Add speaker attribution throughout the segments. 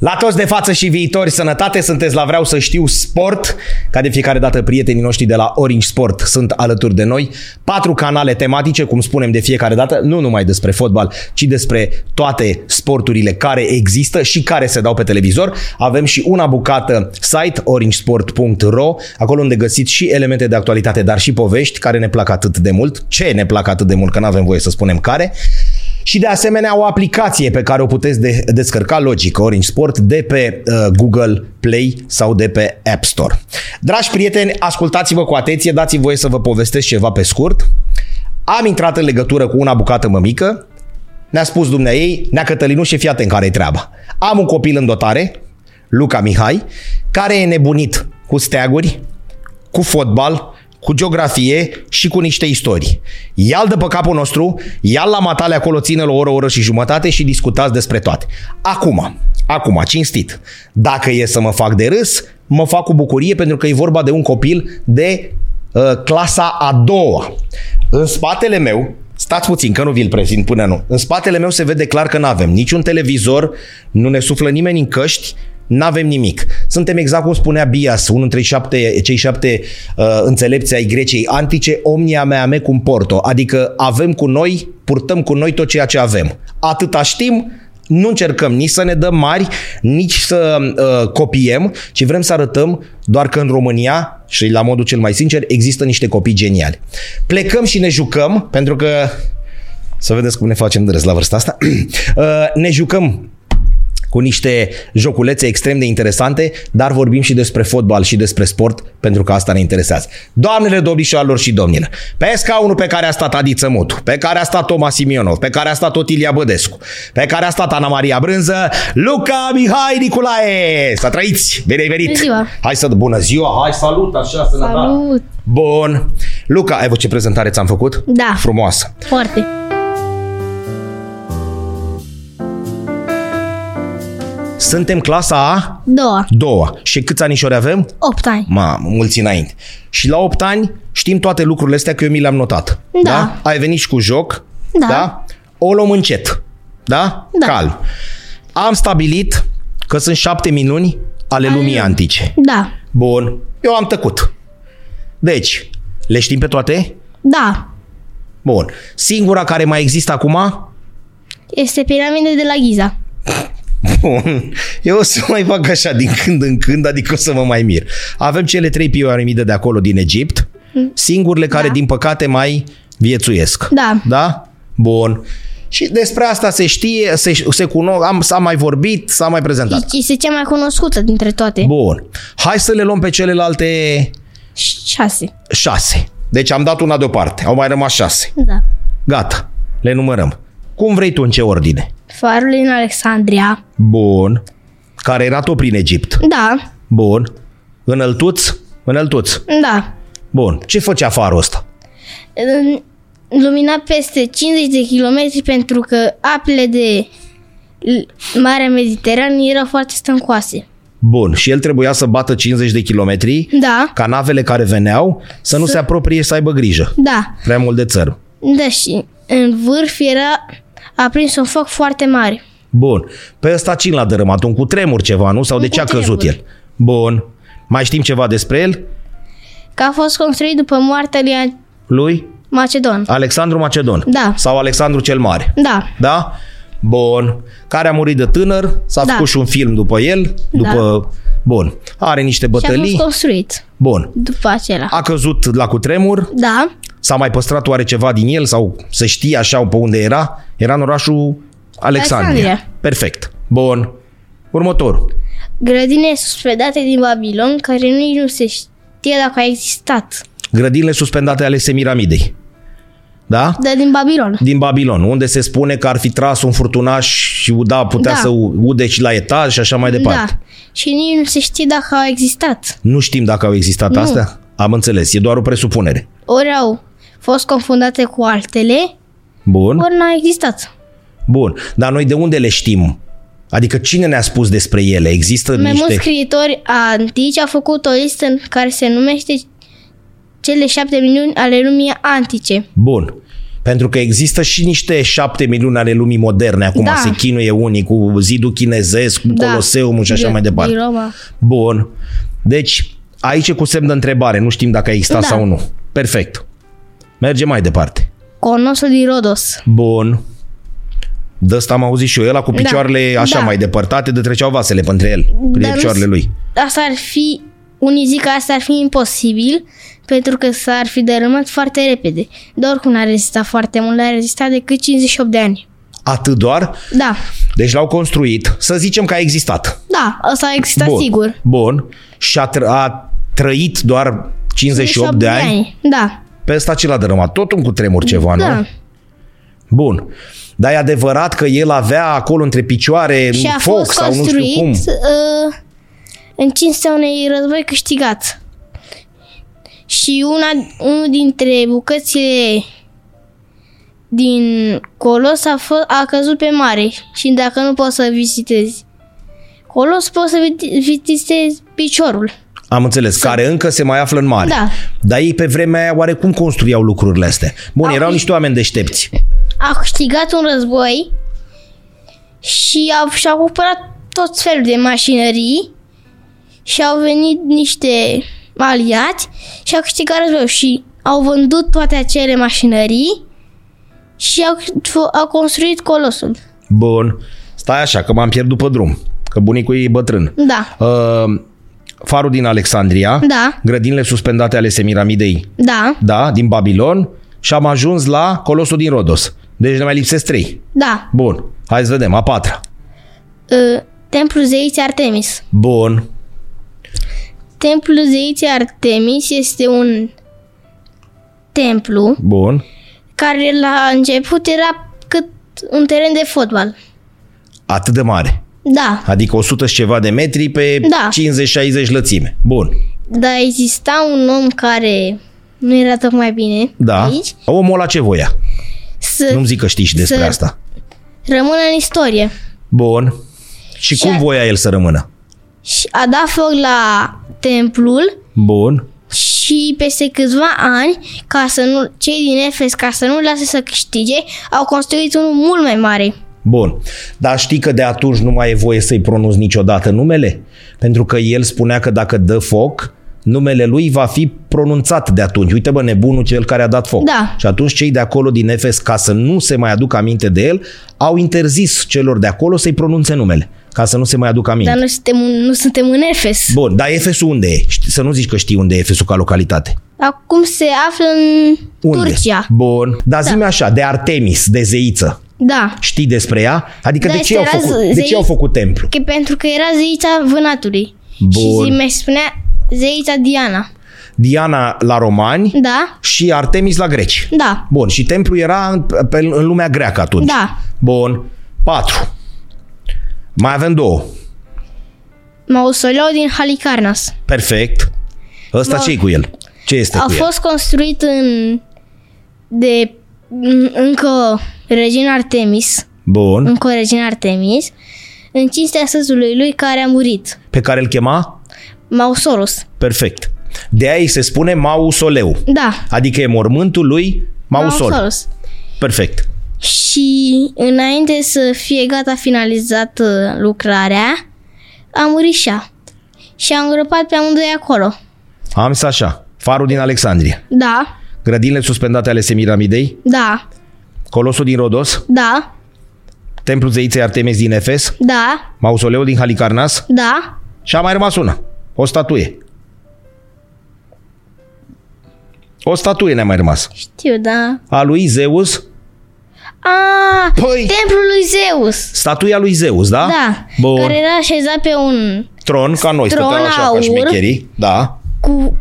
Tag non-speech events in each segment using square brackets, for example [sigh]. Speaker 1: La toți de față și viitori, sănătate, sunteți la Vreau să știu sport. Ca de fiecare dată, prietenii noștri de la Orange Sport sunt alături de noi. Patru canale tematice, cum spunem de fiecare dată, nu numai despre fotbal, ci despre toate sporturile care există și care se dau pe televizor. Avem și una bucată site, orangesport.ro, acolo unde găsiți și elemente de actualitate, dar și povești care ne plac atât de mult. Ce ne plac atât de mult, că nu avem voie să spunem care și de asemenea o aplicație pe care o puteți de- descărca logic Orange Sport de pe uh, Google Play sau de pe App Store. Dragi prieteni, ascultați-vă cu atenție, dați-mi voie să vă povestesc ceva pe scurt. Am intrat în legătură cu una bucată mămică, ne-a spus dumnea ei, nea Cătălinus și fii atent care-i treaba. Am un copil în dotare, Luca Mihai, care e nebunit cu steaguri, cu fotbal, cu geografie și cu niște istorii. Ia-l de pe capul nostru, ia-l la matale acolo, ține-l o oră, oră și jumătate și discutați despre toate. Acum, acum, cinstit, dacă e să mă fac de râs, mă fac cu bucurie pentru că e vorba de un copil de uh, clasa a doua. În spatele meu, Stați puțin, că nu vi-l prezint până nu. În spatele meu se vede clar că nu avem niciun televizor, nu ne suflă nimeni în căști, nu avem nimic. Suntem exact cum spunea Bias, unul dintre șapte, cei șapte uh, înțelepți ai Greciei antice, omnia mea me cum porto, adică avem cu noi, purtăm cu noi tot ceea ce avem. Atâta știm, nu încercăm nici să ne dăm mari, nici să uh, copiem, ci vrem să arătăm doar că în România, și la modul cel mai sincer, există niște copii geniali. Plecăm și ne jucăm, pentru că să vedeți cum ne facem de râs la vârsta asta. [clears throat] Uh, ne jucăm cu niște joculețe extrem de interesante, dar vorbim și despre fotbal și despre sport, pentru că asta ne interesează. Doamnele, domnișoarelor și domnilor, pe scaunul pe care a stat Adi Țămutu, pe care a stat Toma Simionov, pe care a stat Otilia Bădescu, pe care a stat Ana Maria Brânză, Luca Mihai Nicolae! Să trăiți! Bine ai venit!
Speaker 2: Bună ziua!
Speaker 1: Hai să... Bună ziua! Hai, salut! Așa, să
Speaker 2: Salut!
Speaker 1: Bun! Luca, ai văzut ce prezentare ți-am făcut?
Speaker 2: Da.
Speaker 1: Frumoasă!
Speaker 2: Foarte.
Speaker 1: Suntem clasa a
Speaker 2: Doua.
Speaker 1: doua. Și câți anișori avem?
Speaker 2: 8 ani.
Speaker 1: Mamă, mulți înainte. Și la 8 ani știm toate lucrurile astea că eu mi le-am notat.
Speaker 2: Da.
Speaker 1: Ai venit și cu joc.
Speaker 2: Da.
Speaker 1: O luăm încet. Da?
Speaker 2: Da.
Speaker 1: Calm. Am stabilit că sunt șapte minuni ale lumii antice.
Speaker 2: Da.
Speaker 1: Bun. Eu am tăcut. Deci, le știm pe toate?
Speaker 2: Da.
Speaker 1: Bun. Singura care mai există acum?
Speaker 2: Este piramida de la Giza.
Speaker 1: Bun. Eu o să mai fac așa din când în când, adică o să mă mai mir. Avem cele trei piramide de acolo din Egipt, singurele care,
Speaker 2: Da.
Speaker 1: din păcate, mai viețuiesc.
Speaker 2: Da.
Speaker 1: Da? Bun. Și despre asta se știe, se, se cunosc, am, s-a mai vorbit, s-a mai prezentat.
Speaker 2: E- Deci Este cea mai cunoscută dintre toate.
Speaker 1: Bun. Hai să le luăm pe celelalte
Speaker 2: 6.
Speaker 1: șase. Deci am dat una deoparte, au mai rămas șase.
Speaker 2: Da.
Speaker 1: Gata, le numărăm. Cum vrei tu, în ce ordine?
Speaker 2: Farul din Alexandria.
Speaker 1: Bun. Care era tot prin Egipt.
Speaker 2: Da.
Speaker 1: Bun. Înăltuț? Înăltuț.
Speaker 2: Da.
Speaker 1: Bun. Ce făcea farul ăsta?
Speaker 2: În- Lumina peste 50 de kilometri pentru că apele de L- Marea Mediterană erau foarte stâncoase.
Speaker 1: Bun. Și el trebuia să bată 50 de kilometri
Speaker 2: Da.
Speaker 1: ca navele care veneau să nu se apropie să aibă grijă.
Speaker 2: Da.
Speaker 1: Prea mult de țărm.
Speaker 2: Da și în vârf era aprins un foc foarte mare.
Speaker 1: Bun. Pe ăsta cine l-a dărâmat? Un cutremur ceva, nu? Sau de ce a căzut
Speaker 2: cutremur.
Speaker 1: el? Bun. Mai știm ceva despre el?
Speaker 2: Că a fost construit după moartea lui
Speaker 1: Lui?
Speaker 2: Macedon.
Speaker 1: Alexandru Macedon.
Speaker 2: Da.
Speaker 1: Sau Alexandru cel Mare.
Speaker 2: Da.
Speaker 1: Da? Bun. Care a murit de tânăr, s-a
Speaker 2: Da.
Speaker 1: făcut și un film după el, după... Bun. Are niște
Speaker 2: Și a fost
Speaker 1: bătălii.
Speaker 2: construit
Speaker 1: Bun.
Speaker 2: după acela.
Speaker 1: A căzut la cutremur,
Speaker 2: Da.
Speaker 1: s-a mai păstrat oare ceva din el sau să știe așa pe unde era? Era în orașul Alexandria.
Speaker 2: Alexandria.
Speaker 1: Perfect. Bun. Următorul.
Speaker 2: Grădine suspendate din Babilon, care nici nu se știe dacă a existat.
Speaker 1: Grădinile suspendate ale Semiramidei. Da?
Speaker 2: Dar din Babilon.
Speaker 1: Din Babilon, unde se spune că ar fi tras un furtunaș și uda, putea
Speaker 2: Da.
Speaker 1: să ude și la etaj și așa mai departe.
Speaker 2: Da. Și nici nu se știe dacă au existat.
Speaker 1: Nu știm dacă au existat astea. Am înțeles, e doar o presupunere.
Speaker 2: Ori au fost confundate cu altele,
Speaker 1: Bun.
Speaker 2: ori n-au existat.
Speaker 1: Bun. Dar noi de unde le știm? Adică cine ne-a spus despre ele? Există
Speaker 2: Mai
Speaker 1: niște...
Speaker 2: mulți scriitori antici au făcut o listă în care se numește cele șapte minuni ale lumii antice.
Speaker 1: Bun. Pentru că există și niște șapte milioane ale lumii moderne. Acum
Speaker 2: Da.
Speaker 1: se chinuie unii cu zidul chinezesc, cu
Speaker 2: Da.
Speaker 1: Coloseumul și așa
Speaker 2: De-
Speaker 1: mai departe.
Speaker 2: din Roma.
Speaker 1: Bun. Deci, aici e cu semn de întrebare. Nu știm dacă a existat
Speaker 2: Da.
Speaker 1: sau nu. Perfect. Mergem mai departe.
Speaker 2: Conosul din Rodos.
Speaker 1: Bun. De ăsta am auzit și eu, ăla cu
Speaker 2: Da.
Speaker 1: picioarele așa
Speaker 2: Da.
Speaker 1: mai depărtate, de treceau vasele pe între el, prin
Speaker 2: Dar nu
Speaker 1: picioarele
Speaker 2: s-
Speaker 1: lui.
Speaker 2: Asta ar fi, unii zic că asta ar fi imposibil, pentru că s-ar fi dărâmat foarte repede. Dar oricum n-a rezistat foarte mult, a rezistat decât 58 de ani.
Speaker 1: Atât doar?
Speaker 2: Da,
Speaker 1: Deci l-au construit, să zicem că a existat.
Speaker 2: da, asta a existat
Speaker 1: Bun.
Speaker 2: sigur.
Speaker 1: Bun. Și a, tr- a trăit doar 58 de ani.
Speaker 2: Da,
Speaker 1: Pe ăsta ce l-a dărâmat? Tot un cutremur ceva,
Speaker 2: da.
Speaker 1: nu? Bun. Dar e adevărat că el avea acolo între picioare
Speaker 2: Și a
Speaker 1: foc
Speaker 2: fost
Speaker 1: sau nu știu
Speaker 2: construit
Speaker 1: cum.
Speaker 2: uh, în cinstea unei război câștigat. Și una, unul dintre bucățile din Colos a, fost, a căzut pe mare și dacă nu poți să vizitezi Colos, poți să viti- vizitezi piciorul.
Speaker 1: Am înțeles, care încă se mai află în mare.
Speaker 2: Da.
Speaker 1: Dar ei pe vremea aia oare cum construiau lucrurile astea? Bun,
Speaker 2: Au-
Speaker 1: erau niște oameni deștepți.
Speaker 2: A câștigat un război și a, și-a cumpărat tot felul de mașinării și au venit niște aliați și au câștigat războiul și au vândut toate acele mașinării și au, au construit colosul.
Speaker 1: Bun. Stai așa, că m-am pierdut pe drum. Că bunicul e bătrân.
Speaker 2: Da,
Speaker 1: Uh, farul din Alexandria,
Speaker 2: da,
Speaker 1: grădinile suspendate ale Semiramidei,
Speaker 2: da,
Speaker 1: da, din Babilon și am ajuns la Colosul din Rodos. Deci ne mai lipsesc trei.
Speaker 2: da.
Speaker 1: Bun. Hai să vedem, a patra.
Speaker 2: Uh, Templul zeiții Artemis.
Speaker 1: Bun.
Speaker 2: Templul zeiții Artemis este un templu
Speaker 1: Bun.
Speaker 2: care la început era cât un teren de fotbal.
Speaker 1: Atât de mare.
Speaker 2: Da,
Speaker 1: Adică 100 și ceva de metri pe
Speaker 2: Da.
Speaker 1: 50-60 lățime. Bun.
Speaker 2: dar exista un om care nu era tocmai bine
Speaker 1: Da.
Speaker 2: aici
Speaker 1: Omul ăla ce voia?
Speaker 2: să
Speaker 1: Nu-mi zic că știi și despre
Speaker 2: Să-
Speaker 1: asta.
Speaker 2: rămână în istorie
Speaker 1: Bun. Și cum
Speaker 2: a-
Speaker 1: voia el să rămână?
Speaker 2: și a dat foc la templul
Speaker 1: Bun.
Speaker 2: și peste câțiva ani, ca să nu, cei din Efes, ca să nu lase să câștige, au construit unul mult mai mare.
Speaker 1: Bun. Dar știi că de atunci nu mai e voie să-i pronunți niciodată numele? Pentru că el spunea că dacă dă foc, numele lui va fi pronunțat de atunci. Uite bă, nebunul cel care a dat foc.
Speaker 2: Da.
Speaker 1: Și atunci cei de acolo din Efes, ca să nu se mai aducă aminte de el, au interzis celor de acolo să-i pronunțe numele, ca să nu se mai aducă aminte.
Speaker 2: Dar noi suntem, un- nu suntem în Efes.
Speaker 1: Bun, dar Efesul unde e? Ști- Să nu zici că știi unde e Efesul ca localitate.
Speaker 2: Acum se află în
Speaker 1: Unde?
Speaker 2: Turcia.
Speaker 1: Bun. Dar zi-mi așa, de Artemis, de zeiță.
Speaker 2: Da.
Speaker 1: Știi zei-ță. despre ea? Adică
Speaker 2: Da,
Speaker 1: de, ce
Speaker 2: este
Speaker 1: au
Speaker 2: era
Speaker 1: făcut,
Speaker 2: zei-
Speaker 1: de ce au făcut templu?
Speaker 2: Că pentru că era zeița vânatului.
Speaker 1: Bun.
Speaker 2: Și zi- mi spunea zeița Diana.
Speaker 1: Diana la romani
Speaker 2: Da?
Speaker 1: și Artemis la greci.
Speaker 2: Da.
Speaker 1: Bun, și templul era în, pe, în lumea greacă atunci.
Speaker 2: Da.
Speaker 1: Bun, patru. Mai avem două.
Speaker 2: Mausoleul din Halicarnas.
Speaker 1: Perfect. Ăsta
Speaker 2: Mă-
Speaker 1: ce e cu el? Ce este
Speaker 2: A
Speaker 1: cu
Speaker 2: fost construit în de în- încă regina Artemis,
Speaker 1: el? Bun.
Speaker 2: încă regina Artemis, în cinstea săzului lui care a murit,
Speaker 1: Pe care îl chema?
Speaker 2: Mausolus.
Speaker 1: Perfect. De aia îi se spune mausoleu.
Speaker 2: Da,
Speaker 1: Adică e mormântul lui Mausol.
Speaker 2: Mausolus.
Speaker 1: Perfect.
Speaker 2: Și înainte să fie gata finalizată lucrarea, a murit și ea. Și a îngropat pe amândoi acolo.
Speaker 1: Am să așa. Farul din Alexandria.
Speaker 2: Da,
Speaker 1: Grădinile suspendate ale Semiramidei.
Speaker 2: da,
Speaker 1: Colosul din Rodos.
Speaker 2: da,
Speaker 1: Templul zeiței Artemis din Efes.
Speaker 2: da,
Speaker 1: Mausoleul din Halicarnas.
Speaker 2: da,
Speaker 1: Și a mai rămas una. O statuie. O statuie ne-a mai rămas.
Speaker 2: știu, da.
Speaker 1: A lui Zeus.
Speaker 2: A,
Speaker 1: Păi-
Speaker 2: templul lui Zeus.
Speaker 1: Statuia lui Zeus, da?
Speaker 2: Da,
Speaker 1: Bun.
Speaker 2: care era așezat pe un
Speaker 1: Tron, ca noi,
Speaker 2: Tron
Speaker 1: stăteau așa, ca
Speaker 2: aur.
Speaker 1: șmecherii. Da.
Speaker 2: cu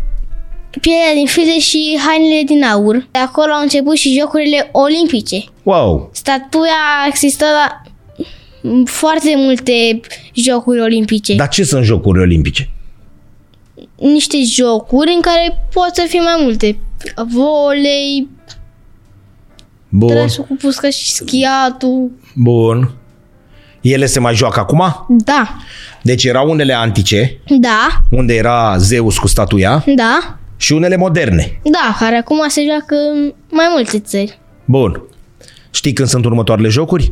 Speaker 2: pielea din filde și hainele din aur. De acolo au început și jocurile olimpice.
Speaker 1: Wow.
Speaker 2: Statuia există la foarte multe jocuri olimpice.
Speaker 1: Dar ce sunt jocuri olimpice?
Speaker 2: Niște jocuri în care pot să fie mai multe. Volei,
Speaker 1: Bun,
Speaker 2: trăsul cu puscă și schiatul.
Speaker 1: bun. Ele se mai joacă acum?
Speaker 2: Da,
Speaker 1: Deci erau unele antice,
Speaker 2: da,
Speaker 1: unde era Zeus cu statuia,
Speaker 2: da,
Speaker 1: și unele moderne.
Speaker 2: da, care acum se joacă în mai multe țări.
Speaker 1: Bun. Știi când sunt următoarele jocuri?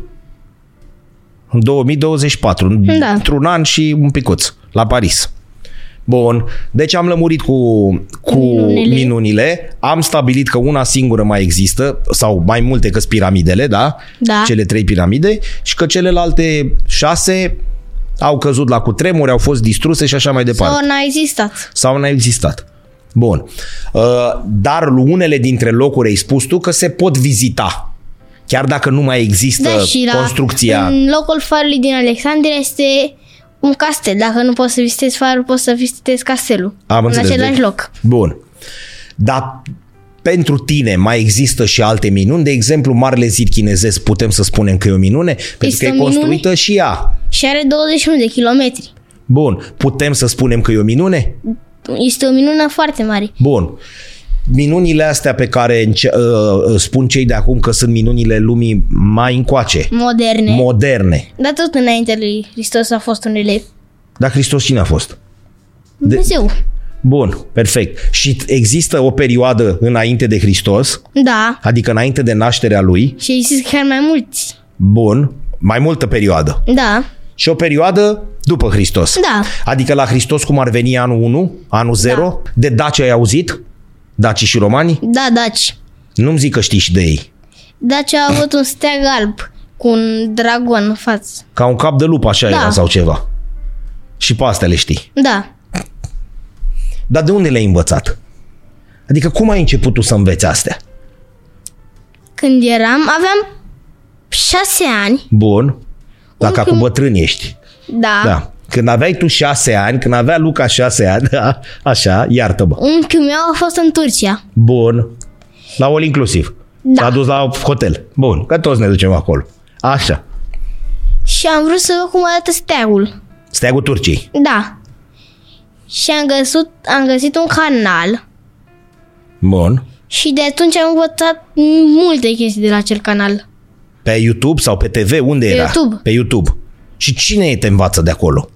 Speaker 1: În 2024,
Speaker 2: Da.
Speaker 1: da. într-un an și un picuț, la Paris. Bun, deci am lămurit cu, cu minunile.
Speaker 2: Minunile.
Speaker 1: minunile, am stabilit că una singură mai există, sau mai multe că piramidele, da?
Speaker 2: Da.
Speaker 1: Cele trei piramide și că celelalte șase au căzut la cutremuri, au fost distruse și așa mai departe
Speaker 2: Sau n-a existat.
Speaker 1: sau n-a existat. Bun. Uh, Dar unele dintre locuri ai spus tu că se pot vizita. Chiar dacă nu mai există
Speaker 2: Da, și la,
Speaker 1: Ă, construcția.
Speaker 2: în locul farului din Alexandria este un castel. Dacă nu poți să vizitezi farul, poți să vizitezi castelul.
Speaker 1: Am
Speaker 2: în
Speaker 1: înțeles,
Speaker 2: același
Speaker 1: deci.
Speaker 2: loc.
Speaker 1: Bun. Dar pentru tine mai există și alte minuni, de exemplu Marele Zid chinezesc putem să spunem că e o minune, pentru că
Speaker 2: Este
Speaker 1: e
Speaker 2: o minune?
Speaker 1: construită și ea.
Speaker 2: Și are 21 de kilometri.
Speaker 1: Bun, putem să spunem că e o minune?
Speaker 2: Este o minună foarte mare.
Speaker 1: Bun. Minunile astea pe care înce- uh, uh, spun cei de acum că sunt minunile lumii mai încoace,
Speaker 2: Moderne. Mo-
Speaker 1: moderne,
Speaker 2: dar tot înainte lui Hristos a fost un elev.
Speaker 1: Dar Hristos cine a fost?
Speaker 2: Dumnezeu.
Speaker 1: Bun, perfect. Și există o perioadă înainte de Hristos,
Speaker 2: Da.
Speaker 1: adică înainte de nașterea lui,
Speaker 2: Și există chiar mai mulți.
Speaker 1: bun, mai multă perioadă.
Speaker 2: Da.
Speaker 1: Și o perioadă după Hristos.
Speaker 2: Da.
Speaker 1: Adică la Hristos cum ar veni anul 1, anul 0, da. de daci ai auzit? Dacii și romanii?
Speaker 2: Da, Daci.
Speaker 1: Nu-mi zic că știi și de ei.
Speaker 2: Daci a avut un steag alb cu un dragon în față.
Speaker 1: Ca un cap de lup așa
Speaker 2: Da.
Speaker 1: era sau ceva. Și pe astea le știi.
Speaker 2: Da.
Speaker 1: Dar de unde le-ai învățat? Adică cum ai început tu să înveți astea?
Speaker 2: Când eram, aveam șase ani.
Speaker 1: Bun. Dacă
Speaker 2: Încă-
Speaker 1: acum bătrân ești.
Speaker 2: Da.
Speaker 1: Da. Când aveai tu șase ani, când avea Luca șase ani, [laughs] da, așa, iartă-mă.
Speaker 2: Unchiul meu a fost în Turcia.
Speaker 1: Bun. La all inclusiv.
Speaker 2: Da.
Speaker 1: S-a dus la hotel. Bun, că toți ne ducem acolo. Așa.
Speaker 2: Și am vrut să văd cum arată steagul.
Speaker 1: Steagul Turciei.
Speaker 2: Da. Și am găsit, am găsit un canal
Speaker 1: Bun.
Speaker 2: și de atunci am învățat multe chestii de la acel canal.
Speaker 1: Pe YouTube sau pe TV? Unde era?
Speaker 2: YouTube.
Speaker 1: Pe YouTube. Și cine te învață de acolo?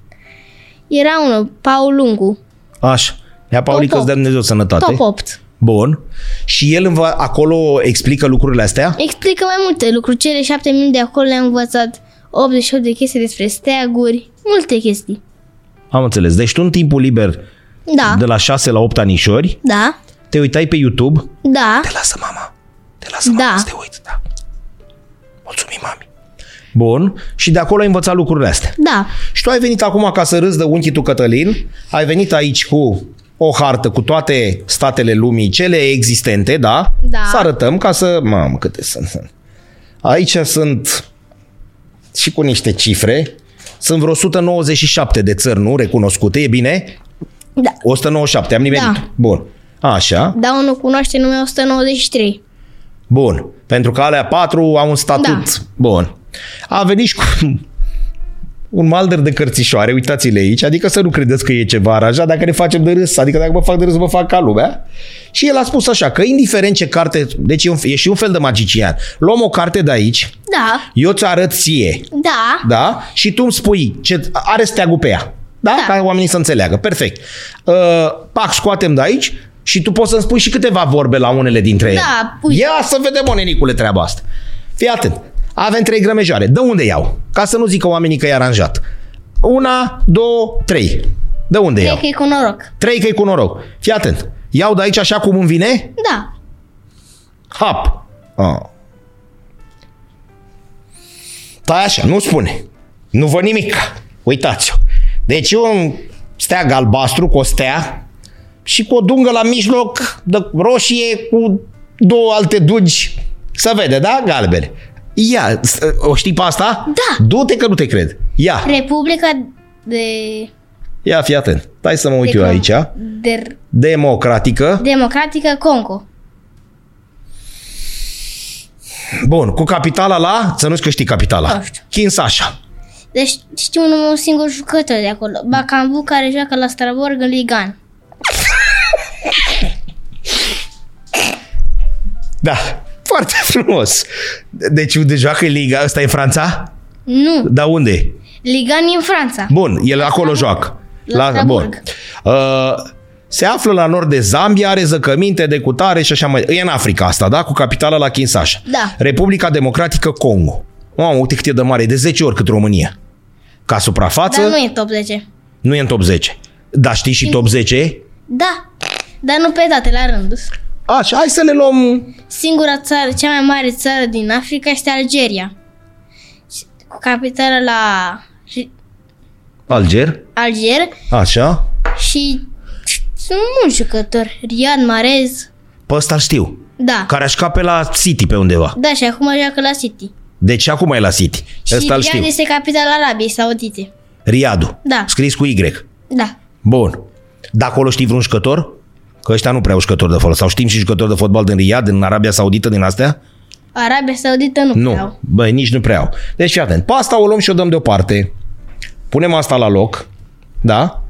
Speaker 2: Era unul, Paul Lungu,
Speaker 1: Așa. Ia Paulică,
Speaker 2: Top
Speaker 1: îți dea Dumnezeu sănătate.
Speaker 2: top 8.
Speaker 1: Bun. Și el înva- acolo explică lucrurile astea?
Speaker 2: Explică mai multe lucruri. Cele șapte minute de acolo le-am învățat 88 de chestii despre steaguri, multe chestii.
Speaker 1: Am înțeles. Deci tu în timpul liber
Speaker 2: Da,
Speaker 1: de
Speaker 2: da,
Speaker 1: la 6 la 8 anișori,
Speaker 2: da,
Speaker 1: te uitai pe YouTube
Speaker 2: da,
Speaker 1: Te lasă mama. Te lasă
Speaker 2: Da.
Speaker 1: mama să te uiți, da. Mulțumim, mami. Bun, și de acolo ai învățat lucrurile astea.
Speaker 2: da,
Speaker 1: Și tu ai venit acum ca să râzi de unchii tu Cătălin, ai venit aici cu o hartă cu toate statele lumii, cele existente, da?
Speaker 2: Da.
Speaker 1: Să arătăm ca să... Mamă, câte sunt. Aici sunt și cu niște cifre. Sunt vreo 197 de țări, nu? Recunoscute, e bine?
Speaker 2: da.
Speaker 1: 197, am nimerit.
Speaker 2: Da.
Speaker 1: Bun. Așa.
Speaker 2: Da, unul cunoaște numele 193.
Speaker 1: Bun. Pentru că alea patru au un statut. Da.
Speaker 2: Da.
Speaker 1: Bun. A venit și cu [laughs] un malder de cărțișoare, uitați-le aici, adică să nu credeți că e ceva aranjat, dacă ne facem de râs, adică dacă mă fac de râs, mă fac ca lumea. Și el a spus așa, că indiferent ce carte, deci e, un, e și un fel de magician, luăm o carte de aici,
Speaker 2: Da,
Speaker 1: eu ți arăt ție,
Speaker 2: da,
Speaker 1: da? Și tu îmi spui ce are steagul pe ea. Da? da?
Speaker 2: Da.
Speaker 1: Ca oamenii să înțeleagă. Perfect. Uh, pac, scoatem de aici și tu poți să-mi spui și câteva vorbe la unele dintre ele.
Speaker 2: Da, uite.
Speaker 1: Ia să vedem, o nenicule, treaba asta. Fii atent. Avem trei grămejoare. De unde iau? Ca să nu zică oamenii că e aranjat. Una, două, trei. De unde
Speaker 2: cred
Speaker 1: iau?
Speaker 2: că e cu noroc.
Speaker 1: Trei că e cu noroc. Fii atent. Iau de aici așa cum îmi vine?
Speaker 2: Da,
Speaker 1: Hap. Ah. Tai așa, nu spune. Nu vă nimic. Uitați-o. Deci e un steag albastru cu o stea și cu o dungă la mijloc de roșie cu două alte dungi. Să vede, da? Galbene. Ia, s- o știi pe asta?
Speaker 2: Da.
Speaker 1: Du-te că nu te cred. Ia,
Speaker 2: Republica de...
Speaker 1: ia fii atent. Stai să mă uit
Speaker 2: de
Speaker 1: eu
Speaker 2: Con-
Speaker 1: aici.
Speaker 2: De...
Speaker 1: Democratică.
Speaker 2: Democratică Congo.
Speaker 1: Bun, cu capitala la, să nu-ți că știi capitala.
Speaker 2: Nu știu.
Speaker 1: Kinshasa.
Speaker 2: Deci știu numai un singur jucător de acolo, Bacambu, care joacă la Strasbourg în Ligan.
Speaker 1: Da, foarte frumos. Deci unde joacă Liga? Asta e Franța?
Speaker 2: Nu,
Speaker 1: Da, unde e?
Speaker 2: Ligan e în Franța.
Speaker 1: Bun, el acolo joacă.
Speaker 2: La Strasbourg.
Speaker 1: bun. Uh, Se află la nord de Zambia, are zăcăminte de cutare și așa mai... E în Africa asta, da? Cu capitala la Kinshasa.
Speaker 2: Da.
Speaker 1: Republica Democratică Congo. Mamă, uite cât e de mare, e de 10 ori cât România. Ca suprafață,
Speaker 2: Dar
Speaker 1: nu
Speaker 2: nu
Speaker 1: e.
Speaker 2: e top 10.
Speaker 1: nu e în top 10. Dar știi și top 10 e?
Speaker 2: Da, dar nu pe date, la rând.
Speaker 1: Așa, hai să le luăm...
Speaker 2: Singura țară, cea mai mare țară din Africa este Algeria. Și- Cu capitala la și-
Speaker 1: Alger.
Speaker 2: Alger
Speaker 1: Așa.
Speaker 2: și sunt mulți jucători. Riyad Marez.
Speaker 1: Pe ăsta știu.
Speaker 2: Da.
Speaker 1: Care aș cape la City pe undeva.
Speaker 2: Da, și acum joacă la City.
Speaker 1: Deci acum e la City.
Speaker 2: Și
Speaker 1: Ăsta îl
Speaker 2: Riyad
Speaker 1: știu.
Speaker 2: este capitala Arabiei Saudite.
Speaker 1: Riadu.
Speaker 2: Da.
Speaker 1: Scris cu Y.
Speaker 2: Da.
Speaker 1: Bun. De acolo știi vreun jucător? Că ăștia nu prea au jucători de fotbal. Sau știm și jucători de fotbal din Riyadh, din Arabia Saudită, din astea?
Speaker 2: Arabia Saudită nu,
Speaker 1: Nu.
Speaker 2: vreau.
Speaker 1: Băi, nici nu prea au. Deci fii atent. Pe asta o luăm și o dăm deoparte. Punem asta la loc. Da?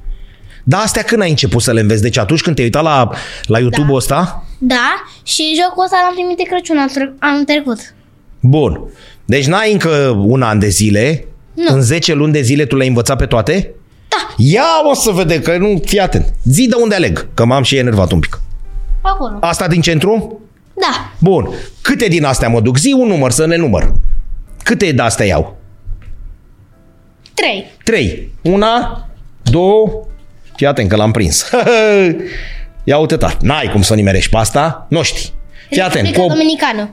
Speaker 1: Dar astea când ai început să le înveți? Deci atunci când te-ai uitat la, la YouTube-ul da. ăsta?
Speaker 2: Da, și jocul ăsta l-am primit de Crăciun anul tre- anul trecut.
Speaker 1: Bun. Deci n-ai încă un an de zile. Nu. În 10 luni de zile tu le-ai învățat pe toate?
Speaker 2: Da.
Speaker 1: Ia o să vedem, că nu, fii atent. Zi de unde aleg, că m-am și enervat un pic.
Speaker 2: Acolo.
Speaker 1: Asta din centru?
Speaker 2: Da.
Speaker 1: Bun. Câte din astea mă duc? Zi un număr, să ne număr. Câte de astea iau?
Speaker 2: 3.
Speaker 1: Trei. Una, două, fii atent că l-am prins. [laughs] Ia uite ta, n-ai cum să o nimerești pe asta, nu știi. Fii atent,
Speaker 2: Republica
Speaker 1: cu o
Speaker 2: Dominicană.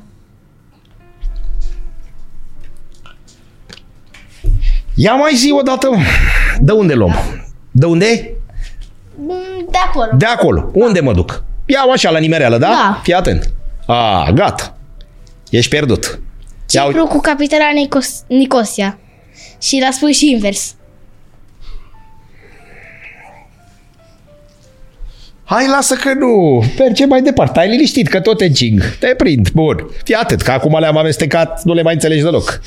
Speaker 1: Ia mai zi o dată. De unde luăm? De unde?
Speaker 2: Mm, De acolo.
Speaker 1: De acolo. Unde mă duc? Iau așa la nimereală, da?
Speaker 2: Da.
Speaker 1: Fii atent. A, gata. Ești pierdut. Ia uite.
Speaker 2: Cipru cu capitala Nicos- Nicosia. Și l-a spus și invers.
Speaker 1: Hai, lasă că nu. Merge mai departe. Ai liniștit că tot te încing. Te prind. Bun. Fii atent, că acum le-am amestecat, nu le mai înțelegi deloc.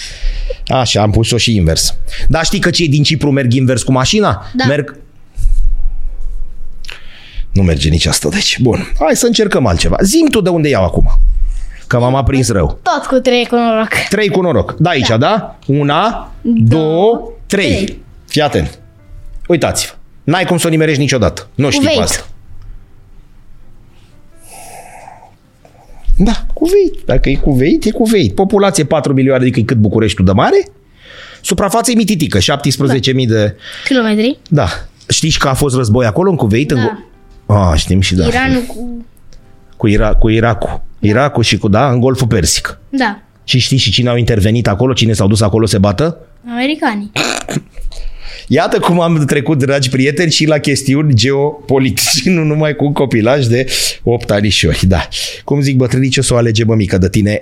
Speaker 1: Așa, am pus-o și invers. Dar știi că cei din Cipru merg invers cu mașina?
Speaker 2: Da.
Speaker 1: Merg... Nu merge nici asta, deci. Bun. Hai să încercăm altceva. Zim tu de unde iau acum. Că m-am aprins rău.
Speaker 2: Tot cu trei cu noroc.
Speaker 1: Trei cu noroc. Da, aici, da? Una, două, trei.
Speaker 2: trei.
Speaker 1: Fii atent. Uitați-vă. N-ai cum să o nimerești niciodată. Nu știi
Speaker 2: Cuveit.
Speaker 1: pe asta. Da, cuveit. Dacă e cuveit, e cuveit. Populație 4 milioane, adică e cât Bucureștiul de mare. Suprafața e mititică, 17.000 de...
Speaker 2: Kilometri.
Speaker 1: Da. Știi și că a fost război acolo, în cuveit? În...
Speaker 2: Da.
Speaker 1: Ah, știm și da.
Speaker 2: Iranul cu...
Speaker 1: Cu, Ira- cu Irakul. Irakul și cu, da, în Golful Persic.
Speaker 2: Da.
Speaker 1: Și știi și cine au intervenit acolo, cine s-au dus acolo se bată?
Speaker 2: Americanii.
Speaker 1: Iată cum am trecut, dragi prieteni, și la chestiuni geopolitice, [laughs] nu numai cu un copilaj de 8 anișori, da. Cum zic bătrânii, ce o să o alege mămică de tine?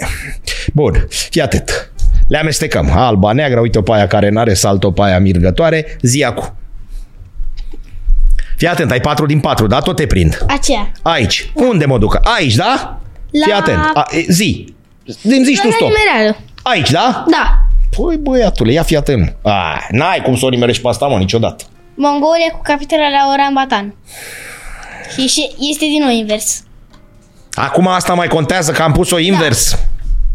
Speaker 1: Bun, fii atât. Le amestecăm. Alba, neagră, uite-o pe aia care n-are salto, pe aia mirgătoare, zi acu. Fii atent, ai 4 din 4, da? Tot te prind.
Speaker 2: Aceea.
Speaker 1: Aici. Unde mă duc? Aici, da?
Speaker 2: La-
Speaker 1: Fii atent. A, e, zi. Îmi zici tu
Speaker 2: La
Speaker 1: stop.
Speaker 2: numerală.
Speaker 1: Aici, da?
Speaker 2: Da.
Speaker 1: Păi băiatule, ia fii atent. A, n-ai cum să o nimerești pe asta, mă, niciodată.
Speaker 2: Mongolia cu capitala la Oran Batan. Și și- este din nou invers.
Speaker 1: Acum asta mai contează că am pus-o invers.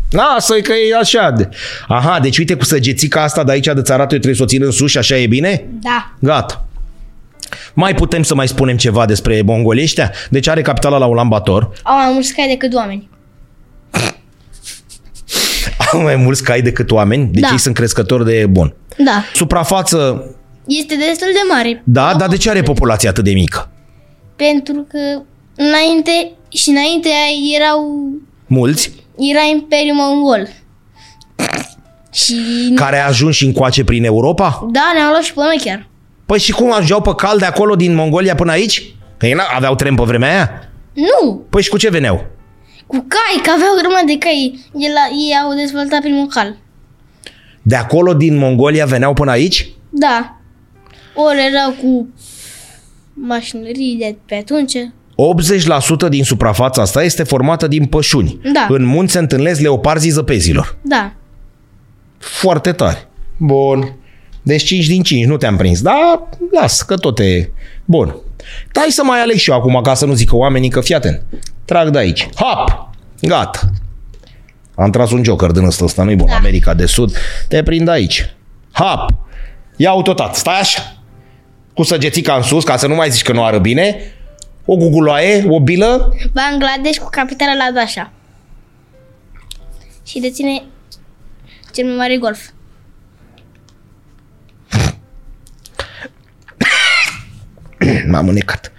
Speaker 1: Da. Lasă că e așa. de- Aha, deci uite cu săgețica asta de aici de țarat, eu trebuie să o țin în sus și așa e bine?
Speaker 2: Da.
Speaker 1: Gata. Mai putem să mai spunem ceva despre mongolii ăștia? Deci are capitala la Ulaanbaatar.
Speaker 2: Au mai mulți cai decât oameni.
Speaker 1: Au mai mulți cai decât oameni, deci
Speaker 2: Da.
Speaker 1: ei sunt crescători de bun.
Speaker 2: Da.
Speaker 1: Suprafață,
Speaker 2: Este destul de mare.
Speaker 1: da, dar de ce are populația atât de mică?
Speaker 2: Pentru că înainte și înainte erau
Speaker 1: Mulți,
Speaker 2: era Imperiul Mongol. Și
Speaker 1: care a ajuns și încoace prin Europa?
Speaker 2: da, ne-au luat și pe noi chiar.
Speaker 1: Păi și cum ajungeau pe cal de acolo din Mongolia până aici? Că ei n- aveau tren pe vremea aia?
Speaker 2: Nu,
Speaker 1: Păi și cu ce veneau?
Speaker 2: cu cai, că aveau grămadă de cai. El, a- ei au dezvoltat primul cal.
Speaker 1: De acolo din Mongolia veneau până aici?
Speaker 2: Da. Ori erau cu mașinării de pe atunci.
Speaker 1: 80% din suprafața asta este formată din pășuni.
Speaker 2: Da.
Speaker 1: În munți se întâlnesc leoparzii zăpezilor.
Speaker 2: Da.
Speaker 1: Foarte tare. Bun. Deci 5 din 5, nu te-am prins. Da, las, că tot e... Bun. Dai să mai aleg și eu acum, ca să nu zică oamenii că fii atent. Trag de aici. Hop! Gata. Am tras un joker din ăsta, ăsta nu-i bun.
Speaker 2: Da.
Speaker 1: America de Sud. Te prind aici. Hop! Ia autotat. Stai așa. Cu săgețica în sus, ca să nu mai zici că nu ară bine. o guguloaie, o bilă.
Speaker 2: Bangladesh cu capitala la Dasha. Și deține cel mai mare golf.
Speaker 1: M-am înecat.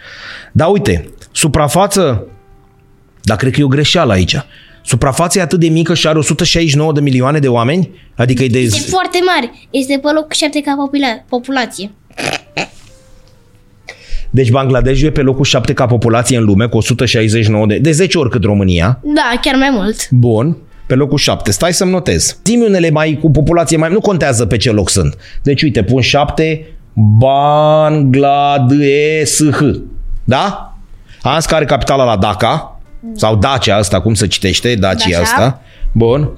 Speaker 1: Dar uite, suprafață, dar cred că e o greșeală aici. Suprafața e atât de mică și are 169 de milioane de oameni? Adică e de...
Speaker 2: Este foarte mare. Este pe locul 7 ca popula- populație.
Speaker 1: Deci Bangladeshul e pe locul 7 ca populație în lume, cu 169 de... De 10 ori cât România.
Speaker 2: Da, chiar mai mult.
Speaker 1: Bun. Pe locul 7. Stai să-mi notez. Zi-mi unele mai cu populație mai... Nu contează pe ce loc sunt. Deci uite, pun 7 Bangladesh. Da? Ans care capitala la Dhaka. Sau Dacia asta, cum se citește? Dacia
Speaker 2: Dacia.
Speaker 1: asta. Bun.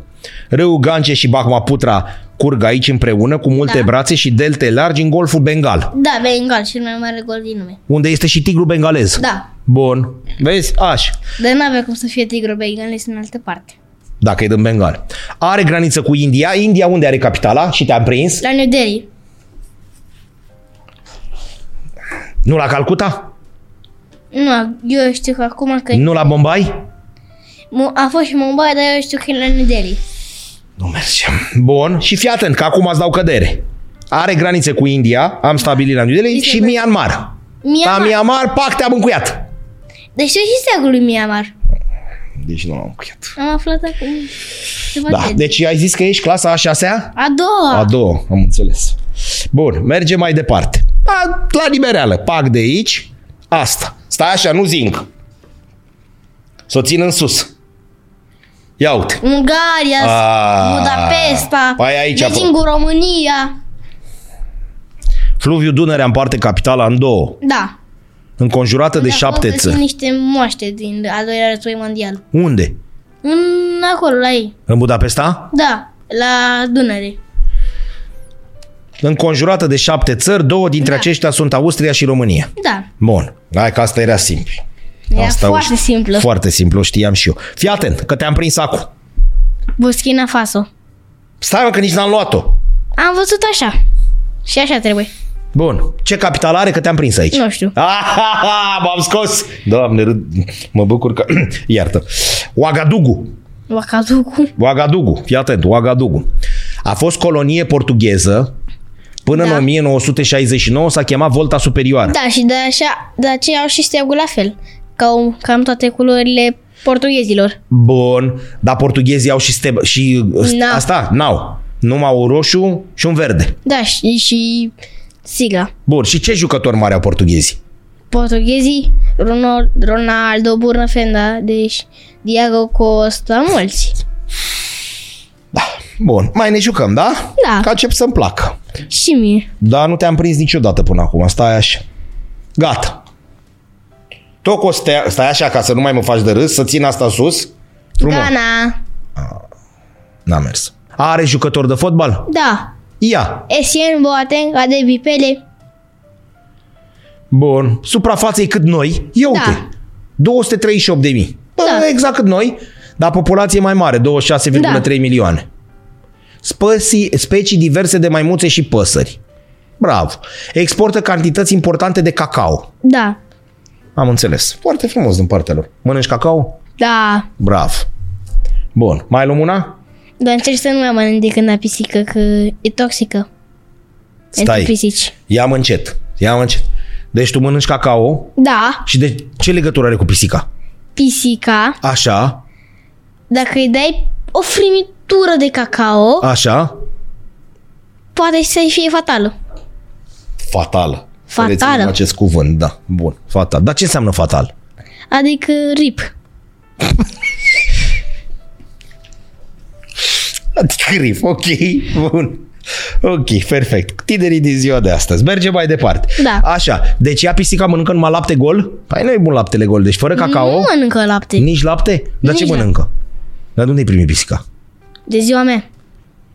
Speaker 1: Râul Gange și Brahmaputra curg aici împreună cu multe
Speaker 2: Da.
Speaker 1: brațe și delte largi în golful Bengal,
Speaker 2: Da, Bengal, cel mai mare gol din lume.
Speaker 1: unde este și tigru bengalez.
Speaker 2: Da.
Speaker 1: Bun. Vezi? Așa.
Speaker 2: Dar n-avea cum să fie tigru Bengal, este în altă parte.
Speaker 1: dacă e din Bengal. Are graniță cu India. India unde are capitala? Și te-am prins?
Speaker 2: La New Delhi.
Speaker 1: Nu la Calcuta?
Speaker 2: Nu, eu știu că acum că...
Speaker 1: Nu la Bombay?
Speaker 2: Mu- A fost și Mumbai, dar eu știu că e la New Delhi.
Speaker 1: Nu mergem. Bun. Și fii atent că acum îți dau cădere. Are granițe cu India, am stabilit la New Delhi
Speaker 2: Este
Speaker 1: și
Speaker 2: bun.
Speaker 1: Myanmar.
Speaker 2: Myanmar.
Speaker 1: La Da, Myanmar, pac, te-am încuiat.
Speaker 2: Deci știu și steagul lui Myanmar.
Speaker 1: Deci nu l-am încuiat.
Speaker 2: Am aflat acum. Ceva
Speaker 1: Da,
Speaker 2: de-
Speaker 1: deci ai zis că ești clasa a șasea?
Speaker 2: A doua.
Speaker 1: A doua, am înțeles. Bun, mergem mai departe. A, la libereală, pac de aici, asta. Stai așa, nu zinc. Să o țin în sus. Ia uite.
Speaker 2: Ungaria,
Speaker 1: Ah.
Speaker 2: Budapesta,
Speaker 1: Păi aici a fost.
Speaker 2: Beijing, România.
Speaker 1: Fluviul Dunărea împarte capitala în două,
Speaker 2: Da.
Speaker 1: înconjurată de șapte
Speaker 2: Sunt
Speaker 1: țări.
Speaker 2: niște moaște din al doilea război mondial.
Speaker 1: Unde?
Speaker 2: În acolo, la ei.
Speaker 1: În Budapesta?
Speaker 2: Da, la Dunăre.
Speaker 1: Înconjurată de șapte țări, două dintre
Speaker 2: Da.
Speaker 1: aceștia sunt Austria și România.
Speaker 2: Da.
Speaker 1: Bun. Hai că asta era simplu.
Speaker 2: Era
Speaker 1: Asta o
Speaker 2: foarte
Speaker 1: ști-
Speaker 2: simplă.
Speaker 1: Foarte simplu, o știam și eu. Fii atent, că te-am prins acum.
Speaker 2: Burkina Faso.
Speaker 1: Stai mă, că nici n-am luat-o.
Speaker 2: Am văzut așa. Și așa trebuie.
Speaker 1: Bun. Ce capital are că te-am prins aici?
Speaker 2: Nu știu.
Speaker 1: Ahaha, [laughs] m-am scos! Doamne, râd. mă bucur că... [clears throat] Iartă. Ouagadougou.
Speaker 2: Wakazuku.
Speaker 1: Ouagadougou, fii atent, Ouagadougou. A fost colonie portugheză până în
Speaker 2: Da.
Speaker 1: 1969 s-a chemat Volta Superioară.
Speaker 2: Da, și de așa, de aceea au și steagul la fel. Ca o- cam toate culorile portughezilor.
Speaker 1: Bun, dar portughezii au și, ste- și ă,
Speaker 2: N-au.
Speaker 1: asta, n-au. Numai un roșu și un verde.
Speaker 2: Da, și, și sigla.
Speaker 1: Bun, și ce jucători mari au portughezii?
Speaker 2: Portughezii, Ronal- Ronaldo, Burnafenda, deci Diego Costa, mulți.
Speaker 1: Da, bun. Mai ne jucăm, da?
Speaker 2: Da.
Speaker 1: Că încep să-mi placă.
Speaker 2: Și mie.
Speaker 1: Dar nu te-am prins niciodată până acum, stai așa. Gata. Toco, stai, stai așa ca să nu mai mă faci de râs, să țin asta sus. Frumos.
Speaker 2: Ghana.
Speaker 1: N-a mers. Are jucător de fotbal?
Speaker 2: Da.
Speaker 1: Ia.
Speaker 2: Etienne Boateng, Adebi Pele.
Speaker 1: Bun. Suprafața e cât noi. Ia uite. 238 de mii. Bă,
Speaker 2: Da.
Speaker 1: Exact cât noi. Dar populație mai mare, 26,3
Speaker 2: Da.
Speaker 1: milioane. Spăsii, specii diverse de maimuțe și păsări. Bravo. Exportă cantități importante de cacao.
Speaker 2: Da.
Speaker 1: Am înțeles. Foarte frumos din partea lor. Mănânci cacao?
Speaker 2: Da.
Speaker 1: Bravo. Bun. Mai luăm una?
Speaker 2: Dar încerc să nu mai mănânc de când la pisică, că e toxică. Pentru
Speaker 1: Stai.
Speaker 2: pisici.
Speaker 1: Ia-mă încet. Ia-mă încet. Deci tu mănânci cacao
Speaker 2: Da,
Speaker 1: și de ce legătură are cu pisica?
Speaker 2: pisica,
Speaker 1: Așa,
Speaker 2: dacă îi dai o frimitură de cacao,
Speaker 1: așa.
Speaker 2: poate să-i fie fatală.
Speaker 1: Fatală.
Speaker 2: Fatală.
Speaker 1: Să reținem acest cuvânt, da. Bun, fatal. Dar ce înseamnă fatal?
Speaker 2: Adică rip.
Speaker 1: Grif, ok, [laughs] bun. Ok, perfect. Tinerii din ziua de astăzi. Mergem mai departe.
Speaker 2: Da.
Speaker 1: Așa, deci ea pisica mănâncă numai lapte gol? Păi nu e bun laptele gol, deci fără cacao,
Speaker 2: Nu mănâncă lapte.
Speaker 1: nici lapte? Dar ce
Speaker 2: Nici
Speaker 1: mănâncă? Dar de unde-i primit pisica?
Speaker 2: De ziua mea.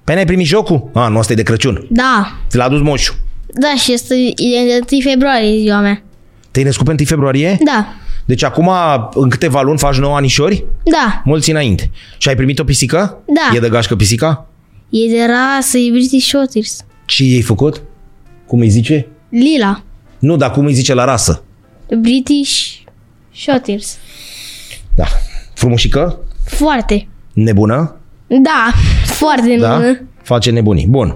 Speaker 1: Păi n-ai primit jocul? A, nu, asta e de Crăciun.
Speaker 2: Da.
Speaker 1: Ți l-a adus moșul.
Speaker 2: Da, și este e de 1 februarie ziua mea.
Speaker 1: Te-ai născut pe 1 februarie?
Speaker 2: Da.
Speaker 1: Deci acum, în câteva luni, faci 9 anișori?
Speaker 2: Da.
Speaker 1: Mulți înainte. Și ai primit o pisică?
Speaker 2: Da.
Speaker 1: E de gașcă pisica?
Speaker 2: E de rasă, e British Shorters.
Speaker 1: Ce i-ai făcut? Cum îi zice?
Speaker 2: Lila.
Speaker 1: Nu, dar cum îi zice la rasă?
Speaker 2: British Shoters.
Speaker 1: Da. Frumușică,
Speaker 2: Foarte.
Speaker 1: nebună,
Speaker 2: Da, [laughs] foarte
Speaker 1: da?
Speaker 2: bună.
Speaker 1: Face nebunii. Bun.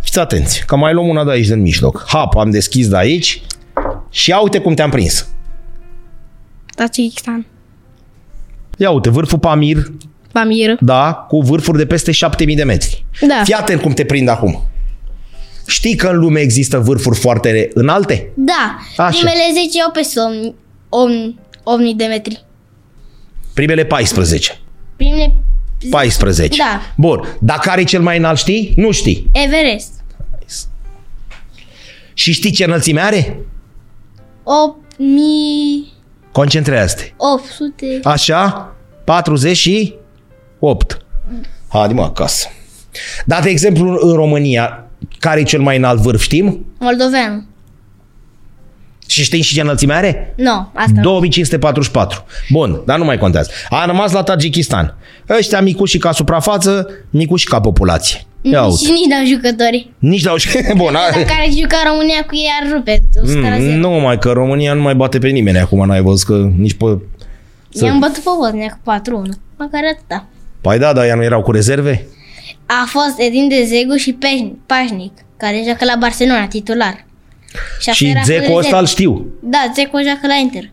Speaker 1: Fiți atenți, că mai luăm una de aici din mijloc. Hap, am deschis de aici și ia uite cum te-am prins.
Speaker 2: Dar ce Xan?
Speaker 1: Ia uite, vârful Pamir,
Speaker 2: Vamiră.
Speaker 1: da, cu vârfuri de peste 7000 de metri.
Speaker 2: Da.
Speaker 1: Fii atent cum te prind acum. Știi că în lume există vârfuri foarte înalte?
Speaker 2: Da.
Speaker 1: Așa.
Speaker 2: Primele 10 au peste omni, omni, omni de metri.
Speaker 1: Primele 14.
Speaker 2: Primele
Speaker 1: 14.
Speaker 2: Da.
Speaker 1: Bun. Dar care e cel mai înalt, știi? Nu știi.
Speaker 2: Everest.
Speaker 1: Și știi ce înălțime are?
Speaker 2: 8800.
Speaker 1: Concentrează-te. Așa? 48. Hai, mă, acasă. Dar, de exemplu, în România, care e cel mai înalt vârf, știm?
Speaker 2: Moldovean.
Speaker 1: Și știi și ce înălțime are?
Speaker 2: Nu, no, asta.
Speaker 1: 2544. Bun, dar nu mai contează. A rămas la Tajikistan. Ăștia micuși ca suprafață, micuși ca populație. Ia
Speaker 2: Nu.
Speaker 1: uite.
Speaker 2: Și nici n-au
Speaker 1: [laughs]
Speaker 2: jucători.
Speaker 1: Nici la Bun, a...
Speaker 2: Dacă ar juca România cu ei ar rupe. Mm,
Speaker 1: Mm, nu mai că România nu mai bate pe nimeni acum, n-ai văzut că nici pe... să-
Speaker 2: I-am bătut pe Bosnia cu 4-1. Măcar atâta.
Speaker 1: Păi da, dar ea nu erau cu rezerve?
Speaker 2: A fost Edin de Zegu și Peș- Pașnic, care joacă la Barcelona, titular. Și,
Speaker 1: și
Speaker 2: aseară a fost
Speaker 1: Zeco
Speaker 2: rezervă.
Speaker 1: ăsta îl știu.
Speaker 2: Da, Zeco joacă la Inter.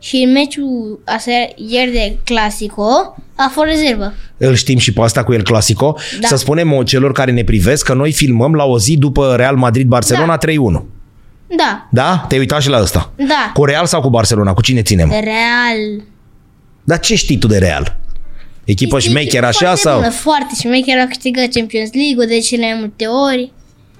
Speaker 2: Și în meciul aseară, ieri de Clasico a fost rezervă.
Speaker 1: Îl știm și pe asta cu El Clasico.
Speaker 2: Da.
Speaker 1: Să spunem o, celor care ne privesc că noi filmăm la o zi după Real Madrid-Barcelona 3-1.
Speaker 2: Da,
Speaker 1: Da? Te-ai uitat și la ăsta.
Speaker 2: da.
Speaker 1: Cu Real sau cu Barcelona? Cu cine ținem?
Speaker 2: Real.
Speaker 1: Dar ce știi tu de Real? Echipă
Speaker 2: Este
Speaker 1: șmecher
Speaker 2: echipă
Speaker 1: așa
Speaker 2: foarte
Speaker 1: sau?
Speaker 2: Bună, foarte șmecher, a câștigat Champions League de cele mai multe ori.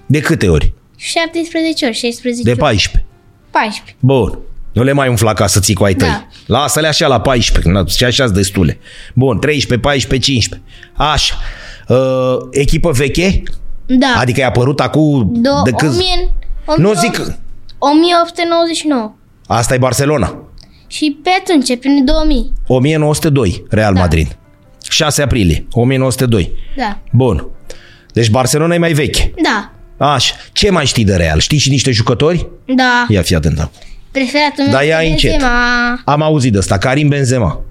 Speaker 1: De câte ori?
Speaker 2: 17 ori, 16
Speaker 1: De
Speaker 2: ori,
Speaker 1: 14.
Speaker 2: 14.
Speaker 1: Bun. Nu le mai umfla ca să ții cu ai tăi.
Speaker 2: Da.
Speaker 1: Lasă-le așa la 14, na, și așa destule. Bun, 13, 14, 15. Așa. Uh, echipă veche?
Speaker 2: Da.
Speaker 1: Adică i-a apărut acum
Speaker 2: Do-
Speaker 1: de câți...
Speaker 2: 1000,
Speaker 1: Nu zic...
Speaker 2: 1899.
Speaker 1: Asta e Barcelona.
Speaker 2: Și pe atunci, prin 2000.
Speaker 1: 1902, Real
Speaker 2: Da.
Speaker 1: Madrid. 6 aprilie, 1902.
Speaker 2: Da.
Speaker 1: Bun. Deci Barcelona e mai veche.
Speaker 2: Da.
Speaker 1: Așa. Ce mai știi de Real? Știi și niște jucători?
Speaker 2: Da.
Speaker 1: Ia fi atent acum.
Speaker 2: Preferatul meu
Speaker 1: Da, ia
Speaker 2: este
Speaker 1: încet.
Speaker 2: Benzema,
Speaker 1: Am auzit de ăsta, Karim Benzema.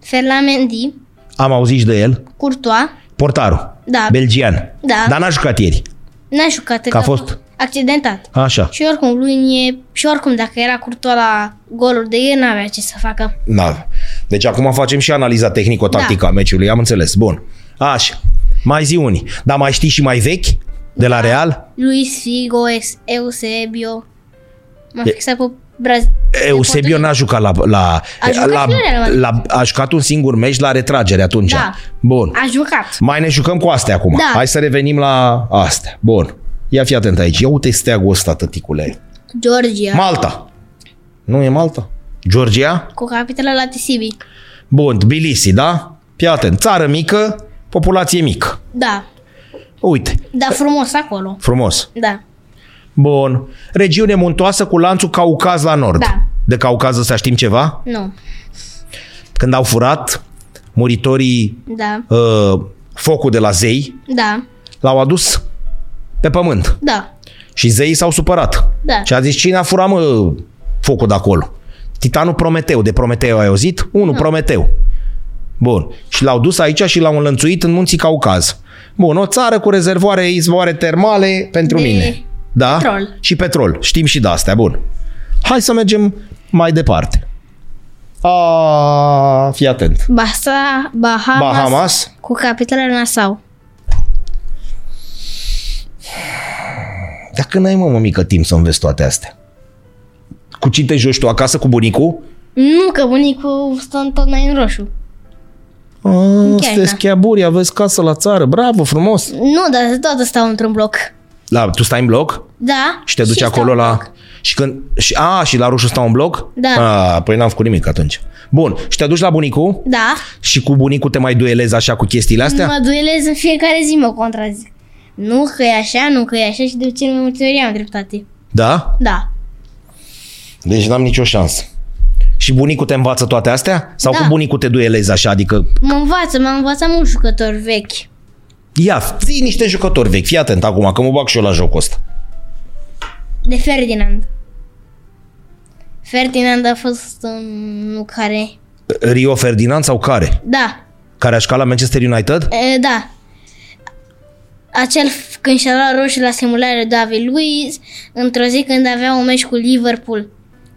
Speaker 2: Ferlamendi,
Speaker 1: Am auzit și de el.
Speaker 2: Courtois.
Speaker 1: Portarul.
Speaker 2: Da.
Speaker 1: Belgian.
Speaker 2: Da.
Speaker 1: Dar n-a jucat ieri.
Speaker 2: N-a jucat.
Speaker 1: Că a fost-
Speaker 2: accidentat.
Speaker 1: Așa.
Speaker 2: Și oricum, lui e... Și oricum, dacă era Courtois la goluri de el, n-avea ce să facă.
Speaker 1: Da. Deci acum facem și analiza tehnico-tactică
Speaker 2: Da.
Speaker 1: a meciului, am înțeles. Bun. Așa. Mai zi unii. Dar mai știi și mai vechi? De
Speaker 2: Da.
Speaker 1: la Real?
Speaker 2: Luis Figo, ex- Eusebio. M-a fixat pe Braz...
Speaker 1: Eusebio n-a jucat la... la
Speaker 2: A jucat
Speaker 1: la,
Speaker 2: și la Real Madrid.
Speaker 1: la, a jucat un singur meci la retragere atunci.
Speaker 2: Da.
Speaker 1: Bun.
Speaker 2: A jucat.
Speaker 1: Mai ne jucăm cu astea acum.
Speaker 2: Da.
Speaker 1: Hai să revenim la astea. Bun. Ia fi atent aici. Ia uite steagul ăsta, tăticule.
Speaker 2: Georgia.
Speaker 1: Malta. Nu e Malta? Georgia?
Speaker 2: cu capitala la Tisibi.
Speaker 1: Bun, Tbilisi, da? Fii atent. Țară mică, populație mică.
Speaker 2: Da.
Speaker 1: Uite,
Speaker 2: Dar frumos acolo.
Speaker 1: frumos.
Speaker 2: Da.
Speaker 1: Bun. Regiune muntoasă cu lanțul Caucaz la nord.
Speaker 2: Da.
Speaker 1: De Caucaz ăsta știm ceva?
Speaker 2: Nu.
Speaker 1: Când au furat muritorii
Speaker 2: Da.
Speaker 1: uh, focul de la zei,
Speaker 2: Da.
Speaker 1: l-au adus pe pământ.
Speaker 2: Da.
Speaker 1: Și zeii s-au supărat.
Speaker 2: Da.
Speaker 1: Și a zis, cine a furat, mă, focul de acolo? Titanul Prometeu. De Prometeu ai auzit? Unul,
Speaker 2: Da.
Speaker 1: Prometeu. Bun. Și l-au dus aici și l-au înlănțuit în munții Caucaz. Bun, o țară cu rezervoare, izvoare termale pentru
Speaker 2: De
Speaker 1: mine. Da?
Speaker 2: petrol.
Speaker 1: Și petrol. Știm și de astea. Bun. Hai să mergem mai departe. A, fii atent.
Speaker 2: Basa, Bahamas,
Speaker 1: Bahamas.
Speaker 2: cu capitala Nassau.
Speaker 1: Dacă n-ai, mă, mică timp să înveți toate astea. Cu cine te joci tu acasă? Cu bunicul?
Speaker 2: Nu, că bunicul stă în tot mai în roșu.
Speaker 1: Ah,
Speaker 2: Chiar,
Speaker 1: sunteți
Speaker 2: da.
Speaker 1: chiar buri, aveți casă la țară, bravo, frumos.
Speaker 2: Nu, dar toată stau într-un bloc.
Speaker 1: Da, tu stai în bloc
Speaker 2: Da.
Speaker 1: și te duci
Speaker 2: stau
Speaker 1: acolo
Speaker 2: în
Speaker 1: la...
Speaker 2: bloc.
Speaker 1: Și când... Și, a, și la roșu stau în bloc?
Speaker 2: Da.
Speaker 1: A, păi n-am făcut nimic atunci. Bun, și te duci la bunicul
Speaker 2: Da.
Speaker 1: și cu bunicul te mai duelezi așa cu chestiile astea?
Speaker 2: Mă duelez în fiecare zi, mă contrazic. Nu că e așa, nu că e așa și de cel mai multe ori am dreptate.
Speaker 1: Da?
Speaker 2: Da.
Speaker 1: Deci n-am nicio șansă. Și bunicul te învață toate astea? Sau
Speaker 2: Da.
Speaker 1: cu bunicul te duelezi așa? Adică,
Speaker 2: Mă învață, m-a învățat mulți jucători vechi.
Speaker 1: ia, ții niște jucători vechi, fii atent acum, că mă bag și eu la jocul ăsta.
Speaker 2: De Ferdinand. Ferdinand a fost unul care...
Speaker 1: Rio Ferdinand sau care?
Speaker 2: Da,
Speaker 1: Care a jucat la Manchester United?
Speaker 2: E, da. Acel f- când și-a luat roșu la simulare David Luiz, într-o zi când avea un meci cu Liverpool.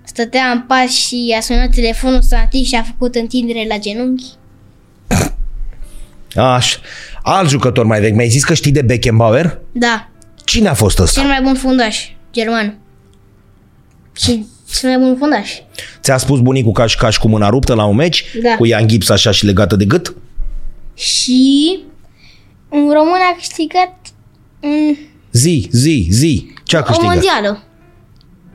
Speaker 2: Stătea în pas și i-a sunat telefonul Santi și a făcut întindere la genunchi.
Speaker 1: Aș. Alt jucător mai vechi. Mi-ai zis că știi de Beckenbauer?
Speaker 2: Da,
Speaker 1: Cine a fost ăsta?
Speaker 2: cel mai bun fundaș german. Și cel mai bun fundaș.
Speaker 1: Ți-a spus bunicul că aș caș cu mâna ruptă la un meci?
Speaker 2: Da.
Speaker 1: Cu ea în gips așa și legată de gât?
Speaker 2: Și un român a câștigat un,
Speaker 1: Zi, zi, zi. Ce a
Speaker 2: o
Speaker 1: câștigat?
Speaker 2: mondială.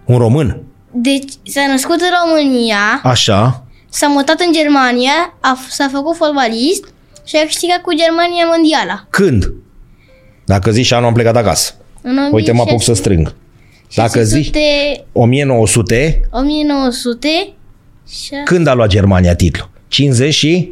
Speaker 1: Un român.
Speaker 2: Deci s-a născut în România,
Speaker 1: Așa.
Speaker 2: S-a mutat în Germania, a, f- s-a făcut fotbalist și a câștigat cu Germania mondiala.
Speaker 1: Când? Dacă zici anul am plecat acasă.
Speaker 2: În
Speaker 1: Uite, mă apuc să strâng. Dacă zi 1900,
Speaker 2: 1954.
Speaker 1: când a luat Germania titlul? 50 și...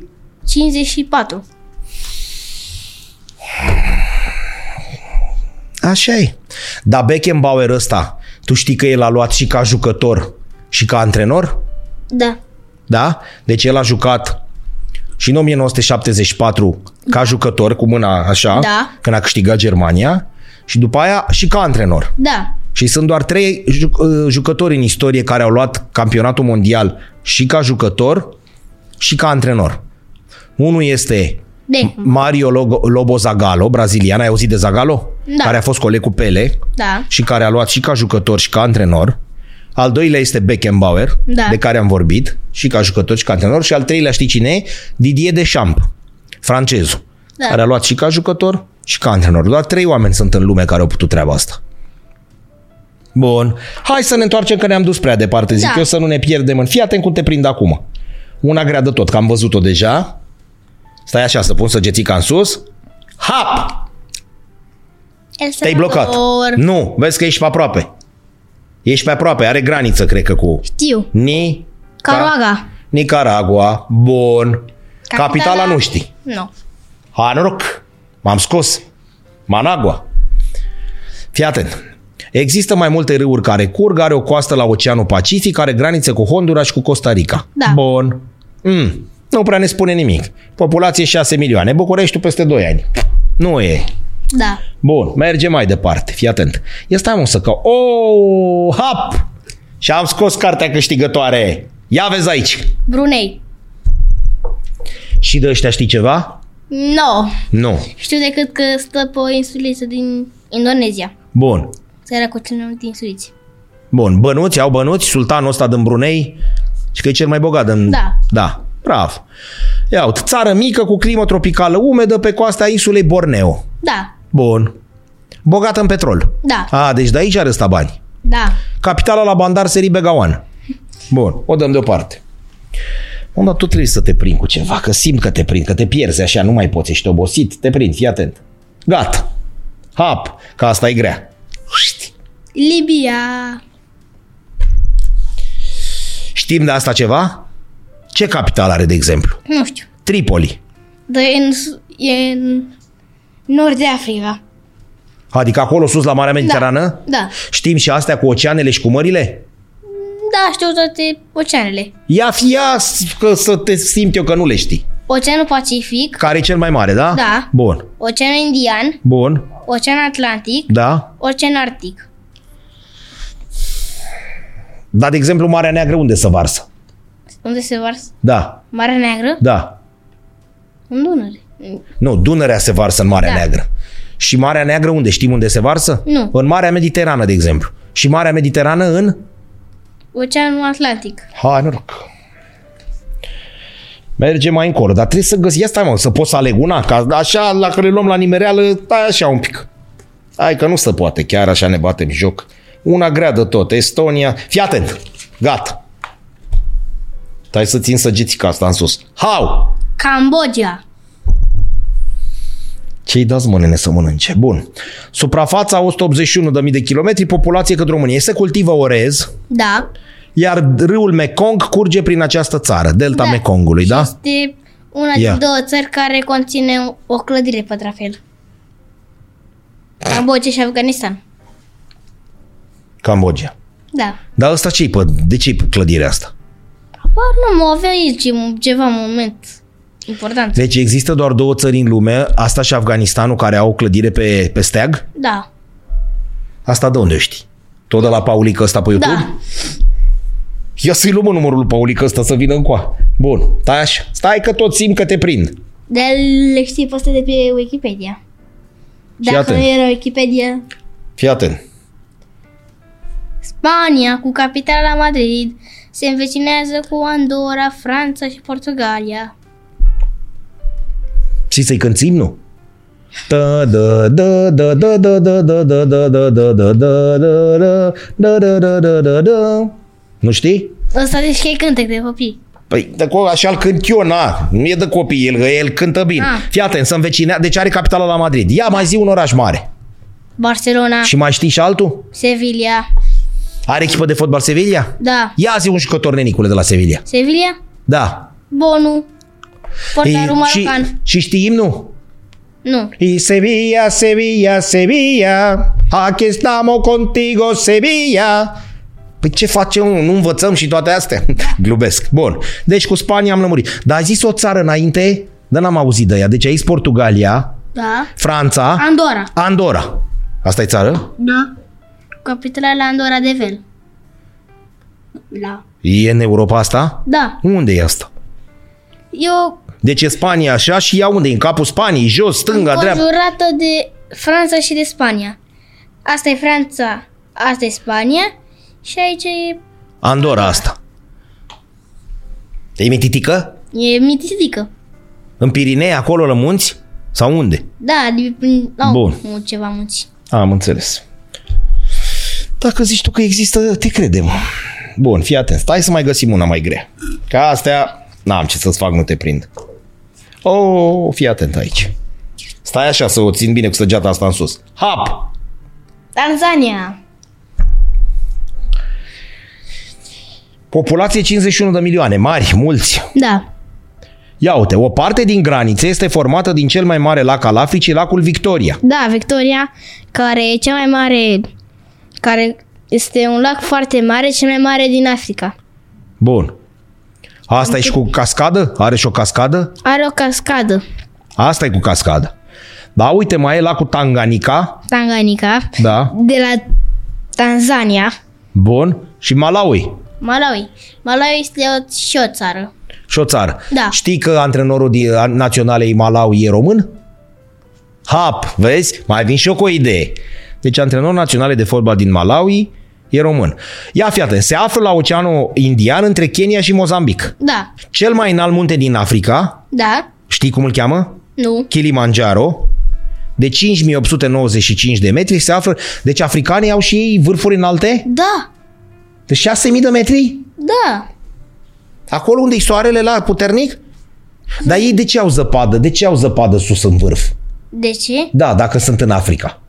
Speaker 1: Așa e. Dar Beckenbauer ăsta, tu știi că el a luat și ca jucător și ca antrenor?
Speaker 2: Da.
Speaker 1: Da? Deci el a jucat și în 1974 ca jucător, cu mâna așa,
Speaker 2: Da.
Speaker 1: când a câștigat Germania, și după aia și ca antrenor.
Speaker 2: Da.
Speaker 1: Și sunt doar trei ju- jucători în istorie care au luat campionatul mondial și ca jucător și ca antrenor. Unul este
Speaker 2: De.
Speaker 1: Mario Logo- Lobo Zagallo, brazilian, ai auzit de Zagallo?
Speaker 2: Da.
Speaker 1: Care a fost coleg cu Pele
Speaker 2: Da.
Speaker 1: și care a luat și ca jucător și ca antrenor. Al doilea este Beckenbauer,
Speaker 2: Da.
Speaker 1: de care am vorbit, și ca jucător și ca antrenor. Și al treilea știi cine e? Didier Deschamps, francezul,
Speaker 2: Da.
Speaker 1: care a luat și ca jucător și ca antrenor. Doar trei oameni sunt în lume care au putut treaba asta. Bun. Hai să ne întoarcem că ne-am dus prea departe, zic
Speaker 2: Da.
Speaker 1: eu, să nu ne pierdem în... Fii atent cum te prind acum. Una grea de tot, că am văzut-o deja. Stai așa, să pun săgețica în sus. Hap!
Speaker 2: El
Speaker 1: Te-ai blocat. Nu, vezi că ești pe aproape. Ești pe aproape, are graniță, cred că, cu
Speaker 2: Știu.
Speaker 1: Ni...
Speaker 2: Caroaga.
Speaker 1: Nicaragua. Bun. Capitala, Capitala nu știi.
Speaker 2: Nu.
Speaker 1: Hanrock. M-am scos. Managua. Fii atent. Există mai multe râuri care curg, are o coastă la Oceanul Pacific, are granițe cu Hondura și cu Costa Rica.
Speaker 2: Da.
Speaker 1: Bun. Mm. Nu prea ne spune nimic. Populație 6 milioane. Bucureștiul peste 2 ani. Nu e.
Speaker 2: Da.
Speaker 1: Bun, mergem mai departe, fii atent. Ia stai mă să cau. Oh, hap! Și am scos cartea câștigătoare. Ia vezi aici.
Speaker 2: Brunei.
Speaker 1: Și de ăștia știi ceva?
Speaker 2: Nu.
Speaker 1: Nu.
Speaker 2: Știu decât că stă pe o insuliță din Indonezia.
Speaker 1: Bun.
Speaker 2: Țara cu cel mai multe insulițe.
Speaker 1: Bun, bănuți, au bănuți, sultanul ăsta din Brunei, și că e cel mai bogat din...
Speaker 2: Da.
Speaker 1: Da, brav. Ia uite, țară mică cu climă tropicală umedă pe coasta insulei Borneo.
Speaker 2: Da.
Speaker 1: Bun. Bogată în petrol.
Speaker 2: Da.
Speaker 1: A, deci de aici are ăsta bani.
Speaker 2: Da.
Speaker 1: Capitala la Bandar Seri Begawan. Bun, o dăm deoparte. Mă, dar tu trebuie să te prind cu ceva, că simt că te prind, că te pierzi așa, nu mai poți, ești obosit, te prind, fii atent. Gata. Hap, că asta e grea.
Speaker 2: Libia.
Speaker 1: Știm de asta ceva? Ce capital are, de exemplu?
Speaker 2: Nu știu.
Speaker 1: Tripoli.
Speaker 2: Dar e în, su- e în nord de Africa.
Speaker 1: Adică acolo sus la Marea Mediterană?
Speaker 2: Da.
Speaker 1: Știm și astea cu oceanele și cu mările?
Speaker 2: Da, știu toate oceanele.
Speaker 1: Ia fia că să te simt eu că nu le știi.
Speaker 2: Oceanul Pacific,
Speaker 1: Care e cel mai mare, da?
Speaker 2: Da.
Speaker 1: Bun.
Speaker 2: Oceanul Indian,
Speaker 1: Bun.
Speaker 2: Oceanul Atlantic,
Speaker 1: Da.
Speaker 2: Oceanul Arctic.
Speaker 1: Dar, de exemplu, Marea Neagră unde se varsă?
Speaker 2: Unde se varsă?
Speaker 1: Da,
Speaker 2: Marea Neagră?
Speaker 1: da.
Speaker 2: În Dunăre.
Speaker 1: Nu, Dunărea se varsă în Marea
Speaker 2: Da.
Speaker 1: Neagră. Și Marea Neagră unde? Știm unde se varsă?
Speaker 2: Nu.
Speaker 1: În Marea Mediterană, de exemplu. Și Marea Mediterană în?
Speaker 2: Oceanul Atlantic.
Speaker 1: Hai, noroc. Merge mai încolo, dar trebuie să găsi... Ia stai, mă, să poți să aleg una, ca așa, la care le luăm la nimereală, tai așa un pic. Hai că nu se poate, chiar așa ne batem joc. Una grea de tot, Estonia... Fii atent! Gata! Tai să țin săgețica asta în sus. How?
Speaker 2: Cambodgia.
Speaker 1: Ce-i dați, mă, nene, să mănânce? Bun. Suprafața 181.000 de kilometri, populație cât România. Se cultivă orez,
Speaker 2: Da.
Speaker 1: iar râul Mekong curge prin această țară, delta
Speaker 2: Da.
Speaker 1: Mekongului, da?
Speaker 2: Este una
Speaker 1: Ia.
Speaker 2: din două țări care conține o clădire pe trafel. Cambodgia și Afganistan.
Speaker 1: Cambodgia.
Speaker 2: Da.
Speaker 1: Dar ăsta ce-i pe, de ce-i pe clădirea asta?
Speaker 2: Apar nu mă avea aici ceva moment important.
Speaker 1: Deci există doar două țări în lume, asta și Afganistanul, care au clădire pe, pe steag?
Speaker 2: Da.
Speaker 1: Asta de unde știi? Tot de la Paulică ăsta pe YouTube?
Speaker 2: Da.
Speaker 1: Ia să-i luăm numărul lui Paulică ăsta să vină încoa. Bun, stai așa. Stai că tot simt că te prind.
Speaker 2: De le știi pe astea de pe Wikipedia. Dacă
Speaker 1: atent.
Speaker 2: nu era Wikipedia,
Speaker 1: Fii atent.
Speaker 2: Spania, cu capitala Madrid, se învecinează cu Andorra, Franța și Portugalia.
Speaker 1: Și să-i cânt nu? Da, da, da, da, da, da, da, da, da, da, da, da, da, da, da, da, da, da, da, da, da, da. Nu știi?
Speaker 2: Ăsta deci că e cântec de copii.
Speaker 1: Păi, de co- așa îl cânt eu, na. Nu e de copii, el, el cântă bine.
Speaker 2: Ah.
Speaker 1: Fii atent, să învecinea, deci are capitala la Madrid. Ia mai zi un oraș mare.
Speaker 2: Barcelona,
Speaker 1: Și mai știi și altul?
Speaker 2: Sevilla,
Speaker 1: Are echipă de fotbal Sevilla?
Speaker 2: da.
Speaker 1: Ia zi un jucător nenicule de la Sevilla.
Speaker 2: Sevilla,
Speaker 1: Da.
Speaker 2: Bonu, portarul
Speaker 1: Ei, și,
Speaker 2: marocan.
Speaker 1: și știi imnul?
Speaker 2: Nu.
Speaker 1: Y Sevilla, Sevilla, Sevilla, aquí estamos contigo, Sevilla. Păi ce facem? Nu învățăm și toate astea? [laughs] Glubesc. Bun. Deci cu Spania am lămurit. Dar ai zis o țară înainte? Dar n-am auzit de ea. Deci ai zis Portugalia,
Speaker 2: Da.
Speaker 1: Franța,
Speaker 2: Andorra.
Speaker 1: Andorra. Asta e țară?
Speaker 2: Da. Capitala la Andorra de Vel. La.
Speaker 1: E în Europa asta?
Speaker 2: Da.
Speaker 1: Unde e asta?
Speaker 2: Eu
Speaker 1: Deci e Spania așa și ea unde? e? În capul Spaniei, jos, stânga, dreapta.
Speaker 2: conjurată de Franța și de Spania. Asta e Franța, asta e Spania și aici e,
Speaker 1: Andorra asta. E mititică?
Speaker 2: e mititică.
Speaker 1: În Pirinei, acolo la munți? Sau unde?
Speaker 2: Da, de- prin- au
Speaker 1: Bun.
Speaker 2: mu- ceva munți.
Speaker 1: Am înțeles. Dacă zici tu că există, te credem. Bun, fii atent. Stai să mai găsim una mai grea. Ca astea, n-am ce să-ți fac, nu te prind. Oh, fii atent aici. Stai așa să o țin bine cu săgeata asta în sus. Hap!
Speaker 2: Tanzania.
Speaker 1: Populație 51 de milioane, mari, mulți.
Speaker 2: Da.
Speaker 1: Ia uite, o parte din graniță este formată din cel mai mare lac al Africii, lacul Victoria.
Speaker 2: Da, Victoria, care e cea mai mare, care este un lac foarte mare, cel mai mare din Africa.
Speaker 1: Bun. Asta e și cu cascadă? Are și o cascadă?
Speaker 2: Are o cascadă,
Speaker 1: Asta e cu cascada. Da, uite, mai e lacul Tanganica.
Speaker 2: Tanganyika,
Speaker 1: Da.
Speaker 2: de la Tanzania,
Speaker 1: Bun. Și Malawi.
Speaker 2: Malawi. Malawi este o, și o țară.
Speaker 1: Și o țară.
Speaker 2: Da.
Speaker 1: Știi că antrenorul din- a- naționalei Malawi e român? Hap, vezi? Mai vin și eu cu o idee. Deci antrenorul național de fotbal din Malawi e român. Ia fi atent, se află la Oceanul Indian între Kenya și Mozambic.
Speaker 2: Da.
Speaker 1: Cel mai înalt munte din Africa,
Speaker 2: Da.
Speaker 1: știi cum îl cheamă?
Speaker 2: Nu.
Speaker 1: Kilimanjaro, de 5895 de metri se află. Deci africanii au și ei vârfuri înalte?
Speaker 2: Da.
Speaker 1: De 6000 de metri?
Speaker 2: Da.
Speaker 1: Acolo unde e soarele la puternic? Dar ei de ce au zăpadă? De ce au zăpadă sus în vârf?
Speaker 2: De ce?
Speaker 1: Da, dacă sunt în Africa.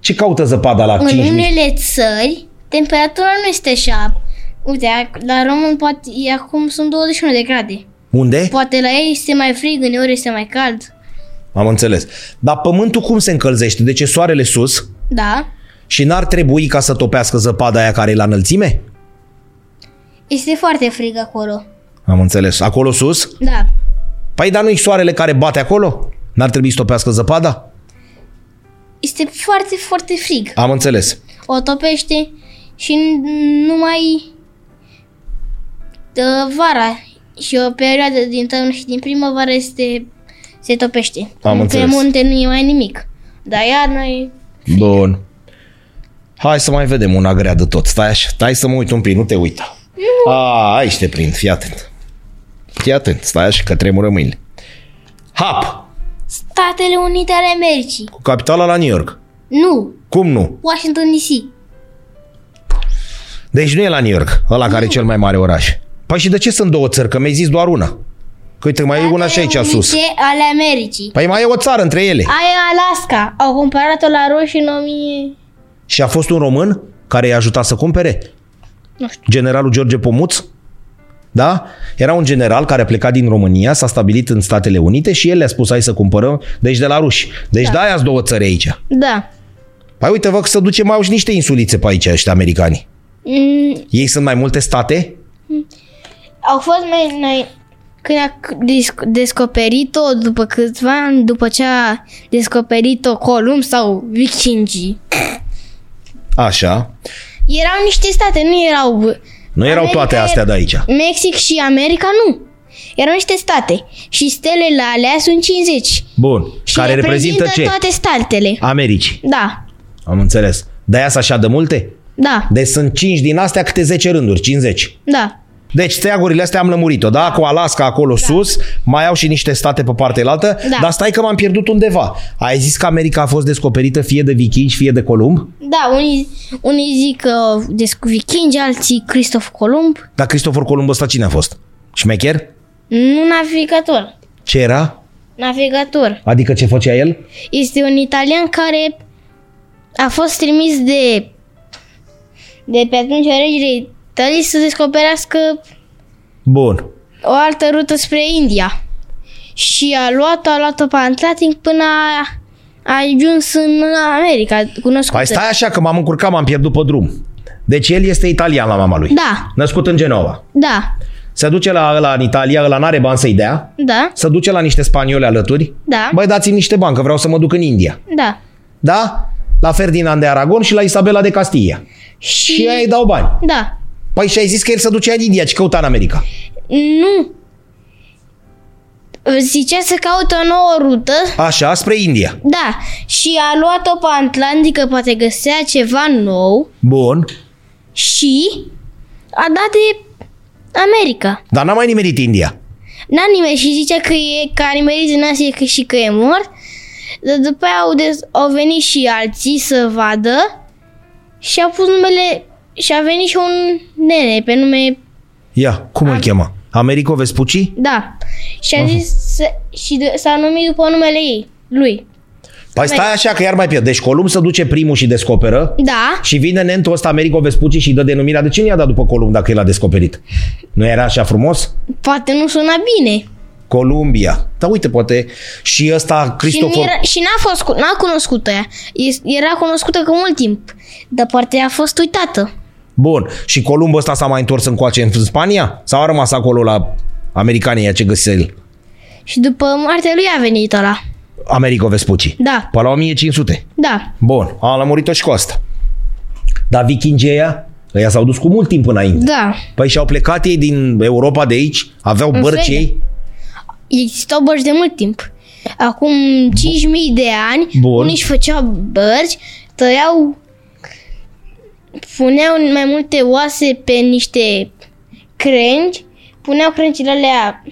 Speaker 1: Ce caută zăpada la
Speaker 2: În
Speaker 1: 5000?
Speaker 2: unele țări, temperatura nu este așa. Uite, ac- la român poate, e acum sunt 21 de grade.
Speaker 1: Unde?
Speaker 2: Poate la ei este mai frig, uneori este mai cald.
Speaker 1: Am înțeles. Dar pământul cum se încălzește? De ce soarele sus?
Speaker 2: Da.
Speaker 1: Și n-ar trebui ca să topească zăpada aia care e la înălțime?
Speaker 2: Este foarte frig acolo.
Speaker 1: Am înțeles. Acolo sus?
Speaker 2: Da.
Speaker 1: Păi dar nu-i soarele care bate acolo? N-ar trebui să topească zăpada?
Speaker 2: Este foarte, foarte frig.
Speaker 1: Am înțeles.
Speaker 2: O topește și n- numai dă vara și o perioadă din toamnă și din primăvară este, se topește.
Speaker 1: Am
Speaker 2: Pe
Speaker 1: înțeles.
Speaker 2: munte nu e mai nimic. Dar iarna e
Speaker 1: Bun. Hai să mai vedem una grea de tot. Stai așa, stai să mă uit un pic, nu te uita. A, aici te prind, fii atent. Fii atent, stai așa că tremură mâinile. Hap,
Speaker 2: Statele Unite ale Americii.
Speaker 1: cu capitala la New York.
Speaker 2: Nu,
Speaker 1: Cum nu?
Speaker 2: Washington DC.
Speaker 1: Deci nu e la New York, ăla care e cel mai mare oraș. Păi și de ce sunt două țări? Că mi-ai zis doar una. Că uite, mai e una și aici
Speaker 2: Statele
Speaker 1: sus.
Speaker 2: Unite ale Americii.
Speaker 1: Păi mai e o țară între ele.
Speaker 2: Aia Alaska. Au cumpărat-o la roșii în 1000...
Speaker 1: Și a fost un român care i-a ajutat să cumpere?
Speaker 2: Nu știu.
Speaker 1: Generalul George Pomuț? Da? Era un general care a plecat din România, s-a stabilit în Statele Unite și el le-a spus hai să cumpărăm, deci de la ruși. Deci da. de aia două țări aici.
Speaker 2: Da.
Speaker 1: Păi uite, vă că să duce mai au și niște insulițe pe aici ăștia americani.
Speaker 2: Mm,
Speaker 1: Ei sunt mai multe state?
Speaker 2: au fost mai noi când a c- dis- descoperit-o după câțiva ani, după ce a descoperit-o Columb sau Vikingi.
Speaker 1: Așa.
Speaker 2: Erau niște state, nu erau...
Speaker 1: Nu erau
Speaker 2: America
Speaker 1: toate
Speaker 2: e-
Speaker 1: astea de aici.
Speaker 2: Mexic și America nu. Erau niște state și stelele alea sunt 50 și
Speaker 1: Bun. Care reprezintă ce?
Speaker 2: toate statele.
Speaker 1: Americi.
Speaker 2: Da,
Speaker 1: Am înțeles. Dar ia așa de multe?
Speaker 2: da,
Speaker 1: Deci sunt 5 din astea câte 10 rânduri, 50.
Speaker 2: da.
Speaker 1: Deci steagurile astea am lămurit-o, da? Cu Alaska acolo da. sus, mai au și niște state pe partea altă,
Speaker 2: Da.
Speaker 1: dar stai că m-am pierdut undeva. Ai zis că America a fost descoperită fie de vikingi, fie de Columb?
Speaker 2: Da, unii, unii zic uh, că descu vikingi, alții Cristof Columb.
Speaker 1: Dar Cristofor Columb ăsta cine a fost? Șmecher?
Speaker 2: Nu navigator.
Speaker 1: Ce era?
Speaker 2: Navigator.
Speaker 1: Adică ce făcea el?
Speaker 2: Este un italian care a fost trimis de de pe atunci regele Italiei să descoperească
Speaker 1: Bun.
Speaker 2: o altă rută spre India. Și a luat-o, a luat-o pe Atlantic până a, a ajuns în America, cunoscută.
Speaker 1: Păi stai așa că m-am încurcat, m-am pierdut pe drum. Deci el este italian la mama lui.
Speaker 2: Da,
Speaker 1: Născut în Genova.
Speaker 2: da,
Speaker 1: Se duce la ăla în Italia, ăla n-are bani să-i dea.
Speaker 2: da,
Speaker 1: Se duce la niște spanioli alături.
Speaker 2: da,
Speaker 1: Băi, dați-mi niște bani, că vreau să mă duc în India.
Speaker 2: da.
Speaker 1: Da? La Ferdinand de Aragon și la Isabela de Castilla. Și
Speaker 2: Mm.
Speaker 1: ei îi dau bani.
Speaker 2: Da.
Speaker 1: Păi și ai zis că el se ducea în India, ce căuta în America.
Speaker 2: Nu. Zicea să caute o nouă rută.
Speaker 1: Așa, spre India.
Speaker 2: Da. Și a luat-o pe Atlantică, poate găsea ceva nou.
Speaker 1: Bun.
Speaker 2: Și a dat de America.
Speaker 1: Dar n-a mai nimerit India.
Speaker 2: N-a nimerit și zicea că e că a nimerit în Asia că și că e mort. Dar după aia au, des, au venit și alții să vadă și a pus numele și a venit și un nene pe nume
Speaker 1: Ia, cum îl chema? Americo Vespucci?
Speaker 2: Da. Și a zis să, și de, s-a numit după numele ei, lui.
Speaker 1: Păi stai așa că iar mai pierd. Deci Columb se duce primul și descoperă
Speaker 2: Da.
Speaker 1: și vine nentul ăsta Americo Vespucci și îi dă denumirea. De ce nu i-a dat după Columb dacă el a descoperit? Nu era așa frumos?
Speaker 2: Poate nu suna bine.
Speaker 1: Columbia. Dar uite, poate și ăsta
Speaker 2: Și, nu
Speaker 1: Cristofor...
Speaker 2: era, și n-a, fost, cu- n-a cunoscut aia. Es- Era cunoscută cu mult timp. Dar poate a fost uitată.
Speaker 1: Bun. Și Columb ăsta s-a mai întors încoace în Spania? Sau a rămas acolo la americanii ce găsise el?
Speaker 2: Și după moartea lui a venit ăla.
Speaker 1: Americo Vespucci.
Speaker 2: Da,
Speaker 1: Pe la 1500.
Speaker 2: da,
Speaker 1: Bun. A lămurit-o și cu asta. Dar vikingii ăia, ăia s-au dus cu mult timp înainte.
Speaker 2: da.
Speaker 1: Păi și-au plecat ei din Europa de aici, aveau
Speaker 2: În
Speaker 1: bărci
Speaker 2: Suedia.
Speaker 1: ei.
Speaker 2: Existau bărci de mult timp. Acum 5.000 de ani,
Speaker 1: Bun.
Speaker 2: unii își făceau bărci, tăiau, puneau mai multe oase pe niște crengi, puneau crengile alea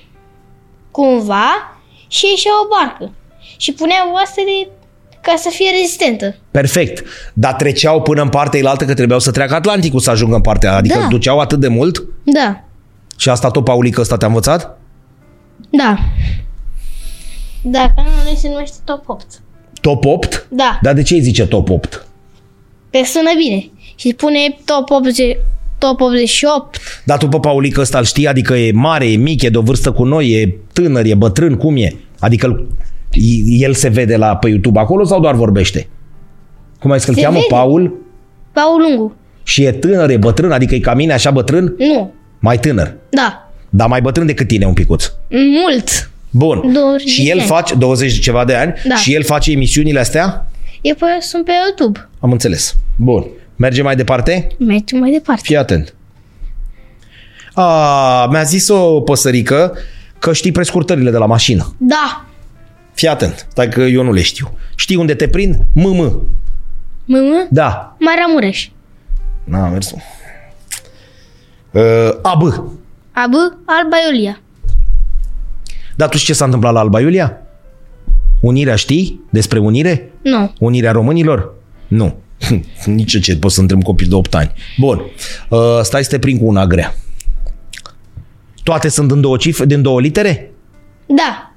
Speaker 2: cumva și ieșea o barcă. Și puneau oasele ca să fie rezistentă.
Speaker 1: Perfect. Dar treceau până în partea elaltă că trebuiau să treacă Atlanticul să ajungă în partea aia. Adică
Speaker 2: Da.
Speaker 1: duceau atât de mult
Speaker 2: Da,
Speaker 1: și asta tot Paulică ăsta te-a învățat?
Speaker 2: da. Da, canalul ei se numește Top 8.
Speaker 1: Top 8?
Speaker 2: Da,
Speaker 1: Dar de ce îi zice top 8?
Speaker 2: că sună bine. Și pune Top 80, Top 88,
Speaker 1: Dar tu pe Paulică ăsta îl știi? Adică e mare, e mic, e de o vârstă cu noi, e tânăr, e bătrân, cum e? Adică îl- i- el se vede la pe YouTube acolo sau doar vorbește? Cum ai zis că îl
Speaker 2: Se
Speaker 1: cheamă?
Speaker 2: vede.
Speaker 1: Paul?
Speaker 2: Paul Lungu.
Speaker 1: Și e tânăr, e bătrân, adică e ca mine așa bătrân?
Speaker 2: Nu.
Speaker 1: Mai tânăr.
Speaker 2: Da.
Speaker 1: Dar mai bătrân decât tine un picuț.
Speaker 2: Mult.
Speaker 1: Bun.
Speaker 2: 20
Speaker 1: și el
Speaker 2: de ani.
Speaker 1: face 20 de ceva de ani
Speaker 2: Da.
Speaker 1: și el face emisiunile astea?
Speaker 2: Eu pe, sunt pe YouTube.
Speaker 1: Am înțeles. Bun. Mergem mai departe?
Speaker 2: Mergem mai departe.
Speaker 1: Fii atent. A, mi-a zis o păsărică că știi prescurtările de la mașină.
Speaker 2: Da.
Speaker 1: Fii atent, dacă eu nu le știu. Știi unde te prind? MM.
Speaker 2: MM
Speaker 1: Da.
Speaker 2: Maramureș.
Speaker 1: N-a mers. Uh, AB.
Speaker 2: AB Alba Iulia.
Speaker 1: Dar tu știi ce s-a întâmplat la Alba Iulia? Unirea știi? Despre unire?
Speaker 2: Nu.
Speaker 1: Unirea românilor? Nu. [laughs] Nici eu ce pot să întreb copil de 8 ani. Bun. Uh, stai să te prind cu una grea. Toate sunt din două, cifre, din două litere?
Speaker 2: Da.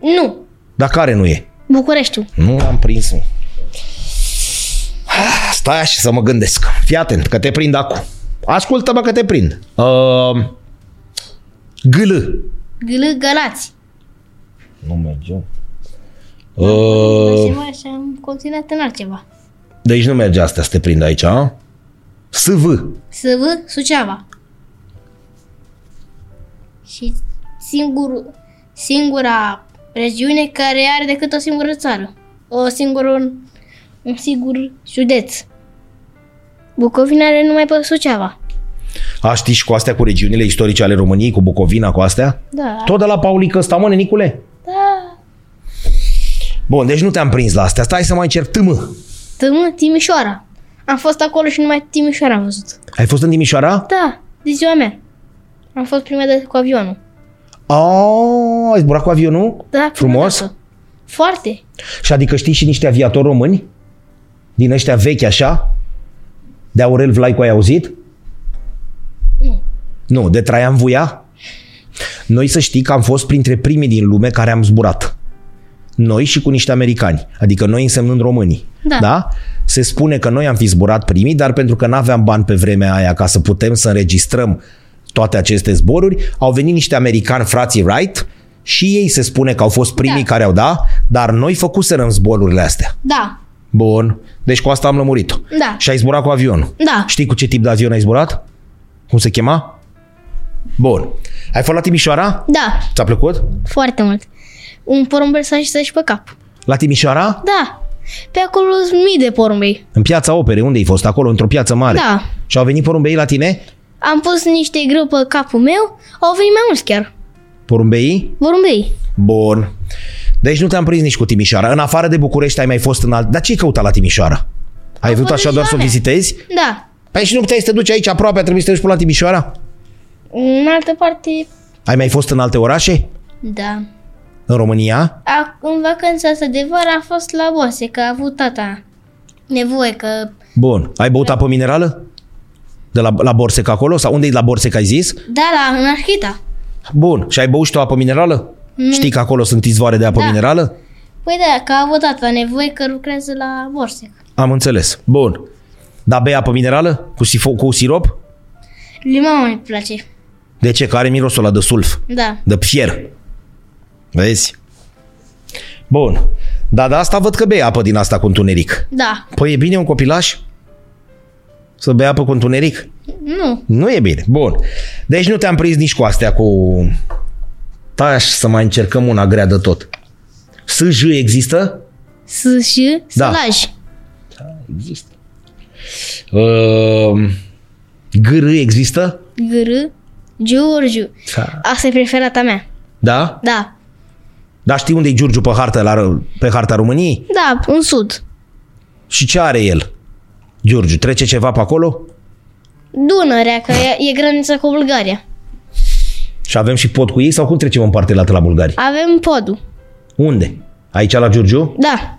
Speaker 2: Nu.
Speaker 1: Dar care nu e?
Speaker 2: Bucureștiul.
Speaker 1: Nu am prins -o. Stai așa să mă gândesc. Fii atent că te prind acum. Ascultă-mă că te prind. Uh, gl.
Speaker 2: Gâlă Galați.
Speaker 1: Nu merge. Ehm, Uh, Oh.
Speaker 2: Uh. Și am continuat în altceva.
Speaker 1: deci nu merge asta să te prind aici, a? SV.
Speaker 2: SV, Suceava. Și singurul, singura regiune care are decât o singură țară. O singură, un singur județ. Bucovina are numai pe Suceava.
Speaker 1: A, știi și cu astea, cu regiunile istorice ale României, cu Bucovina, cu astea?
Speaker 2: Da.
Speaker 1: Tot de la Paulică ăsta, mă, Nicule?
Speaker 2: Da.
Speaker 1: Bun, deci nu te-am prins la astea. Stai să mai încerc tâmă.
Speaker 2: Tâmă, Timișoara. Am fost acolo și numai Timișoara am văzut.
Speaker 1: Ai fost în Timișoara?
Speaker 2: Da, de ziua mea. Am fost prima dată cu avionul.
Speaker 1: Oh, ai zburat cu avionul?
Speaker 2: Da, prima
Speaker 1: Frumos?
Speaker 2: dată. Foarte.
Speaker 1: Și adică știi și niște aviatori români? Din ăștia vechi așa? De Aurel Vlaicu ai auzit? Nu. Nu, de Traian Vuia? Noi să știi că am fost printre primii din lume care am zburat. Noi și cu niște americani, adică noi însemnând românii.
Speaker 2: Da.
Speaker 1: da? Se spune că noi am fi zburat primii, dar pentru că n-aveam bani pe vremea aia ca să putem să înregistrăm toate aceste zboruri, au venit niște americani, frații Wright, și ei se spune că au fost primii
Speaker 2: Da.
Speaker 1: care au da, dar noi făcuserăm zborurile astea.
Speaker 2: Da,
Speaker 1: Bun. Deci cu asta am lămurit-o.
Speaker 2: Da.
Speaker 1: Și ai zburat cu avionul.
Speaker 2: da.
Speaker 1: Știi cu ce tip de avion ai zburat? Cum se chema? Bun. Ai fost la Timișoara?
Speaker 2: Da,
Speaker 1: Ți-a plăcut?
Speaker 2: foarte mult. Un porumbel s-a și pe cap.
Speaker 1: La Timișoara?
Speaker 2: Da, pe acolo sunt mii de porumbei.
Speaker 1: În piața operei, unde ai fost? Acolo, într-o piață mare.
Speaker 2: Da.
Speaker 1: Și au venit porumbei la tine?
Speaker 2: Am pus niște grâu pe capul meu, au venit mai mulți chiar.
Speaker 1: Porumbeii?
Speaker 2: Porumbei.
Speaker 1: Bun. Deci nu te-am prins nici cu Timișoara. În afară de București ai mai fost în alt... Dar ce ai căutat la Timișoara? Ai vrut
Speaker 2: fost
Speaker 1: așa
Speaker 2: în
Speaker 1: doar să o
Speaker 2: Ioane.
Speaker 1: vizitezi?
Speaker 2: Da,
Speaker 1: Păi și nu puteai să te duci aici aproape, a trebuit să te duci până la Timișoara?
Speaker 2: în altă parte,
Speaker 1: Ai mai fost în alte orașe?
Speaker 2: da.
Speaker 1: În România?
Speaker 2: A, în vacanța asta de vară am fost la Bose, că a avut tata nevoie, că
Speaker 1: Bun. Ai băut apă minerală? De la, la Borsec acolo? Sau unde e la Borsec ai zis?
Speaker 2: da, la în Arhita.
Speaker 1: Bun. Și ai băut și tu apă minerală? Știi că acolo sunt izvoare de apă
Speaker 2: Mm. Da.
Speaker 1: minerală?
Speaker 2: Păi da, că a avut tata nevoie că lucrează la Borsec.
Speaker 1: Am înțeles. Bun. Dar bei apă minerală? Cu, sifo- cu sirop?
Speaker 2: Lui mama îi place.
Speaker 1: De ce? Că are mirosul ăla de sulf.
Speaker 2: Da.
Speaker 1: De fier. Vezi? Bun. Dar de asta văd că bei apă din asta cu întuneric.
Speaker 2: Da.
Speaker 1: Păi e bine un copilaș? Să bea apă cu întuneric?
Speaker 2: Nu.
Speaker 1: Nu e bine. Bun. Deci nu te-am prins nici cu astea cu... Taș să mai încercăm una grea de tot. SJ există?
Speaker 2: Să și să
Speaker 1: Da.
Speaker 2: lași.
Speaker 1: Există. Uh, GR există?
Speaker 2: Gr. Giurgiu.
Speaker 1: Da.
Speaker 2: Asta e preferata mea.
Speaker 1: Da?
Speaker 2: Da.
Speaker 1: Dar știi unde e Giurgiu pe harta, la, pe harta României?
Speaker 2: Da, în sud.
Speaker 1: Și ce are el? Giurgiu, trece ceva pe acolo?
Speaker 2: Dunărea, că e, e granița cu Bulgaria.
Speaker 1: Și avem și pod cu ei sau cum trecem în partea lată la bulgari?
Speaker 2: Avem podul.
Speaker 1: Unde? Aici la Giurgiu?
Speaker 2: Da.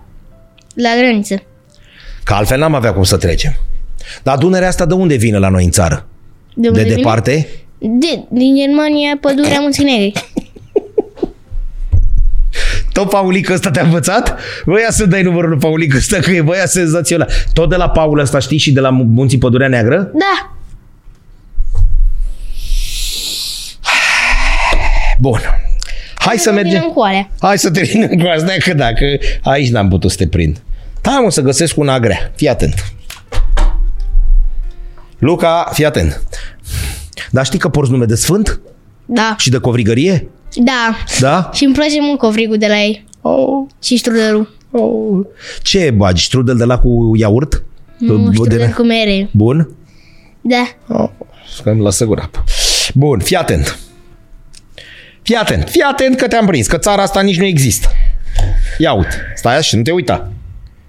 Speaker 2: La graniță.
Speaker 1: Că altfel n-am avea cum să trecem. Dar Dunărea asta de unde vine la noi în țară?
Speaker 2: unde
Speaker 1: De
Speaker 2: vine?
Speaker 1: departe?
Speaker 2: De, din Germania, pădurea Muntenegri.
Speaker 1: Tot Paulică ăsta te-a învățat? Băia să dai numărul lui Paulică ăsta că e băia senzațional. Tot de la Paul ăsta știi și de la Mu- Munții Pădurea Neagră?
Speaker 2: Da.
Speaker 1: Bun. Hai să mergem.
Speaker 2: În coare.
Speaker 1: Hai [laughs] să terminăm cu asta, că dacă aici n-am putut să te prind. Da, mă, să găsesc una grea. Fii atent. Luca, fii atent. Dar știi că porți nume de sfânt
Speaker 2: Da.
Speaker 1: și de covrigărie?
Speaker 2: Da.
Speaker 1: Da?
Speaker 2: Și îmi place mult covrigul de la ei.
Speaker 1: Oh,
Speaker 2: Și strudelul.
Speaker 1: oh. Ce bagi? Strudel de la cu iaurt?
Speaker 2: Nu,
Speaker 1: De-
Speaker 2: strudel cu mere.
Speaker 1: Bun?
Speaker 2: Da.
Speaker 1: Oh, că îmi lasă gura. apă. Bun, fii atent. Fii atent, fii atent că te-am prins, că țara asta nici nu există. Ia uite, stai așa și nu te uita.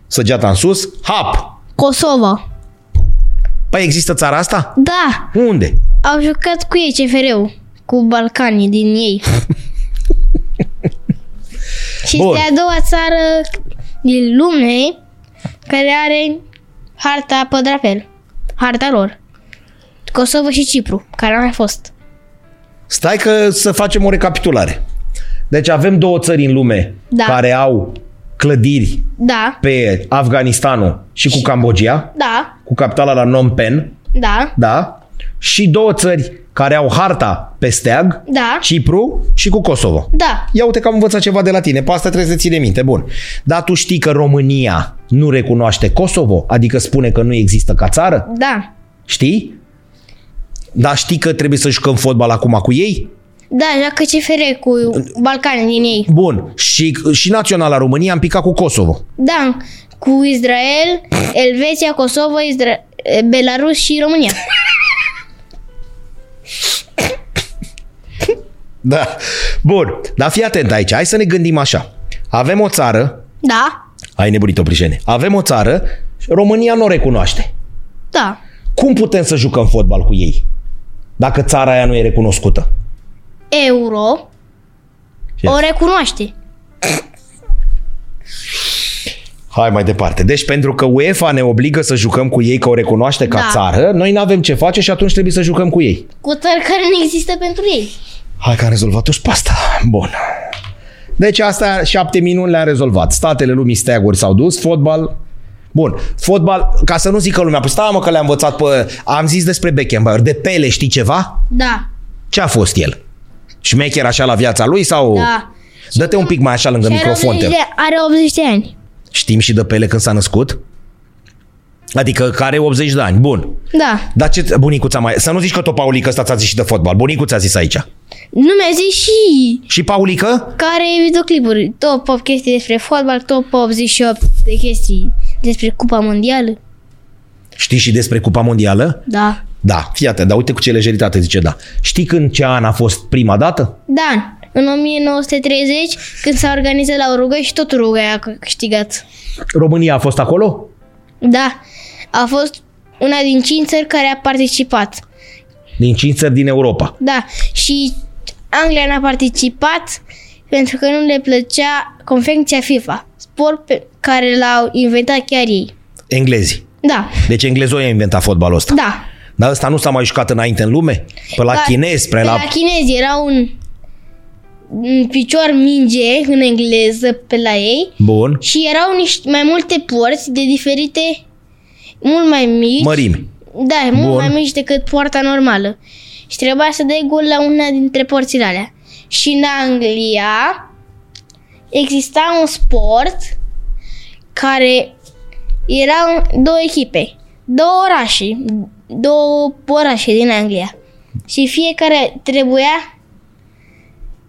Speaker 1: Săgeata în sus, hap!
Speaker 2: Kosovo.
Speaker 1: Păi există țara asta?
Speaker 2: Da.
Speaker 1: Unde?
Speaker 2: Au jucat cu ei CFR-ul, cu Balcanii din ei. și
Speaker 1: Bun.
Speaker 2: este a doua țară din lume care are harta pe drapel, harta lor. Kosovo și Cipru, care a mai fost.
Speaker 1: Stai că să facem o recapitulare. Deci avem două țări în lume
Speaker 2: Da.
Speaker 1: care au clădiri
Speaker 2: Da,
Speaker 1: pe Afganistanul și cu Cambodgia,
Speaker 2: da,
Speaker 1: cu capitala la Phnom Penh,
Speaker 2: da,
Speaker 1: da? Și două țări care au harta pe steag,
Speaker 2: da,
Speaker 1: Cipru și cu Kosovo.
Speaker 2: da.
Speaker 1: Ia uite că am învățat ceva de la tine, pe asta trebuie să ții de minte, bun. Dar tu știi că România nu recunoaște Kosovo, adică spune că nu există ca țară?
Speaker 2: Da,
Speaker 1: Știi? Dar știi că trebuie să jucăm fotbal acum cu ei?
Speaker 2: Da, joacă CFR cu Balcanii din ei.
Speaker 1: Bun. Și, și Naționala României am picat cu Kosovo.
Speaker 2: Da, cu Israel, Elveția, Kosovo, Isra- Belarus și România.
Speaker 1: Da. Bun. Dar fii atent aici. Hai să ne gândim așa. Avem o țară,
Speaker 2: Da,
Speaker 1: ai nebunit-o, Brijene, avem o țară, România nu o recunoaște.
Speaker 2: da.
Speaker 1: Cum putem să jucăm fotbal cu ei? Dacă țara aia nu e recunoscută.
Speaker 2: Euro
Speaker 1: Yes.
Speaker 2: o recunoaște.
Speaker 1: Hai mai departe. Deci pentru că UEFA ne obligă să jucăm cu ei, că o recunoaște ca
Speaker 2: Da.
Speaker 1: țară, noi nu avem ce face și atunci trebuie să jucăm cu ei.
Speaker 2: Cu țări care nu există pentru ei.
Speaker 1: Hai că am rezolvat-o și pe asta. Bun. Deci asta șapte minuni le-am rezolvat. Statele lumii steaguri s-au dus, fotbal... Bun, fotbal, ca să nu zică lumea, păi stai mă că le-am învățat pe... Am zis despre Beckenbauer, de pele știi ceva?
Speaker 2: Da,
Speaker 1: Ce a fost el? Șmecher așa la viața lui sau...
Speaker 2: da.
Speaker 1: Dă-te un pic mai așa lângă
Speaker 2: Și
Speaker 1: microfon.
Speaker 2: are
Speaker 1: te-
Speaker 2: 80 de, are 80 de ani.
Speaker 1: Știm și de pele când s-a născut? Adică care 80 de ani, bun.
Speaker 2: Da.
Speaker 1: Dar ce bunicuța mai... Să nu zici că tot Paulică ăsta ți-a zis și de fotbal. Bunicuța a zis aici.
Speaker 2: Nu mi-a zis și
Speaker 1: Și Paulică?
Speaker 2: care e videoclipuri. Top 8 chestii despre fotbal, top 88 de chestii despre Cupa Mondială.
Speaker 1: Știi și despre Cupa Mondială?
Speaker 2: Da.
Speaker 1: Da, fii atent, dar uite cu ce lejeritate zice da. Știi când ce an a fost prima dată?
Speaker 2: Da, în 1930, când s-a organizat la Uruguay și tot Uruguay a c- câștigat.
Speaker 1: România a fost acolo?
Speaker 2: Da, a fost una din cinci țări care a participat.
Speaker 1: Din cinci țări din Europa.
Speaker 2: Da, și Anglia n-a participat pentru că nu le plăcea confecția FIFA, sport pe care l-au inventat chiar ei.
Speaker 1: Englezii.
Speaker 2: Da,
Speaker 1: Deci englezoi au inventat fotbalul ăsta.
Speaker 2: da.
Speaker 1: Dar ăsta nu s-a mai jucat înainte în lume? Pe la
Speaker 2: Dar
Speaker 1: chinezi, spre
Speaker 2: pe
Speaker 1: la...
Speaker 2: la chinezi era un, un picior minge în engleză pe la ei
Speaker 1: Bun.
Speaker 2: și erau niște, mai multe porți de diferite, mult mai mici.
Speaker 1: Mărimi.
Speaker 2: Da, e mult
Speaker 1: Bun.
Speaker 2: mai mici decât poarta normală. Și trebuia să dai gol la una dintre porțile alea. Și în Anglia exista un sport care erau două echipe, două orașe, două orașe din Anglia. Și fiecare trebuia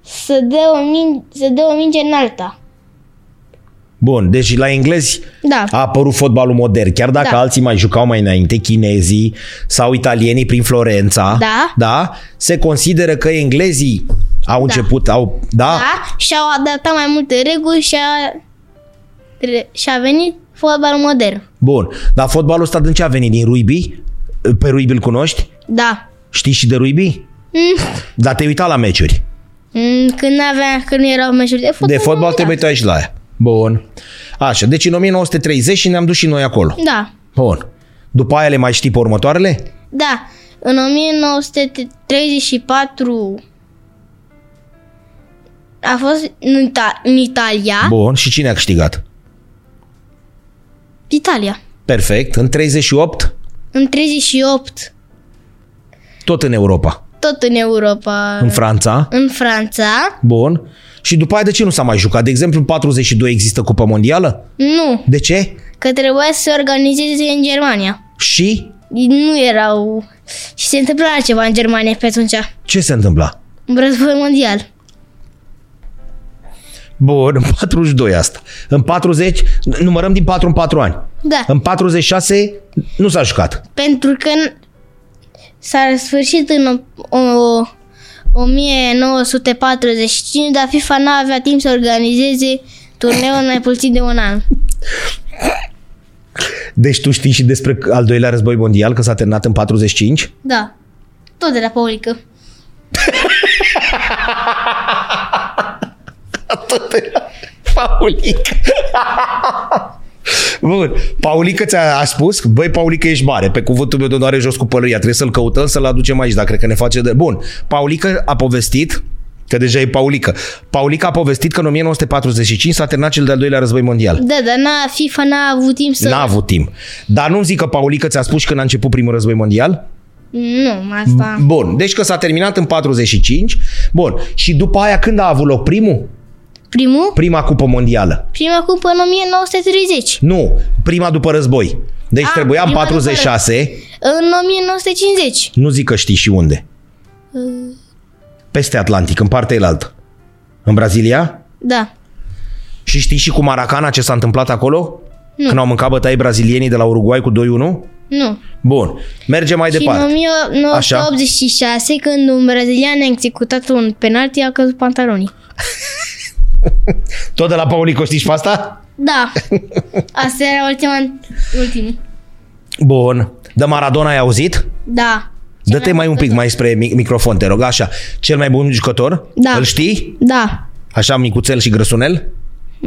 Speaker 2: să dea o minge, să dea o minge în alta.
Speaker 1: Bun, deci la englezi
Speaker 2: Da.
Speaker 1: a apărut fotbalul modern, chiar dacă
Speaker 2: Da.
Speaker 1: alții mai jucau mai înainte, chinezii sau italienii prin Florența,
Speaker 2: Da.
Speaker 1: da se consideră că englezii au început, au, da,
Speaker 2: da, și-au adaptat mai multe reguli și a, re- și a venit fotbal modern.
Speaker 1: Bun. Dar fotbalul ăsta din ce a venit? Din rugby? Pe rugby îl cunoști?
Speaker 2: Da.
Speaker 1: Știi și de rugby?
Speaker 2: Mm,
Speaker 1: Dar te-ai uitat la meciuri.
Speaker 2: mm, Când, avea, când nu erau meciuri de fotbal.
Speaker 1: de fotbal
Speaker 2: da.
Speaker 1: te uitai și la aia. Bun. Așa, deci în 1930 și ne-am dus și noi acolo.
Speaker 2: Da,
Speaker 1: Bun. După aia le mai știi pe următoarele?
Speaker 2: da. În 1934 a fost în, Ita- în Italia.
Speaker 1: Bun. Și cine a câștigat?
Speaker 2: Italia.
Speaker 1: Perfect. În 38,
Speaker 2: În 38,
Speaker 1: tot în Europa.
Speaker 2: tot în Europa.
Speaker 1: În Franța.
Speaker 2: în Franța.
Speaker 1: Bun. Și după aia de ce nu s-a mai jucat? De exemplu, în 42 există Cupa Mondială?
Speaker 2: Nu,
Speaker 1: De ce?
Speaker 2: că trebuia să se organizeze în Germania.
Speaker 1: Și
Speaker 2: Nu erau... Și se întâmpla ceva în Germania pe atunci.
Speaker 1: ce se întâmpla?
Speaker 2: Un război mondial.
Speaker 1: Bun, în 42 asta. În 40, numărăm din 4 în 4 ani.
Speaker 2: Da.
Speaker 1: În 46 nu s-a jucat.
Speaker 2: pentru că n- s-a sfârșit în o, o, 1945, dar FIFA n-a avea timp să organizeze turneul în mai puțin de un an.
Speaker 1: Deci tu știi și despre al doilea război mondial, că s-a terminat în 45?
Speaker 2: Da, tot de la Paulică.
Speaker 1: Paulica! [laughs] Bun. Paulica ți-a a spus? Băi, Paulica, ești mare. Pe cuvântul meu de onoare jos cu pălăria. Trebuie să-l căutăm, să-l aducem aici, dar cred că ne face de... Bun. Paulica a povestit că deja e Paulica. Paulica a povestit că în 1945 s-a terminat cel de-al doilea război mondial.
Speaker 2: Da, dar n-a, FIFA n-a avut timp să...
Speaker 1: N-a avut timp. Dar nu zic că Paulica ți-a spus și când a început primul război mondial?
Speaker 2: Nu, asta...
Speaker 1: Bun, deci că s-a terminat în 45. Bun, și după aia când a avut loc primul?
Speaker 2: Primul?
Speaker 1: Prima cupă mondială.
Speaker 2: Prima cupă în 1930.
Speaker 1: Nu, prima după război. Deci
Speaker 2: A,
Speaker 1: trebuia în
Speaker 2: Ah, prima
Speaker 1: 46,
Speaker 2: În 1950.
Speaker 1: nu zic că știi și unde.
Speaker 2: Uh.
Speaker 1: Peste Atlantic, în partea elaltă. În Brazilia?
Speaker 2: Da.
Speaker 1: Și știi și cu Maracana ce s-a întâmplat acolo? Nu. Când au mâncat bătaie brazilienii de la Uruguay cu 2-1?
Speaker 2: Nu.
Speaker 1: Bun, mergem mai
Speaker 2: Și în
Speaker 1: departe.
Speaker 2: 1986, când un brazilian a executat un penalti, a căzut pantalonii.
Speaker 1: Tot de la Paulico știi și pe asta? [laughs]
Speaker 2: Da. Asta era ultima, ultimul.
Speaker 1: Bun. De Maradona ai auzit?
Speaker 2: Da.
Speaker 1: Dă-te mai un pic mai spre mic- microfon, te rog, așa. Cel mai bun jucător?
Speaker 2: Da.
Speaker 1: Îl știi?
Speaker 2: Da.
Speaker 1: Așa micuțel și grăsunel?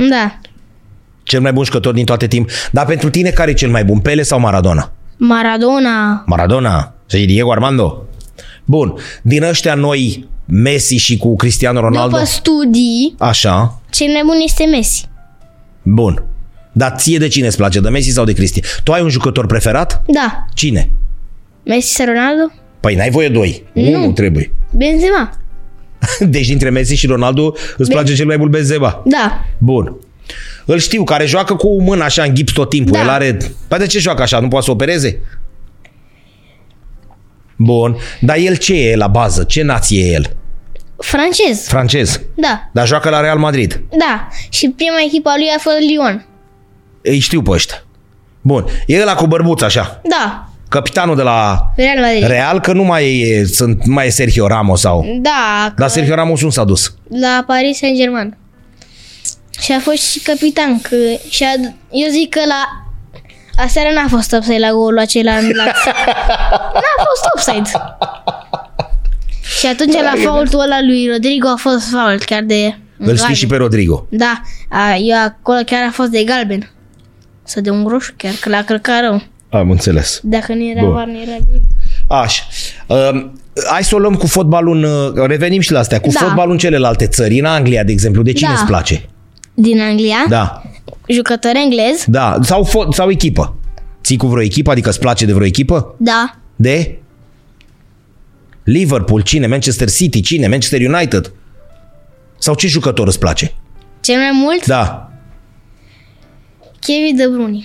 Speaker 2: Da.
Speaker 1: Cel mai bun jucător din toate timp. Dar pentru tine care e cel mai bun? Pele sau Maradona?
Speaker 2: Maradona.
Speaker 1: Maradona și Diego Armando. Bun. Din ăștia noi, Messi și cu Cristiano Ronaldo.
Speaker 2: După studii,
Speaker 1: Așa.
Speaker 2: cel mai bun este Messi.
Speaker 1: Bun. Dar ție de cine îți place? De Messi sau de Cristi? Tu ai un jucător preferat?
Speaker 2: Da.
Speaker 1: Cine?
Speaker 2: Messi sau Ronaldo?
Speaker 1: Păi n-ai voie doi. Unul trebuie. [laughs]
Speaker 2: Benzema.
Speaker 1: Deci dintre Messi și Ronaldo îți place cel mai mult Benzema.
Speaker 2: Da.
Speaker 1: Bun. Îl știu, care joacă cu mâna așa în gips tot timpul.
Speaker 2: Da.
Speaker 1: El are... Păi de ce joacă așa? Nu poate să opereze? Bun. Dar el ce e la bază? Ce nație e el?
Speaker 2: Francez.
Speaker 1: Francez.
Speaker 2: Da.
Speaker 1: Dar joacă la Real Madrid.
Speaker 2: Da. Și prima echipă a lui a fost Lyon.
Speaker 1: Îi știu pe ăștia. Bun. E ăla cu bărbuță așa.
Speaker 2: Da.
Speaker 1: Capitanul de la
Speaker 2: Real Madrid.
Speaker 1: Real, că nu mai e, sunt, mai e Sergio Ramos sau...
Speaker 2: da.
Speaker 1: Dar Sergio Ramos nu s-a dus.
Speaker 2: la Paris Saint-Germain. Și a fost și capitan. Că, și a, eu zic că la... Aseară n-a fost offside la golul acela în la...
Speaker 1: [laughs]
Speaker 2: N-a fost offside. Și atunci
Speaker 1: Da,
Speaker 2: la faultul ăla lui Rodrigo a fost fault chiar de...
Speaker 1: Îl știi și pe Rodrigo.
Speaker 2: Da, a, eu acolo chiar a fost de galben. Să de un roșu chiar, că l-a călcat rău.
Speaker 1: Am înțeles.
Speaker 2: Dacă nu era
Speaker 1: Bun.
Speaker 2: var, nu era nimic.
Speaker 1: Așa. Uh, hai să o luăm cu fotbalul în, uh, Revenim și la astea. Cu
Speaker 2: Da.
Speaker 1: fotbalul în celelalte țări. În Anglia, de exemplu. De cine
Speaker 2: Da.
Speaker 1: îți place?
Speaker 2: Din Anglia,
Speaker 1: Da.
Speaker 2: jucător englez,
Speaker 1: Da. Sau, fo- sau echipă. Ții cu vreo echipă? Adică îți place de vreo echipă?
Speaker 2: da,
Speaker 1: De? Liverpool, cine? Manchester City, cine? Manchester United? Sau ce jucător îți place?
Speaker 2: cel mai mult,
Speaker 1: Da.
Speaker 2: Kevin De Bruyne.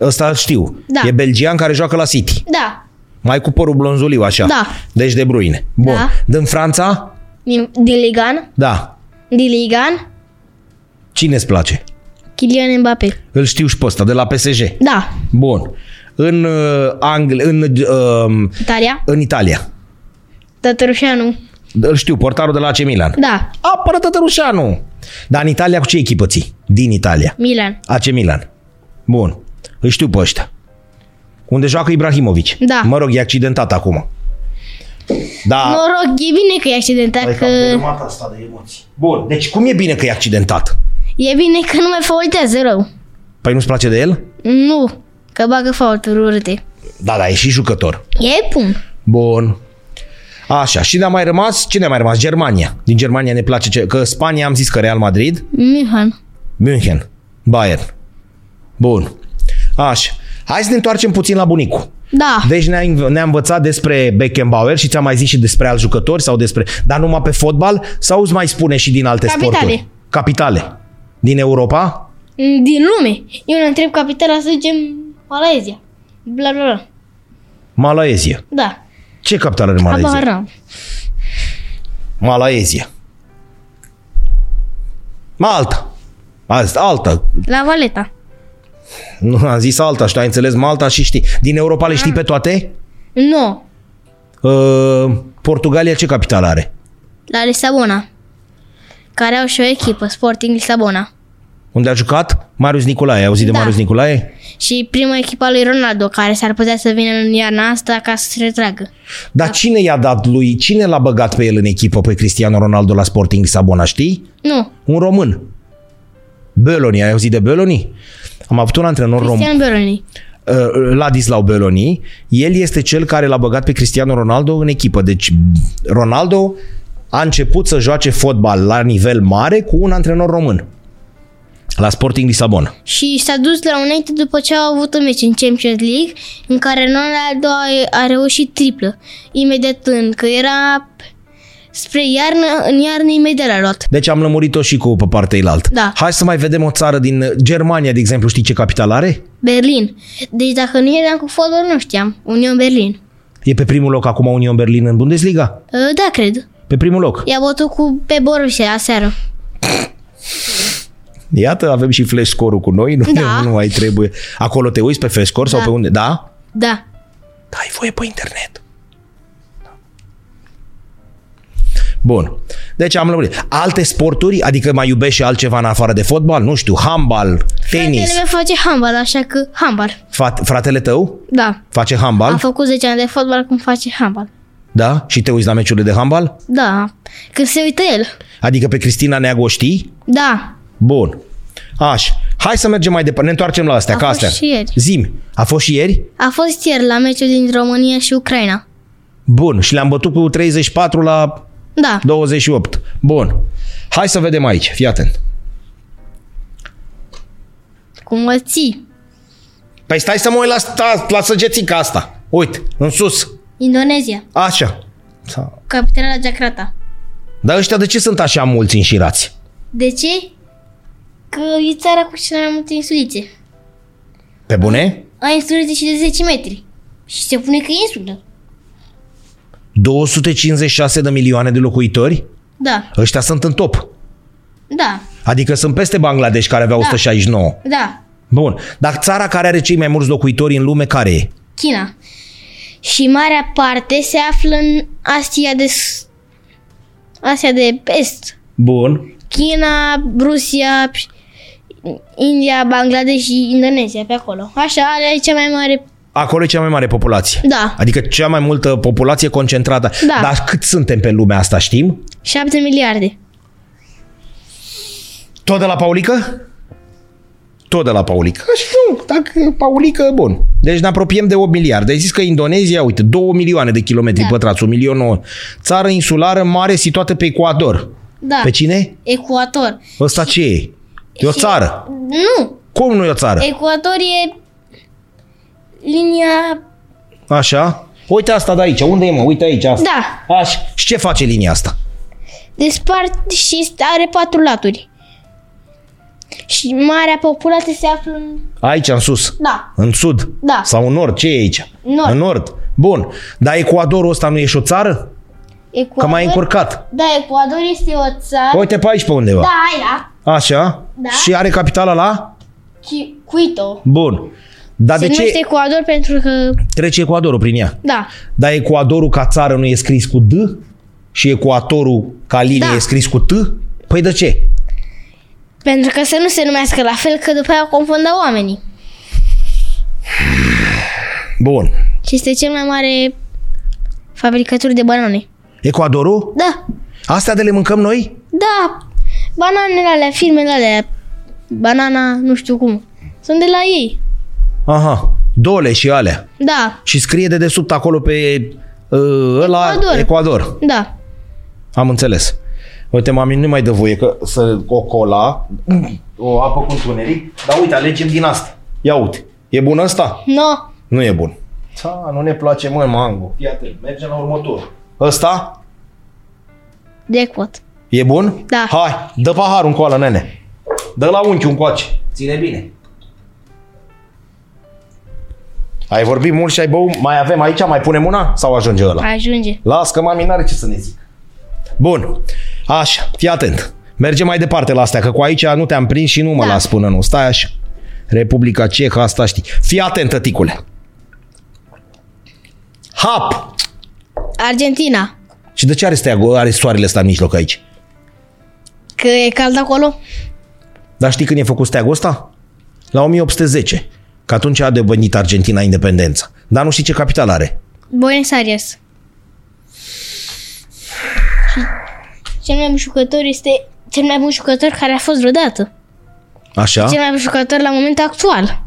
Speaker 1: Ăsta îl știu.
Speaker 2: Da.
Speaker 1: E belgian care joacă la City.
Speaker 2: Da,
Speaker 1: Mai cu părul blonzuliu, așa.
Speaker 2: Da.
Speaker 1: Deci de bruine. Bun.
Speaker 2: Da.
Speaker 1: Din Franța?
Speaker 2: Din Diligan,
Speaker 1: Da.
Speaker 2: Diligan,
Speaker 1: Cine îți place?
Speaker 2: Kylian Mbappé.
Speaker 1: Îl știu și pe ăsta, de la PSG.
Speaker 2: Da.
Speaker 1: Bun. În uh, Angl- în, uh,
Speaker 2: Italia,
Speaker 1: în Italia.
Speaker 2: Tătărușanu.
Speaker 1: Îl știu, portarul de la AC Milan.
Speaker 2: Da.
Speaker 1: Apără Tătărușanu! Dar în Italia cu ce echipă ții? Din Italia.
Speaker 2: Milan.
Speaker 1: AC Milan. Bun. Îl știu pe ăștia. Unde joacă Ibrahimovic.
Speaker 2: Da.
Speaker 1: Mă rog, e accidentat acum. Da.
Speaker 2: Mă rog, e bine că e accidentat, că...
Speaker 1: asta de emoții. Bun, deci cum e bine că e accidentat?
Speaker 2: E bine că nu mai faultează rău.
Speaker 1: Păi nu-ți place de el?
Speaker 2: Nu, că bagă faulturi urâte.
Speaker 1: Da, da, e și jucător.
Speaker 2: E bun.
Speaker 1: Bun. Așa, și ne-a mai rămas, cine a mai rămas? Germania. Din Germania ne place, ce... că Spania am zis că Real Madrid,
Speaker 2: Mihan.
Speaker 1: München, Bayern. Bun. Așa. Hai să ne întoarcem puțin la bunicul.
Speaker 2: Da.
Speaker 1: Deci ne-a, inv- ne-a învățat despre Beckenbauer și ți-a mai zis și despre alți jucători sau despre... Dar numai pe fotbal sau îți mai spune și din alte
Speaker 2: Capitale.
Speaker 1: sporturi? Capitale. Din Europa?
Speaker 2: Din lume. Eu ne întreb capitala să zicem Malaezia. Bla bla bla.
Speaker 1: Malaezia.
Speaker 2: Da.
Speaker 1: Ce capitală are
Speaker 2: Habar
Speaker 1: Malaezia?
Speaker 2: n-am.
Speaker 1: Malaezia. Malta. Asta, alta.
Speaker 2: La Valeta.
Speaker 1: Nu am zis alta și tu ai înțeles Malta și știi. Din Europa le știi pe toate?
Speaker 2: Nu.
Speaker 1: Uh, Portugalia ce capitală are?
Speaker 2: La Lisabona. Care au și o echipă, Sporting Lisabona.
Speaker 1: Unde a jucat? Marius Nicolae. Ai auzit de
Speaker 2: Da.
Speaker 1: Marius Nicolae?
Speaker 2: Și prima echipă a lui Ronaldo, care s-ar putea să vină în iarna asta ca să se retragă.
Speaker 1: Dar cine i-a dat lui, cine l-a băgat pe el în echipă, pe Cristiano Ronaldo la Sporting Lisabona, știi?
Speaker 2: Nu,
Speaker 1: Un român. Beloni, ai auzit de Beloni? Am avut un antrenor român.
Speaker 2: Cristian Beroni.
Speaker 1: uh, Ladislau Beloni, el este cel care l-a băgat pe Cristiano Ronaldo în echipă. Deci Ronaldo a început să joace fotbal la nivel mare cu un antrenor român. La Sporting Lisabona.
Speaker 2: Și s-a dus la United după ce au avut un meci în Champions League, în care Ronaldo a, a reușit triplă. Imediat în, că era Spre iarnă, în iarnă imediat a luat.
Speaker 1: Deci am lămurit-o și cu pe partea ilaltă.
Speaker 2: Da.
Speaker 1: Hai să mai vedem o țară din uh, Germania, de exemplu. Știi ce capital are?
Speaker 2: Berlin. Deci dacă nu eram cu fotbal, nu știam. Union Berlin.
Speaker 1: E pe primul loc acum Union Berlin în Bundesliga?
Speaker 2: Uh, Da, cred.
Speaker 1: Pe primul loc.
Speaker 2: I-a bătut cu pe Borussia aseară.
Speaker 1: Iată, avem și flash score-ul cu noi, nu,
Speaker 2: Da.
Speaker 1: [laughs] nu mai trebuie. Acolo te uiți pe flash score sau
Speaker 2: Da.
Speaker 1: pe unde? Da?
Speaker 2: Da.
Speaker 1: Da, ai voie pe internet. Bun. Deci am lămurit. Alte sporturi? Adică mai iubești și altceva în afară de fotbal? Nu știu, handbal, tenis.
Speaker 2: Fratele meu face handbal, așa că handbal.
Speaker 1: Frat- Fratele tău
Speaker 2: Da.
Speaker 1: face
Speaker 2: Am
Speaker 1: handbal?
Speaker 2: făcut 10 ani de fotbal, cum face handbal.
Speaker 1: Da? Și te uiți la meciurile de handbal?
Speaker 2: Da. Când se uită el.
Speaker 1: Adică pe Cristina Neagu o știi?
Speaker 2: Da.
Speaker 1: Bun. Aș. Hai să mergem mai departe. Ne întoarcem la astea,
Speaker 2: A
Speaker 1: ca
Speaker 2: fost
Speaker 1: astea.
Speaker 2: și ieri.
Speaker 1: Zim. A fost și ieri?
Speaker 2: A fost ieri la meciul din România și Ucraina.
Speaker 1: Bun. Și le-am bătut cu 34 la
Speaker 2: Da.
Speaker 1: 28. Bun. Hai să vedem aici. Fii atent.
Speaker 2: Cum mă ții?
Speaker 1: Păi stai să mă uit la, sta, la săgețica asta. Uite, în sus.
Speaker 2: Indonezia.
Speaker 1: Așa. Sau-
Speaker 2: Capitala Jakarta.
Speaker 1: Dar ăștia de ce sunt așa mulți înșirați?
Speaker 2: De ce? Că e țara cu cele mai multe insulițe.
Speaker 1: Pe bune?
Speaker 2: Ai insulițe și de 10 metri. Și se pune că e insulă.
Speaker 1: 256 de milioane de locuitori?
Speaker 2: Da.
Speaker 1: Ăștia sunt în top.
Speaker 2: Da.
Speaker 1: Adică sunt peste Bangladesh care aveau
Speaker 2: Da.
Speaker 1: 169.
Speaker 2: Da.
Speaker 1: Bun. Dar țara care are cei mai mulți locuitori în lume, care e?
Speaker 2: China. Și marea parte se află în Asia de S- Asia de Est.
Speaker 1: Bun.
Speaker 2: China, Rusia, India, Bangladesh și Indonezia, pe acolo. Așa, are cea mai mare...
Speaker 1: Acolo e cea mai mare populație.
Speaker 2: Da.
Speaker 1: Adică cea mai multă populație concentrată.
Speaker 2: Da.
Speaker 1: Dar cât suntem pe lumea asta, știm?
Speaker 2: 7 miliarde.
Speaker 1: Tot de la Paulică? Tot de la Paulică. Așa, nu, dacă Paulică, bun. Deci ne apropiem de 8 miliarde. Ai zis că Indonezia, uite, 2 milioane de kilometri
Speaker 2: Da.
Speaker 1: pătrați, 1 milion 9. Țară insulară mare situată pe Ecuador.
Speaker 2: Da.
Speaker 1: Pe cine?
Speaker 2: Ecuator.
Speaker 1: Ăsta ce e? E o țară.
Speaker 2: Nu!
Speaker 1: Cum nu e o țară?
Speaker 2: Ecuator e linia...
Speaker 1: Așa. Uite asta de aici. Unde e, mă? Uite aici asta.
Speaker 2: Da.
Speaker 1: Așa. Și ce face linia asta?
Speaker 2: Despart și are patru laturi. Și marea populație se află în...
Speaker 1: Aici, în sus.
Speaker 2: Da.
Speaker 1: În sud?
Speaker 2: Da.
Speaker 1: Sau în nord? Ce e aici?
Speaker 2: Nord.
Speaker 1: În nord. Bun. Dar Ecuadorul ăsta nu e și o țară? Că
Speaker 2: Ecuador...
Speaker 1: mai încurcat.
Speaker 2: Da, Ecuador este o țară...
Speaker 1: Păi Uite pe aici pe undeva.
Speaker 2: Da, hai la
Speaker 1: Așa.
Speaker 2: Da.
Speaker 1: Și are capitala la?
Speaker 2: Qui- Quito.
Speaker 1: Bun. Dar
Speaker 2: Se
Speaker 1: de
Speaker 2: numește
Speaker 1: ce
Speaker 2: Ecuador pentru că...
Speaker 1: trece Ecuadorul prin ea?
Speaker 2: Da.
Speaker 1: Dar Ecuadorul ca țară nu e scris cu D? Și Ecuatorul ca linie
Speaker 2: Da.
Speaker 1: e scris cu T? Păi de ce?
Speaker 2: Pentru că să nu se numească la fel, că după aia o confundă oamenii.
Speaker 1: Bun.
Speaker 2: Și este cel mai mare fabricator de banane.
Speaker 1: Ecuadorul?
Speaker 2: Da.
Speaker 1: Astea de le mâncăm noi?
Speaker 2: Da, bananele alea, firmele alea, banana, nu știu cum, sunt de la ei.
Speaker 1: Aha. Dole și alea.
Speaker 2: Da,
Speaker 1: Și scrie de desubt acolo pe uh, ăla Ecuador.
Speaker 2: Ecuador.
Speaker 1: Ecuador.
Speaker 2: da,
Speaker 1: Am înțeles. Uite, mami, nu mai dă voie că să o cola, o apă cu întuneric, dar uite, alegem din asta. Ia uite, e bun asta?
Speaker 2: no,
Speaker 1: Nu e bun. Ta, nu ne place, mă, mango. Fii atent, mergem la următor. Ăsta?
Speaker 2: de cot.
Speaker 1: E bun?
Speaker 2: Da.
Speaker 1: Hai, dă paharul încoală, nene. Dă la unchiul încoace. Ține bine. Ai vorbit mult și ai băut. Mai avem aici? Mai punem una? Sau ajunge ăla?
Speaker 2: Ajunge.
Speaker 1: Las că mami n-are ce să ne zic. Bun. Așa, fii atent. Mergem mai departe la astea, că cu aici nu te-am prins și nu mă
Speaker 2: Da.
Speaker 1: las până nu. Stai așa. Republica Cehă, asta știi. Fii atent, tăticule. Hap!
Speaker 2: Argentina,
Speaker 1: Și de ce are, stea, are soarele ăsta în mijloc aici?
Speaker 2: că e cald acolo?
Speaker 1: Dar știi când e făcut steagul ăsta? La 1810. Că atunci a devenit Argentina independența. Dar nu știi ce capital are.
Speaker 2: Buenos Aires. Și cel mai bun jucător este cel mai bun jucător care a fost vreodată.
Speaker 1: Așa?
Speaker 2: Cel mai bun jucător la momentul actual.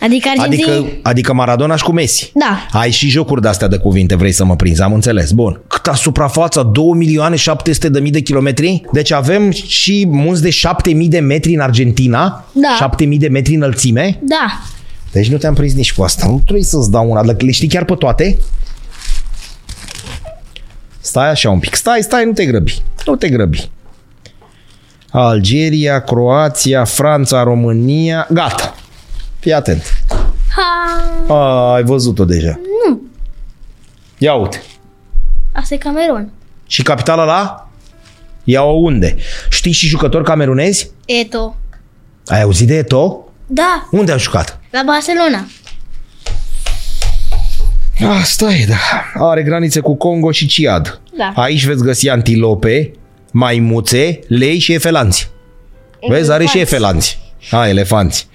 Speaker 2: Adică Argentina...
Speaker 1: Adică, adică Maradona și cu Messi.
Speaker 2: Da,
Speaker 1: Ai și jocuri de-astea de cuvinte, vrei să mă prinzi, am înțeles. Bun. Câta suprafața? 2 milioane 700 de mii de kilometri? Deci avem și munți de 7 mii de metri în Argentina?
Speaker 2: Da.
Speaker 1: 7 mii de metri înălțime?
Speaker 2: da,
Speaker 1: Deci nu te-am prins nici cu asta. Nu trebuie să-ți dau una, dacă le știi chiar pe toate. Stai așa un pic. Stai, stai, nu te grăbi. Nu te grăbi. Algeria, Croația, Franța, România. Gata. Fii atent.
Speaker 2: Ha!
Speaker 1: A, ai văzut-o deja. Nu. Ia uite.
Speaker 2: Asta e Camerun.
Speaker 1: Și capitala la? Iau unde? Știi și jucători camerunezi?
Speaker 2: Eto.
Speaker 1: Ai auzit de Eto?
Speaker 2: Da,
Speaker 1: Unde a jucat?
Speaker 2: la Barcelona.
Speaker 1: Asta e, da. Are granițe cu Congo și Ciad.
Speaker 2: Da.
Speaker 1: Aici veți găsi antilope, maimuțe, lei și efelanți. Vezi, are și efelanți. A, elefanți.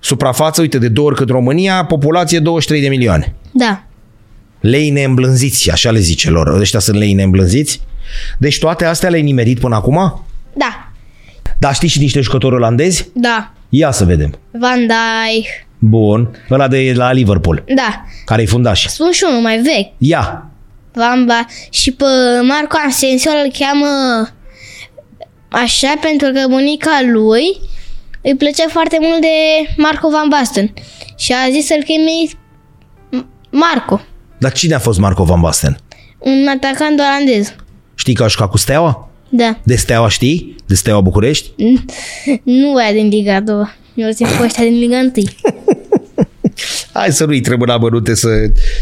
Speaker 1: Suprafață, uite, de două ori cât România, populație 23 de milioane.
Speaker 2: Da.
Speaker 1: Lei neîmblânziți, așa le zice lor. Ăștia sunt lei neîmblânziți. Deci toate astea le-ai nimerit până acum?
Speaker 2: Da.
Speaker 1: Dar știi și niște jucători olandezi?
Speaker 2: Da.
Speaker 1: Ia să vedem.
Speaker 2: Van Dijk.
Speaker 1: Bun. Ăla de la Liverpool,
Speaker 2: Da.
Speaker 1: care-i fundaș.
Speaker 2: Spun și unul mai vechi.
Speaker 1: Ia.
Speaker 2: Van ba și pe Marco Asensio îl cheamă așa pentru că bunica lui îi plăcea foarte mult de Marco Van Basten și a zis să-l cheme Marco,
Speaker 1: Dar cine a fost Marco Van Basten?
Speaker 2: un atacant olandez.
Speaker 1: Știi că a jucat cu Steaua?
Speaker 2: [laughs] Da.
Speaker 1: De Steaua știi? De Steaua București?
Speaker 2: Nu aia din Liga a doua. Eu țin cu ăștia din Liga 1.
Speaker 1: Hai să nu-i trebuie la bărute să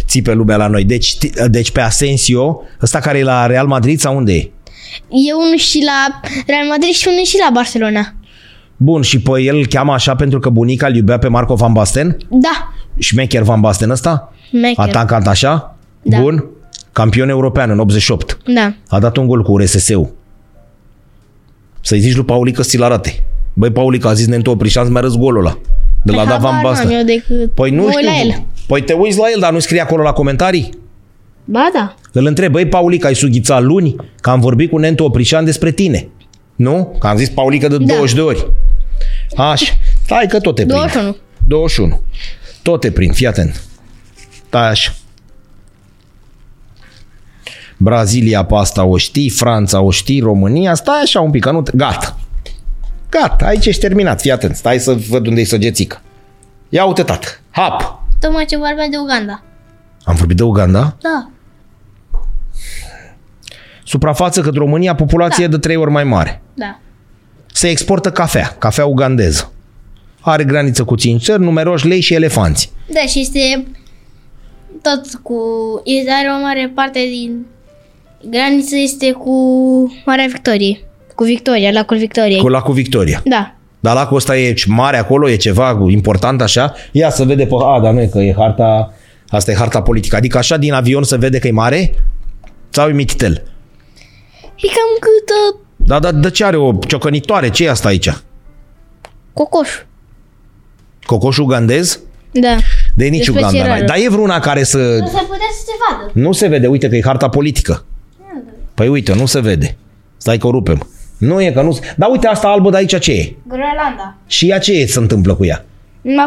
Speaker 1: țipe lumea la noi. Deci, ti- deci pe Asensio, ăsta care e la Real Madrid sau unde e?
Speaker 2: E unul și la Real Madrid și unul și la Barcelona.
Speaker 1: Bun, și pe el îl cheamă așa pentru că bunica îl iubea pe Marco Van Basten?
Speaker 2: Da.
Speaker 1: Șmecher Van Basten ăsta?
Speaker 2: Maker.
Speaker 1: Atacant așa?
Speaker 2: Da.
Speaker 1: Bun. Campion european în 88.
Speaker 2: Da.
Speaker 1: A dat un gol cu RSS-ul. Să-i zici lui Paulică să ți-l arate. Băi, Paulică a zis ne întopri și am mai arăs golul ăla. De la Davan
Speaker 2: Păi, Habar n-am
Speaker 1: Basten.
Speaker 2: eu decât
Speaker 1: Păi nu
Speaker 2: mă uit
Speaker 1: știu.
Speaker 2: la el.
Speaker 1: Păi te uiți la el, dar nu scrie acolo la comentarii?
Speaker 2: Ba da.
Speaker 1: Îl întreb, băi, Paulica, ai sughițat luni? Că am vorbit cu Nentu Oprișan despre tine. Nu? Că am zis Paulica
Speaker 2: Da.
Speaker 1: de 20 de ori. Așa. Stai că tot te prind.
Speaker 2: 21.
Speaker 1: 21. Tot te prind, fii atent. Stai așa. Brazilia pe asta o știi, Franța o știi, România, stai așa un pic, că nu te... Gata. Gata, aici ești terminat, fii atent. Stai să văd unde e săgețica. Ia uite, tată. Hap!
Speaker 2: Tocmai ce vorbeam de Uganda.
Speaker 1: Am vorbit de Uganda?
Speaker 2: Da.
Speaker 1: Suprafață cât România, populație da. de trei ori mai mare.
Speaker 2: Da.
Speaker 1: Se exportă cafea, cafea ugandeză. Are graniță cu cinci țări, numeroși lei și elefanți.
Speaker 2: Da, și este tot cu... Este, are o mare parte din graniță este cu Marea Victorie. Cu Victoria, lacul Victoriei.
Speaker 1: Cu lacul Victoria.
Speaker 2: Da.
Speaker 1: Dar lacul ăsta e mare acolo, e ceva important așa. Ia să vede pe... A, dar nu e că e harta... Asta e harta politică. Adică așa din avion se vede că e mare? Sau e mititel?
Speaker 2: E cam cât uh,
Speaker 1: Dar da, de ce are o ciocănitoare? ce e asta aici?
Speaker 2: cocoș.
Speaker 1: Cocoș ugandez?
Speaker 2: Da.
Speaker 1: De nici
Speaker 2: Despre ce
Speaker 1: Uganda.
Speaker 2: era
Speaker 1: n-ai.
Speaker 2: rău?
Speaker 1: Dar e vreuna care să...
Speaker 2: se putea să se vadă.
Speaker 1: Nu se vede, uite că e harta politică. Păi uite, nu se vede. Stai că o rupem. Nu e că nu... se- Dar uite asta albă de aici ce e?
Speaker 2: Groenlanda.
Speaker 1: Și ea ce e, se întâmplă cu ea?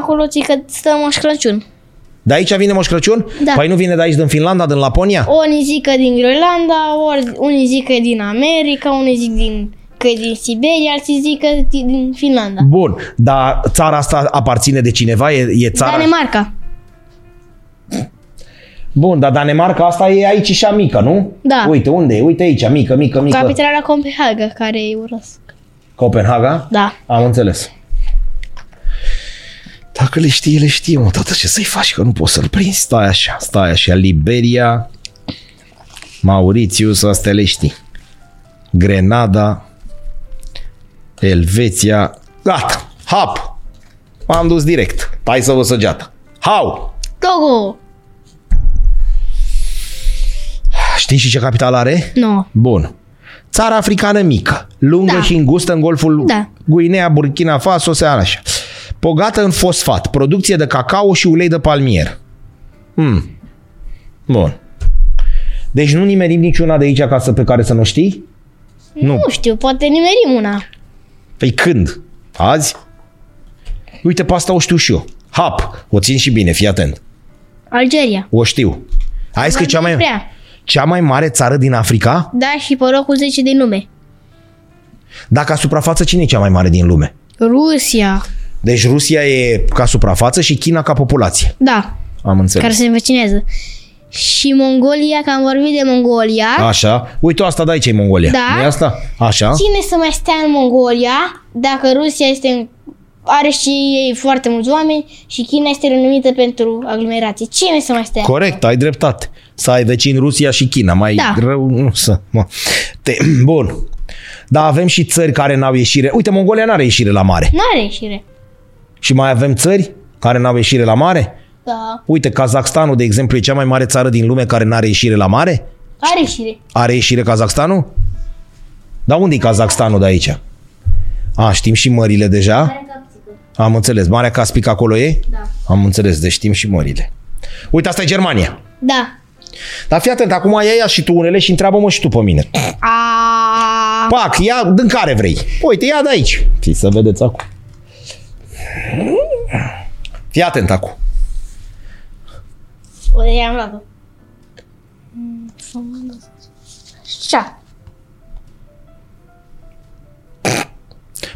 Speaker 2: Acolo ți că stă Moș Crăciun.
Speaker 1: De aici vine Moș Crăciun?
Speaker 2: Da.
Speaker 1: Păi nu vine de aici din Finlanda, din Laponia?
Speaker 2: Unii zic că din Groenlanda, ori unii zic că e din America, unii zic din, că e din Siberia, alții zic că e din Finlanda.
Speaker 1: Bun, dar țara asta aparține de cineva? E, e țara...
Speaker 2: Danemarca.
Speaker 1: Bun, dar Danemarca asta e aici și a mică, nu?
Speaker 2: Da.
Speaker 1: Uite, unde e? Uite aici, mică, mică, mică.
Speaker 2: Capitala Copenhaga, care e urăsc.
Speaker 1: Copenhaga?
Speaker 2: Da.
Speaker 1: Am înțeles. Dacă le știi, le știi, mă, tată, ce să-i faci, că nu poți să-l prinzi. Stai așa, stai așa, Liberia, Mauritius, astea le știi. Grenada, Elveția, gata, hap! M-am dus direct, hai să vă săgeata. Hau!
Speaker 2: Togo!
Speaker 1: Știi și ce capital are?
Speaker 2: Nu.
Speaker 1: Bun. Țara africană mică, lungă
Speaker 2: Da.
Speaker 1: și îngustă în golful
Speaker 2: Da.
Speaker 1: Guinea, Burkina Faso, se arată așa. Bogată în fosfat, producție de cacao și ulei de palmier. Hmm. Bun. Deci nu nimerim niciuna de aici ca să, pe care să nu știi?
Speaker 2: Nu. nu știu, poate nimerim una.
Speaker 1: Păi când? Azi? Uite, pe asta o știu și eu. Hap, o țin și bine, fii atent.
Speaker 2: Algeria.
Speaker 1: O știu. Hai că e cea mai,
Speaker 2: Prea.
Speaker 1: cea mai mare țară din Africa?
Speaker 2: Da, și pe locul 10 din lume.
Speaker 1: Dar ca suprafață, cine e cea mai mare din lume?
Speaker 2: Rusia.
Speaker 1: Deci Rusia e ca suprafață și China ca populație.
Speaker 2: Da,
Speaker 1: Am înțeles.
Speaker 2: care se învecinează. și Mongolia, că am vorbit de Mongolia.
Speaker 1: Așa. Uite, asta dai cei Mongolia.
Speaker 2: Da.
Speaker 1: nu asta? Așa.
Speaker 2: Cine să mai stea în Mongolia dacă Rusia este are și ei foarte mulți oameni și China este renumită pentru aglomerație. Cine să mai stea?
Speaker 1: Corect, ai dreptate. Să ai vecini Rusia și China. Mai
Speaker 2: Da.
Speaker 1: rău nu să... Mă. Te... [clears throat] Bun. Dar avem și țări care n-au ieșire. Uite, Mongolia n-are ieșire la mare.
Speaker 2: N-are ieșire.
Speaker 1: Și mai avem țări care n-au ieșire la mare?
Speaker 2: Da.
Speaker 1: Uite, Kazakhstanul, de exemplu, e cea mai mare țară din lume care n-are ieșire la mare?
Speaker 2: Are ieșire.
Speaker 1: Are ieșire Kazakhstanul? Dar unde e Kazakhstanul de aici? A, știm și mările deja? Am înțeles. Marea Caspică acolo e?
Speaker 2: Da.
Speaker 1: Am înțeles, deci știm și mările. Uite, asta e Germania.
Speaker 2: Da.
Speaker 1: Dar fii atent, acum ia ea și tu unele și întreabă-mă și tu pe mine.
Speaker 2: A...
Speaker 1: Pac, ia din care vrei. Uite, ia de aici. Fii să vedeți acum. Fii atent acum.
Speaker 2: O, de am luat-o. Așa.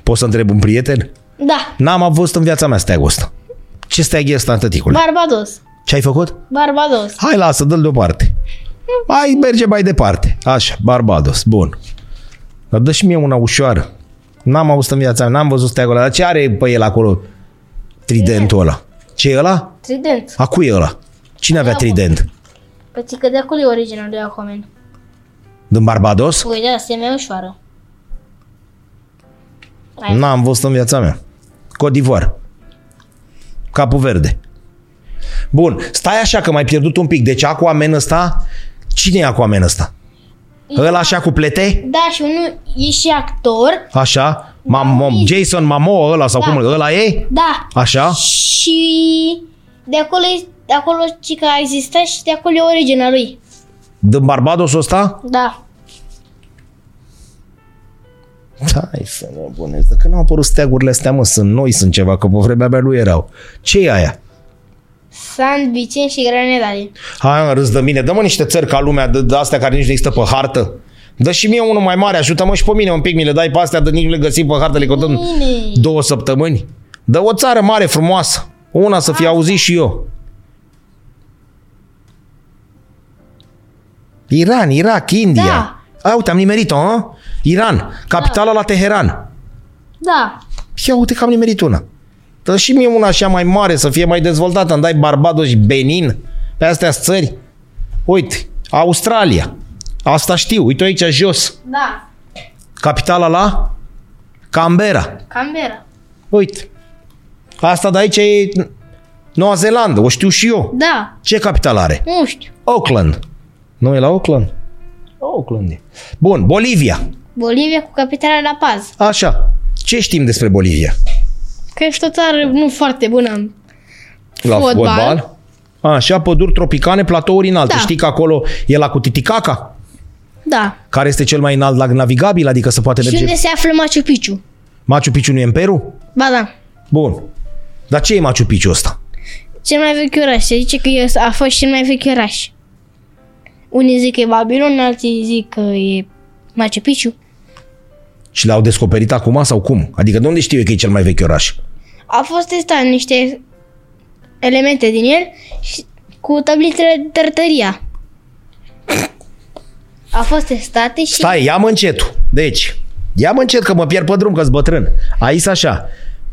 Speaker 1: Poți să întreb un prieten?
Speaker 2: Da.
Speaker 1: N-am avut în viața mea steagul ăsta. Ce steag e ăsta, tăticule?
Speaker 2: Barbados.
Speaker 1: Ce ai făcut?
Speaker 2: Barbados.
Speaker 1: Hai, lasă, dă-l deoparte. Hai, merge mai departe. Așa, Barbados, bun. Dar dă și mie una ușoară. N-am auzit în viața mea, n-am văzut steagul ăla. Dar ce are pe el acolo? Tridentul ăla. Ce e ăla?
Speaker 2: Trident.
Speaker 1: A cui e ăla? Cine avea trident?
Speaker 2: Păi că de acolo e originea lui Aquaman.
Speaker 1: Din Barbados?
Speaker 2: Păi da, asta e mai ușoară. Hai.
Speaker 1: N-am văzut în viața mea. Codivoar. Capul verde. Bun, stai așa că m-ai pierdut un pic. Deci Aquaman ăsta, cine e Aquaman ăsta? Ăla așa cu plete?
Speaker 2: Da, și unul e și actor.
Speaker 1: Așa? Mam, mam, Jason Mamoa ăla sau cum? Ăla e?
Speaker 2: Da.
Speaker 1: Așa?
Speaker 2: Și de acolo, e- de acolo și că a existat și de acolo e originea lui.
Speaker 1: Din Barbados ăsta?
Speaker 2: Da.
Speaker 1: Hai să mă bunez. De când au apărut steagurile astea, mă, sunt noi, sunt ceva, că pe vremea mea nu erau. Ce e aia?
Speaker 2: San Vicent și Grenadale.
Speaker 1: Hai, mă, râs de mine. Dă-mă niște țări ca lumea de, de astea care nici nu există pe hartă. Dă și mie unul mai mare, ajută-mă și pe mine un pic, mi le dai pe astea, de nici nu le găsim pe hartă, le cotăm
Speaker 2: Bine.
Speaker 1: două săptămâni. Dă o țară mare, frumoasă. Una să fi auzit și eu. Iran, Irak, India.
Speaker 2: Da.
Speaker 1: A, uite, am nimerit-o, a? Iran, capitala la Teheran.
Speaker 2: Da.
Speaker 1: Ia uite că am nimerit una. Dă și mie una așa mai mare, să fie mai dezvoltată. Îmi dai Barbados și Benin. Pe astea țări. Uite, Australia. Asta știu. Uite aici jos.
Speaker 2: Da.
Speaker 1: Capitala la Canberra.
Speaker 2: Canberra.
Speaker 1: Uite. Asta de aici e Noua Zeelandă. O știu și eu.
Speaker 2: Da.
Speaker 1: Ce capital are?
Speaker 2: Nu știu.
Speaker 1: Auckland. Nu e la Auckland? Auckland e. Bun, Bolivia.
Speaker 2: Bolivia cu capitala La Paz.
Speaker 1: Așa. Ce știm despre Bolivia?
Speaker 2: Că ești o țară nu foarte bună.
Speaker 1: La
Speaker 2: Fotbal.
Speaker 1: fotbal. fotbal. Așa, păduri tropicane, platouri înalte. Da.
Speaker 2: Da.
Speaker 1: Știi că acolo e lacul Titicaca,
Speaker 2: Da.
Speaker 1: care este cel mai înalt lac navigabil, adică se poate
Speaker 2: Și
Speaker 1: merge.
Speaker 2: unde se află Machu Picchu?
Speaker 1: Machu Picchu nu e în Peru?
Speaker 2: Ba da.
Speaker 1: Bun. Dar ce e Machu Picchu ăsta?
Speaker 2: Cel mai vechi oraș. Se zice că e- a fost cel mai vechi oraș. Unii zic că e Babilon, alții zic că e Machu Picchu.
Speaker 1: Și l-au descoperit acum sau cum? Adică de unde știu eu că e cel mai vechi oraș?
Speaker 2: A fost testat niște elemente din el și cu tablițele de tărtăria. A fost testate și...
Speaker 1: Stai, ia mă încetul. Deci, ia mă încet că mă pierd pe drum, că-s bătrân. Aici așa,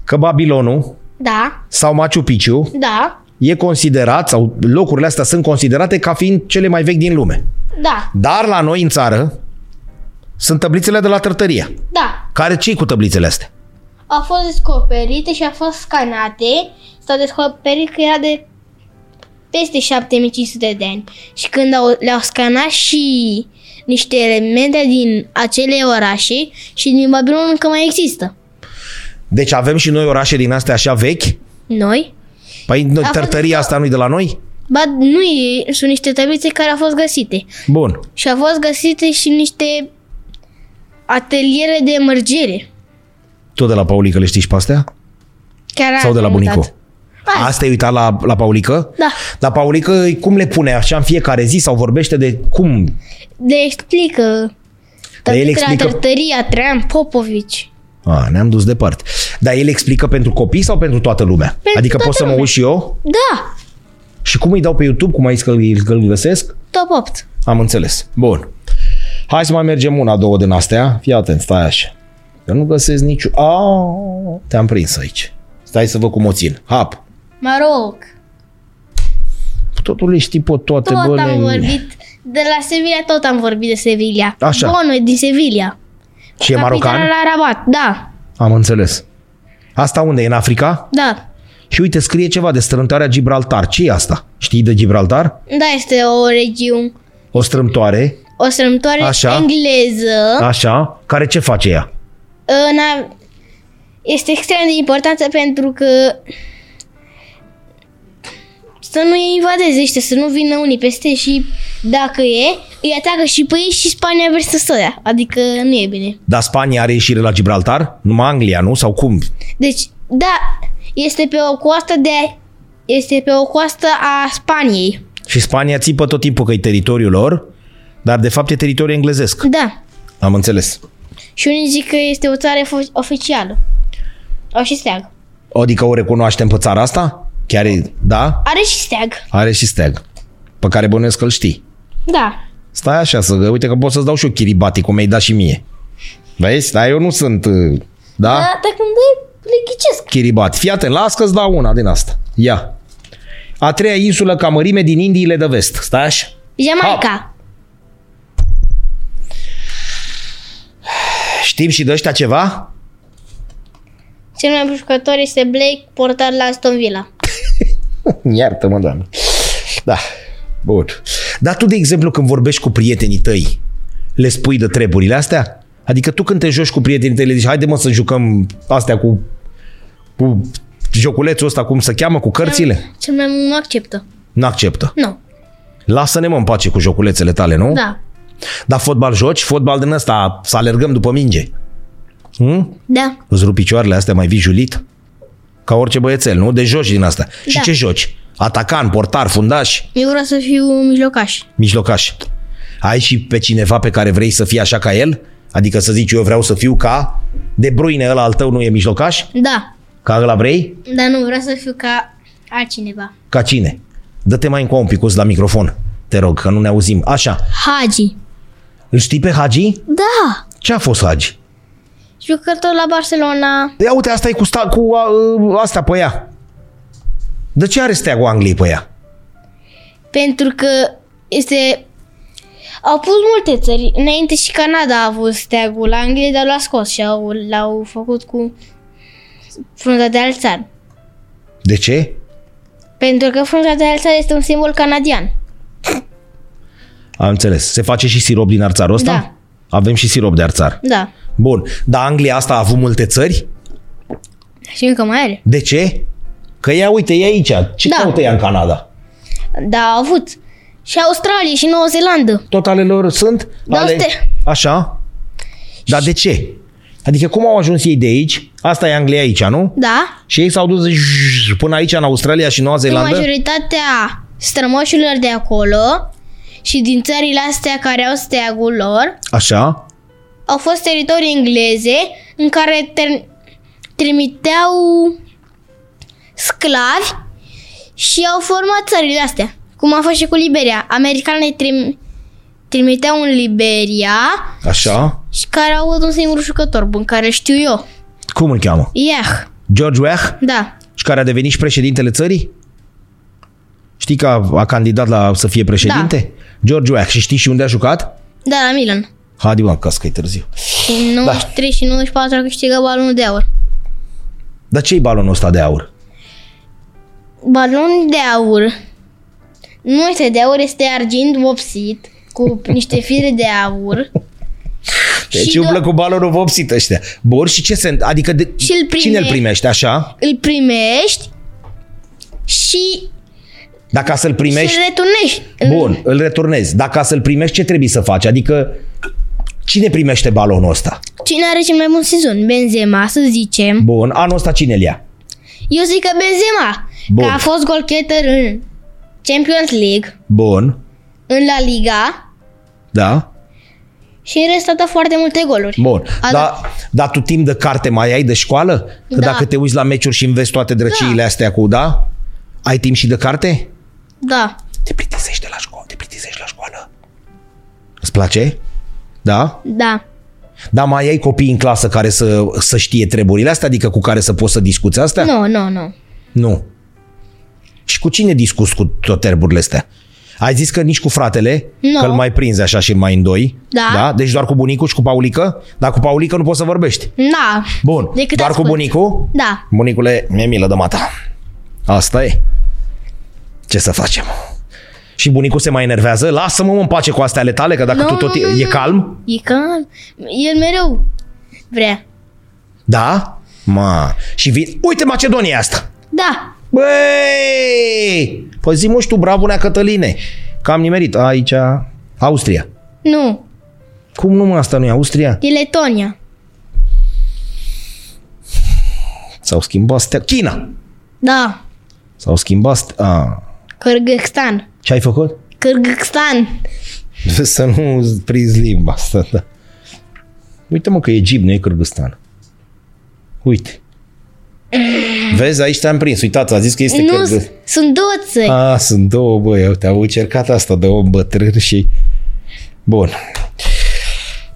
Speaker 1: că Babilonul
Speaker 2: Da,
Speaker 1: sau Machu Picchu
Speaker 2: da,
Speaker 1: e considerat, sau locurile astea sunt considerate ca fiind cele mai vechi din lume.
Speaker 2: da,
Speaker 1: Dar la noi în țară sunt tablițele de la tărtărie.
Speaker 2: da.
Speaker 1: Care ce cu tablițele astea?
Speaker 2: Au fost descoperite și au fost scanate. S-au descoperit că era de peste 7500 de ani. Și când au, le-au scanat și niște elemente din acele orașe și din Babilon încă mai există.
Speaker 1: Deci avem și noi orașe din astea așa vechi?
Speaker 2: Noi?
Speaker 1: Păi noi,
Speaker 2: fost-
Speaker 1: tărtăria asta nu-i de la noi?
Speaker 2: Ba, nu e, sunt niște tablițe care au fost găsite.
Speaker 1: Bun.
Speaker 2: Și au fost găsite și niște ateliere de mărgere.
Speaker 1: Tu de la Paulică le știi și pe astea?
Speaker 2: Care
Speaker 1: Sau de la bunicu?
Speaker 2: Hai.
Speaker 1: Asta e uitat la, la Paulică?
Speaker 2: Da.
Speaker 1: La Paulică cum le pune așa în fiecare zi sau vorbește de cum?
Speaker 2: Le explică.
Speaker 1: Dar el
Speaker 2: Tablițele
Speaker 1: explică-
Speaker 2: explică... Tărtăria, Traian Popovici.
Speaker 1: A, ne-am dus departe. Dar el explică pentru copii sau pentru toată lumea?
Speaker 2: Pentru
Speaker 1: adică
Speaker 2: toată
Speaker 1: pot să mă
Speaker 2: lumea.
Speaker 1: uit și eu?
Speaker 2: Da!
Speaker 1: Și cum îi dau pe YouTube? Cum ai zis că îl, că îl găsesc?
Speaker 2: Top 8.
Speaker 1: Am înțeles. Bun. Hai să mai mergem una, două din astea. Fii atent, stai așa. Eu nu găsesc nici... Au, te-am prins aici. Stai să văd cum o țin. Hap.
Speaker 2: Maroc.
Speaker 1: Totul le știi pe toate,
Speaker 2: Tot
Speaker 1: bă,
Speaker 2: am
Speaker 1: nene.
Speaker 2: vorbit. De la Sevilla tot am vorbit de Sevilla.
Speaker 1: Așa.
Speaker 2: Bono e din Sevilla.
Speaker 1: Și e marocan?
Speaker 2: Capitala la Rabat, da.
Speaker 1: Am înțeles. Asta unde e? În Africa?
Speaker 2: Da.
Speaker 1: Și uite, scrie ceva de strâmtoarea Gibraltar. ce e asta? Știi de Gibraltar?
Speaker 2: Da, este o regiune,
Speaker 1: O strâmtoare,
Speaker 2: o strâmtoare
Speaker 1: Așa.
Speaker 2: engleză.
Speaker 1: așa, care ce face ea?
Speaker 2: În a- este extrem de importantă pentru că să nu îi invadeze ăștia, să nu vină unii peste și dacă e, îi atacă și pe ei și Spania versus săia. Adică nu e bine.
Speaker 1: Dar Spania are ieșire la Gibraltar? Numai Anglia, nu? Sau cum?
Speaker 2: Deci, da, este pe o coastă de este pe o coastă a Spaniei.
Speaker 1: Și Spania țipă tot timpul că e teritoriul lor, dar de fapt e teritoriu englezesc.
Speaker 2: Da.
Speaker 1: Am înțeles.
Speaker 2: Și unii zic că este o țară fo- oficială. Au și steag.
Speaker 1: Adică o recunoaștem pe țara asta? Chiar e, da?
Speaker 2: Are și steag.
Speaker 1: Are și steag. Pe care bănuiesc că îl știi.
Speaker 2: Da.
Speaker 1: Stai așa să... Uite că pot să-ți dau și eu Kiribati, cum mi-ai dat și mie. Vezi? Dar eu nu sunt... uh, Da?
Speaker 2: Dar dacă îmi dai, le ghicesc.
Speaker 1: Kiribati. Fii atent, las că-ți dau una din asta. Ia. A treia insulă ca mărime din Indiile de vest. Stai așa.
Speaker 2: Jamaica.
Speaker 1: Știm și de ăștia ceva?
Speaker 2: Cel mai bun jucător este Blake, portar la Aston Villa.
Speaker 1: Iartă-mă, doamne. Da. Bun. Dar tu, de exemplu, când vorbești cu prietenii tăi, le spui de treburile astea? Adică tu când te joci cu prietenii tăi, le zici, haide mă să jucăm astea cu, cu joculețul ăsta, cum se cheamă, cu cărțile?
Speaker 2: Cel mai mult nu acceptă.
Speaker 1: N-acceptă.
Speaker 2: Nu.
Speaker 1: Lasă-ne mă în pace cu joculețele tale, nu?
Speaker 2: Da.
Speaker 1: Dar fotbal joci? Fotbal din ăsta, să alergăm după minge. Hm?
Speaker 2: Da.
Speaker 1: Îți rup picioarele astea mai vii julit? Ca orice băiețel, nu? De joci din asta. Și
Speaker 2: Da.
Speaker 1: ce joci? Atacan, portar, fundaș,
Speaker 2: Eu vreau să fiu mijlocaș.
Speaker 1: mijlocaș. Ai și pe cineva pe care vrei să fii așa ca el? Adică să zici eu vreau să fiu ca De Bruyne ăla al tău nu e mijlocaș?
Speaker 2: Da.
Speaker 1: Ca ăla vrei?
Speaker 2: Dar nu vreau să fiu ca altcineva.
Speaker 1: Ca cine? Dă-te mai încă un picuț la microfon, te rog, că nu ne auzim. Așa,
Speaker 2: Hagi.
Speaker 1: îl știi pe Hagi?
Speaker 2: Da.
Speaker 1: Ce a fost Hagi?
Speaker 2: Jucător la Barcelona.
Speaker 1: Ia uite, asta e cu, sta- cu a, ă, asta pe ea. De ce are steagul Angliei pe ea?
Speaker 2: Pentru că este... Au pus multe țări. Înainte și Canada a avut steagul. Anglia, dar l-a scos și au, l-au făcut cu frunza de alțar.
Speaker 1: De ce?
Speaker 2: Pentru că frunza de alțar este un simbol canadian.
Speaker 1: Am înțeles. Se face și sirop din arțarul ăsta?
Speaker 2: Da.
Speaker 1: Avem și sirop de arțar.
Speaker 2: Da.
Speaker 1: Bun. Dar Anglia asta a avut multe țări?
Speaker 2: Și încă mai are.
Speaker 1: De ce? Că ea, uite, e aici. Ce
Speaker 2: Da.
Speaker 1: caută ea în Canada?
Speaker 2: Da, au avut. Și Australia și Noua Zeelandă.
Speaker 1: Tot ale lor sunt?
Speaker 2: Da,
Speaker 1: ale...
Speaker 2: uite.
Speaker 1: Așa. Dar de ce? Adică cum au ajuns ei de aici? Asta e Anglia aici, nu?
Speaker 2: Da.
Speaker 1: Și ei s-au dus zzz, până aici în Australia și Noua
Speaker 2: În
Speaker 1: Zeelandă?
Speaker 2: majoritatea strămoșilor de acolo și din țările astea care au steagul lor
Speaker 1: Așa.
Speaker 2: au fost teritorii engleze în care ter- trimiteau sclavi și au format țările astea. Cum a fost și cu Liberia. Americanii trim- trimiteau în Liberia
Speaker 1: Așa.
Speaker 2: și care au avut un singur jucător bun, care știu eu.
Speaker 1: Cum îl cheamă?
Speaker 2: Yeah,
Speaker 1: George Weah?
Speaker 2: da.
Speaker 1: Și care a devenit și președintele țării? Știi că a, a candidat la să fie președinte? George Weah. Și știi și unde a jucat?
Speaker 2: Da, la Milan.
Speaker 1: Hadi mă, cască târziu.
Speaker 2: Și
Speaker 1: Da.
Speaker 2: 93 și 94 a câștigat balonul de aur.
Speaker 1: Dar ce-i balonul ăsta de aur?
Speaker 2: Balon de aur. Nu este de aur, este argint vopsit cu niște fire de aur
Speaker 1: [laughs] Deci
Speaker 2: Și
Speaker 1: umblă
Speaker 2: do-
Speaker 1: cu balonul vopsit ăștia. Bun, și ce se... Adică de,
Speaker 2: Și îl
Speaker 1: cine îl
Speaker 2: primești.
Speaker 1: primește, așa?
Speaker 2: îl primești și
Speaker 1: Dacă ca să-l
Speaker 2: îl
Speaker 1: primești...
Speaker 2: returnești.
Speaker 1: Bun, îl returnezi. Dacă ca să-l primești, ce trebuie să faci? Adică cine primește balonul ăsta?
Speaker 2: Cine are cel mai bun sezon? Benzema, să zicem.
Speaker 1: Bun, anul ăsta cine îl ia?
Speaker 2: Eu zic că Benzema,
Speaker 1: Bun.
Speaker 2: că a fost golcheter în Champions League,
Speaker 1: Bun,
Speaker 2: în La Liga
Speaker 1: da?
Speaker 2: și în rest a dat foarte multe goluri.
Speaker 1: Bun.
Speaker 2: A
Speaker 1: Dar da, tu timp de carte mai ai de școală? Că
Speaker 2: Da.
Speaker 1: da? dacă te uiți la meciuri și înveți toate drăciile astea cu, da? Ai timp și de carte?
Speaker 2: Da.
Speaker 1: Te plictisești de la școală, te plictisești la școală. Îți place? Da?
Speaker 2: Da.
Speaker 1: Dar mai ai copii în clasă care să, să știe treburile astea, adică cu care să poți să discuți astea?
Speaker 2: Nu, nu, nu.
Speaker 1: Nu. Și cu cine discuți cu tot treburile astea? Ai zis că nici cu fratele,
Speaker 2: Nu.
Speaker 1: că îl mai prinzi așa și îl mai îndoi.
Speaker 2: Da.
Speaker 1: da. Deci doar cu bunicul și cu Paulică? Dar cu Paulică nu poți să vorbești.
Speaker 2: Da.
Speaker 1: Bun.
Speaker 2: Decât
Speaker 1: doar
Speaker 2: ascult.
Speaker 1: cu bunicul?
Speaker 2: Da.
Speaker 1: Bunicule, mi-e milă de mata. Asta e. Ce să facem? Și bunicul se mai enervează? Lasă-mă mă, în pace cu astea ale tale, că dacă
Speaker 2: Nu,
Speaker 1: tu tot
Speaker 2: nu, nu,
Speaker 1: e
Speaker 2: nu.
Speaker 1: calm?
Speaker 2: E calm. El mereu vrea.
Speaker 1: Da? Ma. Și vin... Uite Macedonia asta!
Speaker 2: Da.
Speaker 1: Băi! Păi zi tu, bravunea Cătăline, că am nimerit aici Austria.
Speaker 2: Nu.
Speaker 1: Cum nu mă, asta nu e Austria?
Speaker 2: E Letonia.
Speaker 1: S-au schimbat stea... China!
Speaker 2: Da.
Speaker 1: S-au schimbat stea... A.
Speaker 2: Kyrgyzstan.
Speaker 1: Ce ai făcut?
Speaker 2: Kyrgyzstan.
Speaker 1: [laughs] Să nu îți prinzi limba asta, da. Uite mă că e Egipt, nu e Cârgăstan. Uite. Vezi, aici te-am prins. Uitați, a zis că este
Speaker 2: Nu,
Speaker 1: Cârgăz-
Speaker 2: sunt două țări.
Speaker 1: A, sunt două, băi, uite, au încercat asta de om bătrân și... Bun.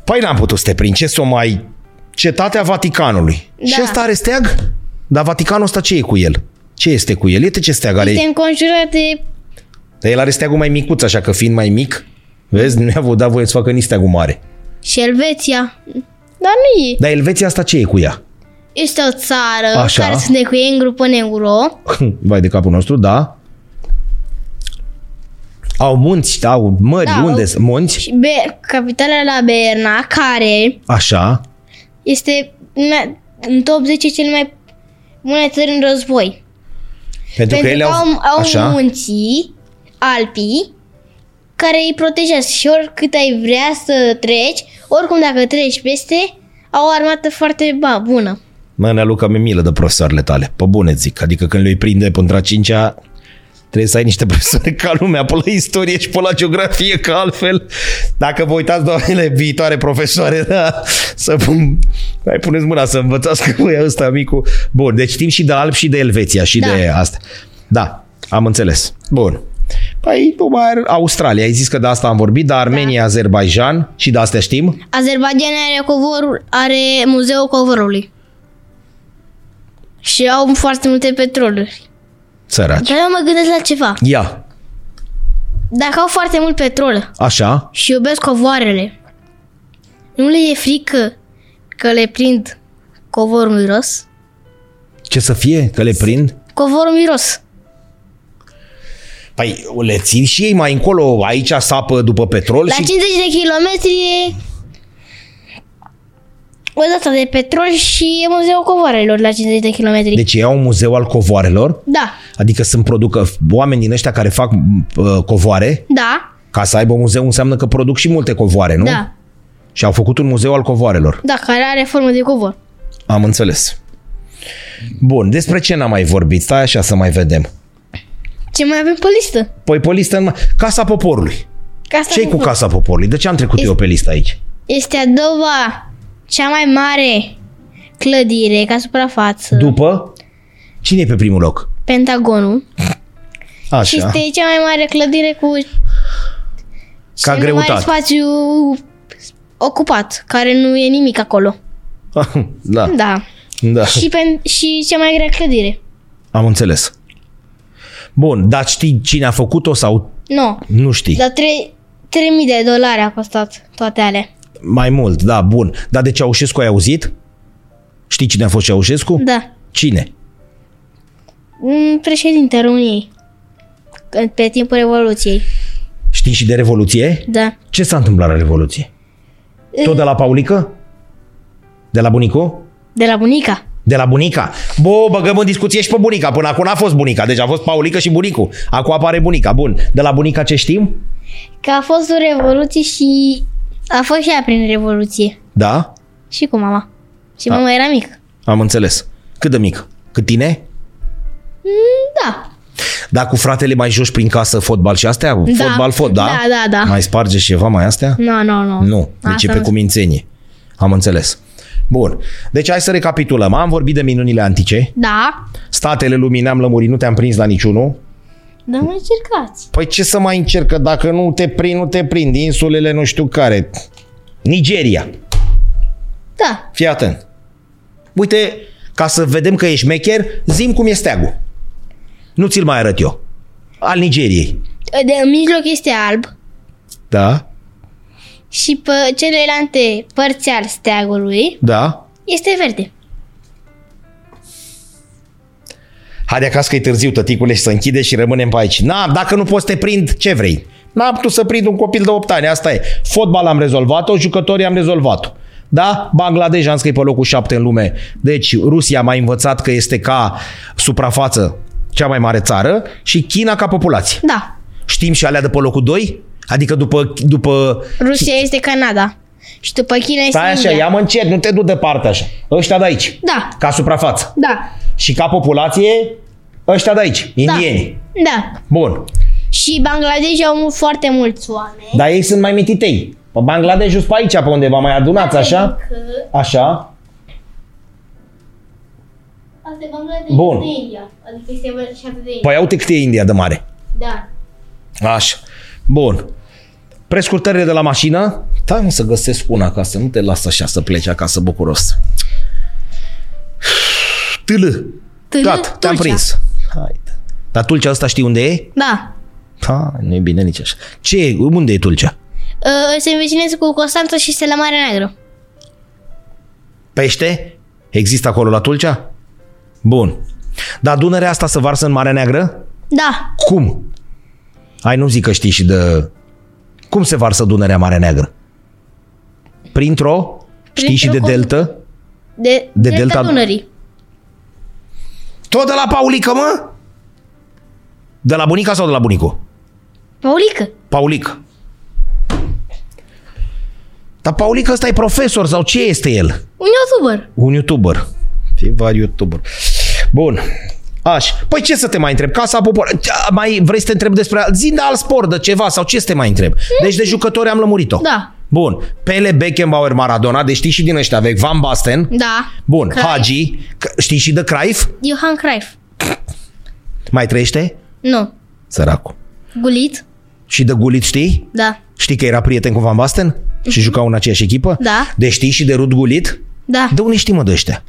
Speaker 1: Păi n-am putut să te prind, ce să o mai... Cetatea Vaticanului.
Speaker 2: Da.
Speaker 1: Și ăsta are steag? Dar Vaticanul ăsta ce e cu el? Ce este cu el? Uite ce steag are.
Speaker 2: Este înconjurat de...
Speaker 1: Dar el are steagul mai micuț, așa că fiind mai mic, vezi, nu i-a vo- dat voie să facă nici steagul mare.
Speaker 2: și Elveția. Dar nu e.
Speaker 1: Dar Elveția asta ce e cu ea? [laughs]
Speaker 2: Este o țară
Speaker 1: Așa.
Speaker 2: care suntem cu ei în grupă negro.
Speaker 1: Vai de capul nostru, da. Au munți, au mări,
Speaker 2: Da,
Speaker 1: unde
Speaker 2: au-
Speaker 1: sunt? Munți?
Speaker 2: Și Be- capitala la Berna, care
Speaker 1: Așa.
Speaker 2: este una- în top 10 cele mai bune țări în război.
Speaker 1: Pentru,
Speaker 2: Pentru
Speaker 1: că ele
Speaker 2: că au, au
Speaker 1: așa.
Speaker 2: munții, alpii, care îi protejează și oricât ai vrea să treci, oricum dacă treci peste, au o armată foarte ba, bună.
Speaker 1: Mă, Nea Luca, mi-e milă de profesoarele tale. Pe bune zic. Adică când le-i prinde până la cincea, trebuie să ai niște [laughs] profesori ca lumea, pe la istorie și pe la geografie, că altfel, dacă vă uitați, doamnele, viitoare profesoare, da, să pun, mai puneți mâna să învățați că voi ăsta micul. Bun, deci știm și de alb și de Elveția și
Speaker 2: Da.
Speaker 1: de asta. Da, am înțeles. Bun. Păi, numai Australia, ai zis că de asta am vorbit, dar Armenia, da. Azerbaijan și de astea știm?
Speaker 2: Azerbaijan are, covorul, are muzeul covorului. Și au foarte multe petroluri.
Speaker 1: Săraci.
Speaker 2: Dar eu mă gândesc la ceva.
Speaker 1: Ia,
Speaker 2: Dacă au foarte mult petrol
Speaker 1: așa,
Speaker 2: și iubesc covoarele, nu le e frică că le prind covorul miros?
Speaker 1: ce să fie, că le prind?
Speaker 2: Covorul miros.
Speaker 1: Păi le țin și ei mai încolo, aici sapă după petrol
Speaker 2: La
Speaker 1: și...
Speaker 2: 50 de kilometri e o dată de petrol și e muzeul covoarelor la 50 de kilometri.
Speaker 1: Deci ei au un muzeu al covoarelor,
Speaker 2: Da,
Speaker 1: adică sunt producă oameni din ăștia care fac m, uh, covoare,
Speaker 2: da,
Speaker 1: ca să aibă muzeu înseamnă că produc și multe covoare, nu?
Speaker 2: da,
Speaker 1: Și au făcut un muzeu al covoarelor.
Speaker 2: da, care are formă de covor.
Speaker 1: Am înțeles. Bun, despre ce n-am mai vorbit? Stai așa să mai vedem.
Speaker 2: Ce mai avem pe listă?
Speaker 1: Păi pe listă, numai- Casa Poporului.
Speaker 2: Ca asta
Speaker 1: ce cu Casa Poporului? De ce am trecut eu pe listă aici?
Speaker 2: Păi, Este a doua cea mai mare clădire ca suprafață,
Speaker 1: După? Cine e pe primul loc?
Speaker 2: Pentagonul, și
Speaker 1: Așa.
Speaker 2: este cea mai mare clădire cu
Speaker 1: Ca
Speaker 2: cel mai
Speaker 1: greutate.
Speaker 2: spațiu ocupat, care nu e nimic acolo.
Speaker 1: [laughs] da,
Speaker 2: Da.
Speaker 1: da.
Speaker 2: [laughs] și, pen, și cea mai grea clădire.
Speaker 1: Am înțeles. Bun, dar știi cine a făcut-o sau
Speaker 2: Nu,
Speaker 1: nu știi? Da.
Speaker 2: dar tre- 3000 de dolari a costat toate alea.
Speaker 1: Mai mult, da, bun. Dar de Ceaușescu ai auzit? Știi cine a fost Ceaușescu?
Speaker 2: Da.
Speaker 1: Cine?
Speaker 2: Mm, Președinte României. Când- Pe timpul Revoluției.
Speaker 1: Știi și de Revoluție?
Speaker 2: Da.
Speaker 1: Ce s-a întâmplat la Revoluție? Tot de la Paulică? De la bunicu?
Speaker 2: De la bunica.
Speaker 1: De la bunica. Bo, băgăm în discuție și pe bunica. Până acum n-a fost bunica. Deci a fost Paulică și bunicul. Acum apare bunica. Bun. De la bunica ce știm?
Speaker 2: Că a fost o revoluție și a fost și ea prin revoluție.
Speaker 1: Da?
Speaker 2: Și cu mama. Și mama era mică.
Speaker 1: Am înțeles. Cât de mic? Cât tine?
Speaker 2: Mm, Da.
Speaker 1: Dar cu fratele mai joci prin casă fotbal și astea? Da. Fotbal, fot, da?
Speaker 2: Da, da, da.
Speaker 1: Mai sparge ceva mai astea?
Speaker 2: Nu, nu, nu.
Speaker 1: Nu. Deci
Speaker 2: Asta
Speaker 1: e pe
Speaker 2: nu-
Speaker 1: cumințenie. Am înțeles. Bun. Deci hai să recapitulăm. Am vorbit de minunile antice.
Speaker 2: Da.
Speaker 1: Statele lumii ne-am lămurit, nu te-am prins la niciunul.
Speaker 2: Dar mai încercați.
Speaker 1: Păi ce să mai încercă dacă nu te prind, nu te prind. Insulele nu știu care. Nigeria.
Speaker 2: Da.
Speaker 1: Fii atent. Uite, ca să vedem că ești mecher, zim cum e steagul. Nu ți-l mai arăt eu. Al Nigeriei.
Speaker 2: De, în mijloc este alb
Speaker 1: Da,
Speaker 2: și pe celelalte părți al steagului
Speaker 1: da.
Speaker 2: este verde.
Speaker 1: Haide acasă că e târziu, tăticule, și să închide și rămânem pe aici. Na, dacă nu poți să te prind, ce vrei? N-am putut să prind un copil de 8 ani, asta e. Fotbal am rezolvat-o, jucătorii am rezolvat-o. Da? Bangladesh am scris pe locul 7 în lume. Deci Rusia m-a învățat că este ca suprafață cea mai mare țară și China ca populație.
Speaker 2: Da.
Speaker 1: Știm și alea de pe locul 2? Adică după, după
Speaker 2: Rusia este Canada și după China este
Speaker 1: Stai Păi așa,
Speaker 2: India.
Speaker 1: ia mă încet, nu te du departe așa. Ăștia de aici.
Speaker 2: Da.
Speaker 1: Ca suprafață.
Speaker 2: Da.
Speaker 1: Și ca populație, ăștia de aici, indieni. Da.
Speaker 2: Da.
Speaker 1: Bun.
Speaker 2: Și Bangladesh au mult foarte mulți oameni.
Speaker 1: Dar ei sunt mai mititei. Pe Bangladesh, jos pe aici, pe undeva, mai adunați așa.
Speaker 2: Că
Speaker 1: Așa.
Speaker 2: asta e Bangladesh
Speaker 1: Bun.
Speaker 2: este India. Adică este șapte de India.
Speaker 1: Păi uite cât e India de mare.
Speaker 2: Da.
Speaker 1: Așa. Bun. Prescurtările de la mașină. Stai mă să găsesc una ca să nu te las așa să pleci acasă bucuros. Tâlă.
Speaker 2: Tâlă,
Speaker 1: Gata, te-am
Speaker 2: Tulcea.
Speaker 1: prins. Haide. Dar Tulcea asta știi unde e?
Speaker 2: Da.
Speaker 1: Ha, nu e bine nici așa. Ce e? Unde e Tulcea?
Speaker 2: Uh, se învecinează cu Constanța și este la Marea Neagră.
Speaker 1: Pește? Există acolo la Tulcea? Bun. Dar Dunărea asta se varsă în Marea Neagră?
Speaker 2: Da.
Speaker 1: Cum? Ai nu zic că știi și de... Cum se varsă Dunărea în Marea Neagră? Printr-o? Știi și de
Speaker 2: Printr-o
Speaker 1: deltă?
Speaker 2: De,
Speaker 1: De
Speaker 2: delta,
Speaker 1: delta-
Speaker 2: Dunării.
Speaker 1: Tot de la Paulică, mă? De la bunica sau de la bunicu?
Speaker 2: Paulică.
Speaker 1: Paulic. Dar Paulic ăsta e profesor sau ce este el?
Speaker 2: Un youtuber.
Speaker 1: Un youtuber. Fivar youtuber. Bun. Aș. Păi ce să te mai întreb? Casa popor. Mai vrei să te întreb despre alt? Zi de alt sport, de ceva sau ce să te mai întreb? Deci de jucători am lămurit-o.
Speaker 2: Da.
Speaker 1: Bun. Pele, Beckenbauer, Maradona, deci știi și din ăștia vechi. Van Basten.
Speaker 2: Da.
Speaker 1: Bun.
Speaker 2: Cruyff.
Speaker 1: Hagi. C- Știi și de Craif?
Speaker 2: Johan Cruyff.
Speaker 1: Mai trăiește?
Speaker 2: Nu.
Speaker 1: Săracul.
Speaker 2: Gulit.
Speaker 1: Și de Gulit știi?
Speaker 2: Da.
Speaker 1: Știi că era prieten cu Van Basten? Și jucau în aceeași echipă?
Speaker 2: Da.
Speaker 1: Deci știi și de Rud Gulit?
Speaker 2: Da.
Speaker 1: De unde știi mă de ăștia?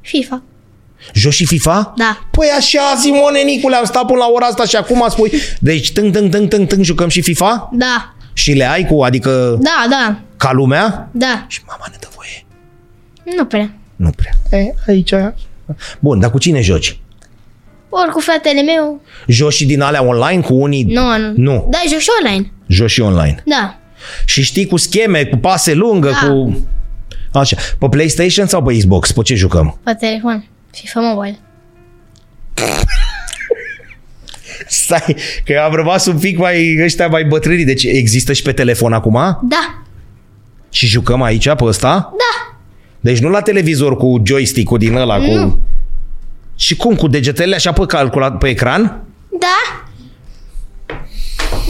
Speaker 2: FIFA.
Speaker 1: Joci și FIFA?
Speaker 2: Da.
Speaker 1: Păi așa, Simone Nicule, am stat până la ora asta și acum spui... Deci, tâng, tâng, tâng, tâng, tâng, jucăm și FIFA?
Speaker 2: Da.
Speaker 1: Și le ai cu, adică,
Speaker 2: Da, da.
Speaker 1: ca lumea?
Speaker 2: Da.
Speaker 1: Și mama ne dă voie.
Speaker 2: Nu prea.
Speaker 1: Nu prea. E, aici... Bun, dar cu cine joci?
Speaker 2: Ori cu fratele meu.
Speaker 1: Joci și din alea online cu unii?
Speaker 2: Nu, nu.
Speaker 1: Nu,
Speaker 2: Da, joc și online.
Speaker 1: joci și online.
Speaker 2: Da.
Speaker 1: Și știi cu scheme, cu pase lungă,
Speaker 2: Da.
Speaker 1: cu... Așa. Pe PlayStation sau pe Xbox? Pe ce jucăm?
Speaker 2: Pe telefon. FIFA Mobile.
Speaker 1: Stai, că am rămas un pic mai ăștia mai bătrâni. Deci există și pe telefon acum?
Speaker 2: Da.
Speaker 1: Și jucăm aici pe ăsta?
Speaker 2: Da.
Speaker 1: Deci nu la televizor cu joystick-ul din ăla cu...
Speaker 2: Nu.
Speaker 1: Și cum? Cu degetele așa pe calculat pe ecran?
Speaker 2: Da.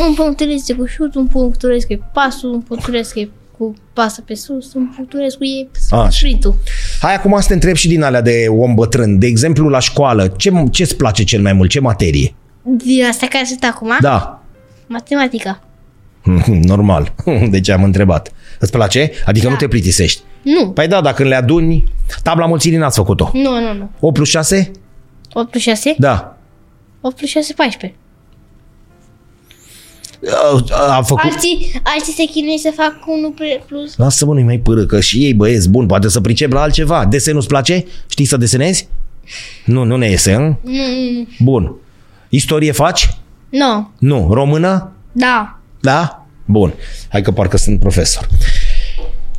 Speaker 2: Un punctulesc e cu șut, un punctulesc e cu pasul, un punctulesc e cu pasă pe sus, un punctulesc cu e
Speaker 1: Așa.
Speaker 2: sprintul.
Speaker 1: Hai acum să te întreb și din alea de om bătrân. De exemplu, la școală, ce, ce-ți place cel mai mult? Ce materie?
Speaker 2: Din asta care sunt acum?
Speaker 1: Da.
Speaker 2: Matematica.
Speaker 1: [laughs] Normal. Deci am întrebat. Îți place? Adică
Speaker 2: Da.
Speaker 1: nu te plictisești.
Speaker 2: Nu.
Speaker 1: Păi da, dacă când le aduni... Tabla mulțirii n-ați făcut-o.
Speaker 2: Nu, nu, nu.
Speaker 1: 8 plus 6?
Speaker 2: 8 plus 6?
Speaker 1: Da.
Speaker 2: 8 plus 6, 14.
Speaker 1: Uh, uh, Am făcut...
Speaker 2: Alții, alții se chinuie să fac 1 plus...
Speaker 1: Lasă-mă, nu-i mai pâră, că și ei băieți bun, poate să pricep la altceva. Desenul îți place? Știi să desenezi? Nu, nu ne iese, în?
Speaker 2: Nu, nu, nu.
Speaker 1: Bun. Istorie faci?
Speaker 2: Nu.
Speaker 1: Nu. Română?
Speaker 2: Da.
Speaker 1: Da? Bun. Hai că parcă sunt profesor.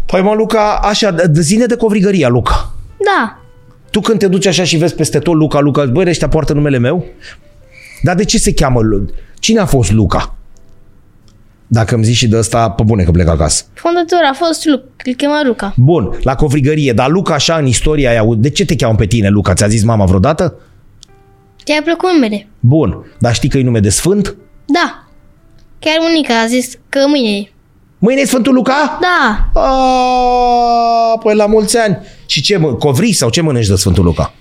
Speaker 1: Păi mă, Luca, așa, d- zine de covrigăria, Luca.
Speaker 2: Da.
Speaker 1: Tu când te duci așa și vezi peste tot Luca, Luca, băi, ăștia poartă numele meu? Dar de ce se cheamă Lu- Cine a fost Luca? Dacă îmi zici și de asta, pe bune că plec acasă.
Speaker 2: Fondatorul a fost Luc, îl chema Luca.
Speaker 1: Bun, la covrigărie, dar Luca așa în istoria aia, de ce te cheamă pe tine Luca? Ți-a zis mama vreodată?
Speaker 2: Ți-a plăcut numele?
Speaker 1: Bun, dar știi că e nume de sfânt?
Speaker 2: Da. Chiar unica a zis că mâine e.
Speaker 1: Mâine e Sfântul Luca?
Speaker 2: Da.
Speaker 1: A, păi la mulți ani. Și ce, mă- covrici sau ce mănânci de Sfântul Luca?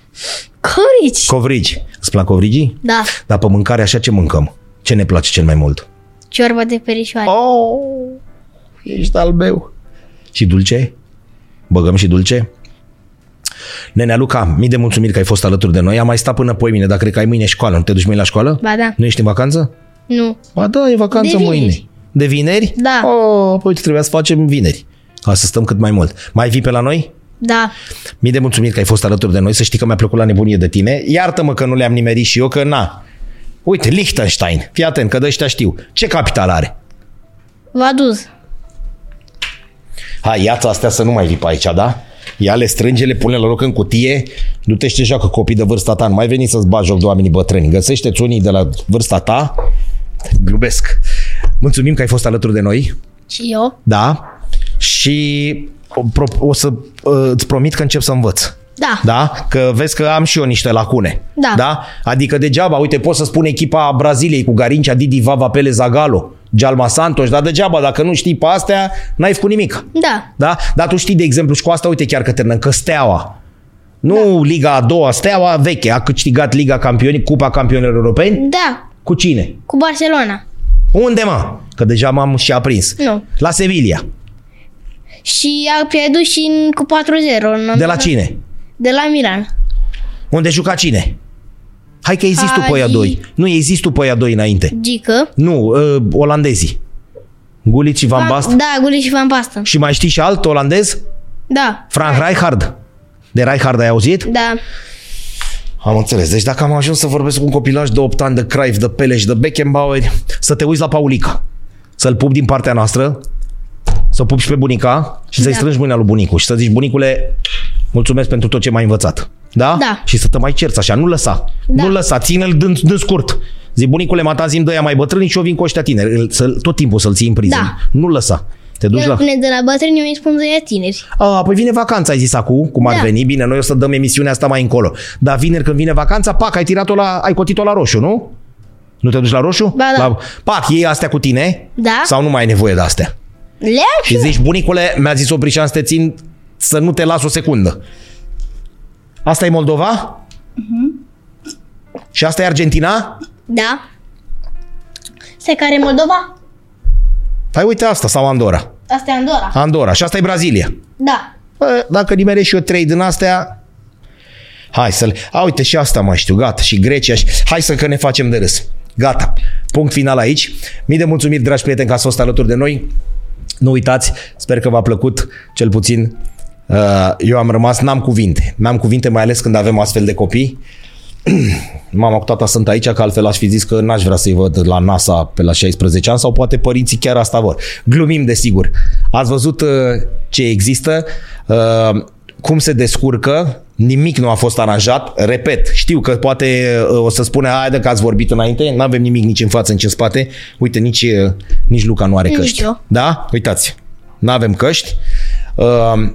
Speaker 2: Corici.
Speaker 1: Covrici. Îți plac covrigii?
Speaker 2: Da.
Speaker 1: Dar pe mâncare așa ce mâncăm? Ce ne place cel mai mult?
Speaker 2: Ciorba de perișoare.
Speaker 1: Oh, ești albeu. Și dulce? Băgăm și dulce? Nenea Luca, mii de mulțumiri că ai fost alături de noi. Am mai stat până poimine, dar cred că ai mâine școală. Nu te duci mâine la școală?
Speaker 2: Ba da.
Speaker 1: Nu ești în vacanță?
Speaker 2: Nu.
Speaker 1: Ba da, e vacanță
Speaker 2: De vineri.
Speaker 1: mâine. De vineri?
Speaker 2: Da.
Speaker 1: Oh, păi trebuia să facem vineri. Ca să stăm cât mai mult. Mai vii pe la noi?
Speaker 2: Da.
Speaker 1: Mii de mulțumiri că ai fost alături de noi, să știi că mi-a plăcut la nebunie de tine. Iartă-mă că nu le-am nimerit și eu, că na. Uite, Liechtenstein, fii atent, că de ăștia știu. Ce capital are?
Speaker 2: V-a dus.
Speaker 1: Hai, ia astea să nu mai vii pe aici, da? Ia le strânge, le pune la loc în cutie, du-te și te joacă copii de vârsta ta, nu mai veni să-ți bagi joc de oamenii bătrâni. Găsește-ți unii de la vârsta ta, glubesc. Mulțumim că ai fost alături de noi.
Speaker 2: Și eu?
Speaker 1: Da. Și o, pro- o să uh, îți promit că încep să învăț.
Speaker 2: Da.
Speaker 1: Da? Că vezi că am și eu niște lacune.
Speaker 2: Da.
Speaker 1: da? Adică degeaba, uite, pot să spun echipa Braziliei cu Garincia, Didi, Vava, Pele, Zagalo, Jalma Santos, dar degeaba, dacă nu știi pe astea, n-ai făcut nimic.
Speaker 2: Da.
Speaker 1: Da? Dar tu știi, de exemplu, și cu asta, uite chiar că terminăm, că Steaua, nu da. Liga a doua, Steaua veche, a câștigat Liga Campionii, Cupa Campionilor Europeni,
Speaker 2: Da.
Speaker 1: cu cine?
Speaker 2: Cu Barcelona.
Speaker 1: Unde, mă? Că deja m-am și aprins.
Speaker 2: Nu.
Speaker 1: La Sevilla.
Speaker 2: Și a pierdut și în, cu 4-0. în-
Speaker 1: De la cine?
Speaker 2: De la Milan.
Speaker 1: Unde juca cine? Hai că există tu pe aia
Speaker 2: Ai.
Speaker 1: doi. Nu, există tu pe aia doi înainte.
Speaker 2: Gică.
Speaker 1: Nu, uh, olandezii. Gullit și Van Basten.
Speaker 2: Da, Gulli și Van Basten.
Speaker 1: Și mai știi și alt olandez?
Speaker 2: Da.
Speaker 1: Frank Rijkaard. De Rijkaard ai auzit?
Speaker 2: Da.
Speaker 1: Am înțeles. Deci dacă am ajuns să vorbesc cu un copilaj de 8 ani, de Cruyff, de Pele și de Beckenbauer, să te uiți la Paulica. Să-l pup din partea noastră, să o pup și pe bunica și să-i
Speaker 2: Da.
Speaker 1: strângi mâna lui bunicul și să zici, bunicule, mulțumesc pentru tot ce m-ai învățat. Da?
Speaker 2: Da.
Speaker 1: Și să te mai cerți așa, nu lăsa.
Speaker 2: Da.
Speaker 1: Nu lăsa, ține-l dând, dând scurt. Zi, bunicule, mă zi dă mai bătrâni și eu vin cu ăștia tineri. Îl- să tot timpul să-l ții în priză.
Speaker 2: Da.
Speaker 1: Nu lăsa. Te duci
Speaker 2: El
Speaker 1: la...
Speaker 2: pune de la bătrâni, eu îi spun de ea tineri.
Speaker 1: A, păi vine vacanța, ai zis acum, cum ar
Speaker 2: Da.
Speaker 1: veni. Bine, noi o să dăm emisiunea asta mai încolo. Dar vineri când vine vacanța, pac, ai tirat-o la, ai cotit-o la roșu, nu? Nu te duci la roșu?
Speaker 2: Ba da.
Speaker 1: La, pac, iei astea cu tine?
Speaker 2: Da.
Speaker 1: Sau nu mai ai nevoie de astea?
Speaker 2: Le am și
Speaker 1: Și zici, bunicule, mi-a zis Oprișan să te țin să nu te las o secundă. Asta e Moldova?
Speaker 2: Mhm.
Speaker 1: Și asta e Argentina?
Speaker 2: Da. Se care e Moldova?
Speaker 1: Păi uite asta, sau Andorra.
Speaker 2: Asta e Andorra.
Speaker 1: Andorra. Și asta e Brazilia.
Speaker 2: Da.
Speaker 1: Bă, dacă nimerești și eu trei din astea, hai să-l... A, uite și asta mai știu, gata, și Grecia și... Hai să că ne facem de râs. Gata. Punct final aici. Mii de mulțumiri, dragi prieteni, că ați fost alături de noi. Nu uitați, sper că v-a plăcut cel puțin. uh, Eu am rămas, n-am cuvinte. N-am cuvinte, mai ales când avem astfel de copii. [clears throat] Mama cu tata sunt aici, că altfel aș fi zis că n-aș vrea să-i văd la NASA pe la 16 ani sau poate părinții chiar asta vor. Glumim, desigur. Ați văzut uh, ce există, uh, cum se descurcă, nimic nu a fost aranjat. Repet, știu că poate uh, o să spune, haide că ați vorbit înainte, nu avem nimic nici în față, nici în spate. Uite, nici, uh, nici Luca nu are
Speaker 2: Nici
Speaker 1: căști.
Speaker 2: eu.
Speaker 1: Da? Uitați, nu avem căști. Uh,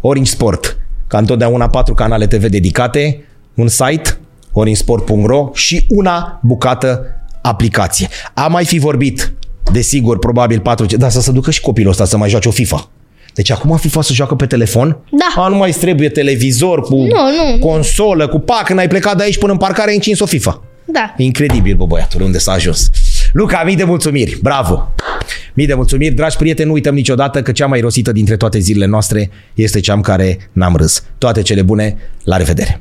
Speaker 1: Orange Sport, ca întotdeauna patru canale TV dedicate, un site, oringsport.ro și una bucată aplicație. A mai fi vorbit, desigur, probabil 4 dar să se ducă și copilul ăsta să mai joace o FIFA. Deci acum FIFA se joacă pe telefon?
Speaker 2: Da.
Speaker 1: A, nu mai îți trebuie televizor cu
Speaker 2: nu.
Speaker 1: consolă, cu pac, când ai plecat de aici până în parcare, ai încins o FIFA.
Speaker 2: Da.
Speaker 1: Incredibil, bă, băiatul, unde s-a ajuns. Luca, mii de mulțumiri, bravo! Mii de mulțumiri, dragi prieteni, nu uităm niciodată că cea mai rosită dintre toate zilele noastre este cea în care n-am râs. Toate cele bune, la revedere!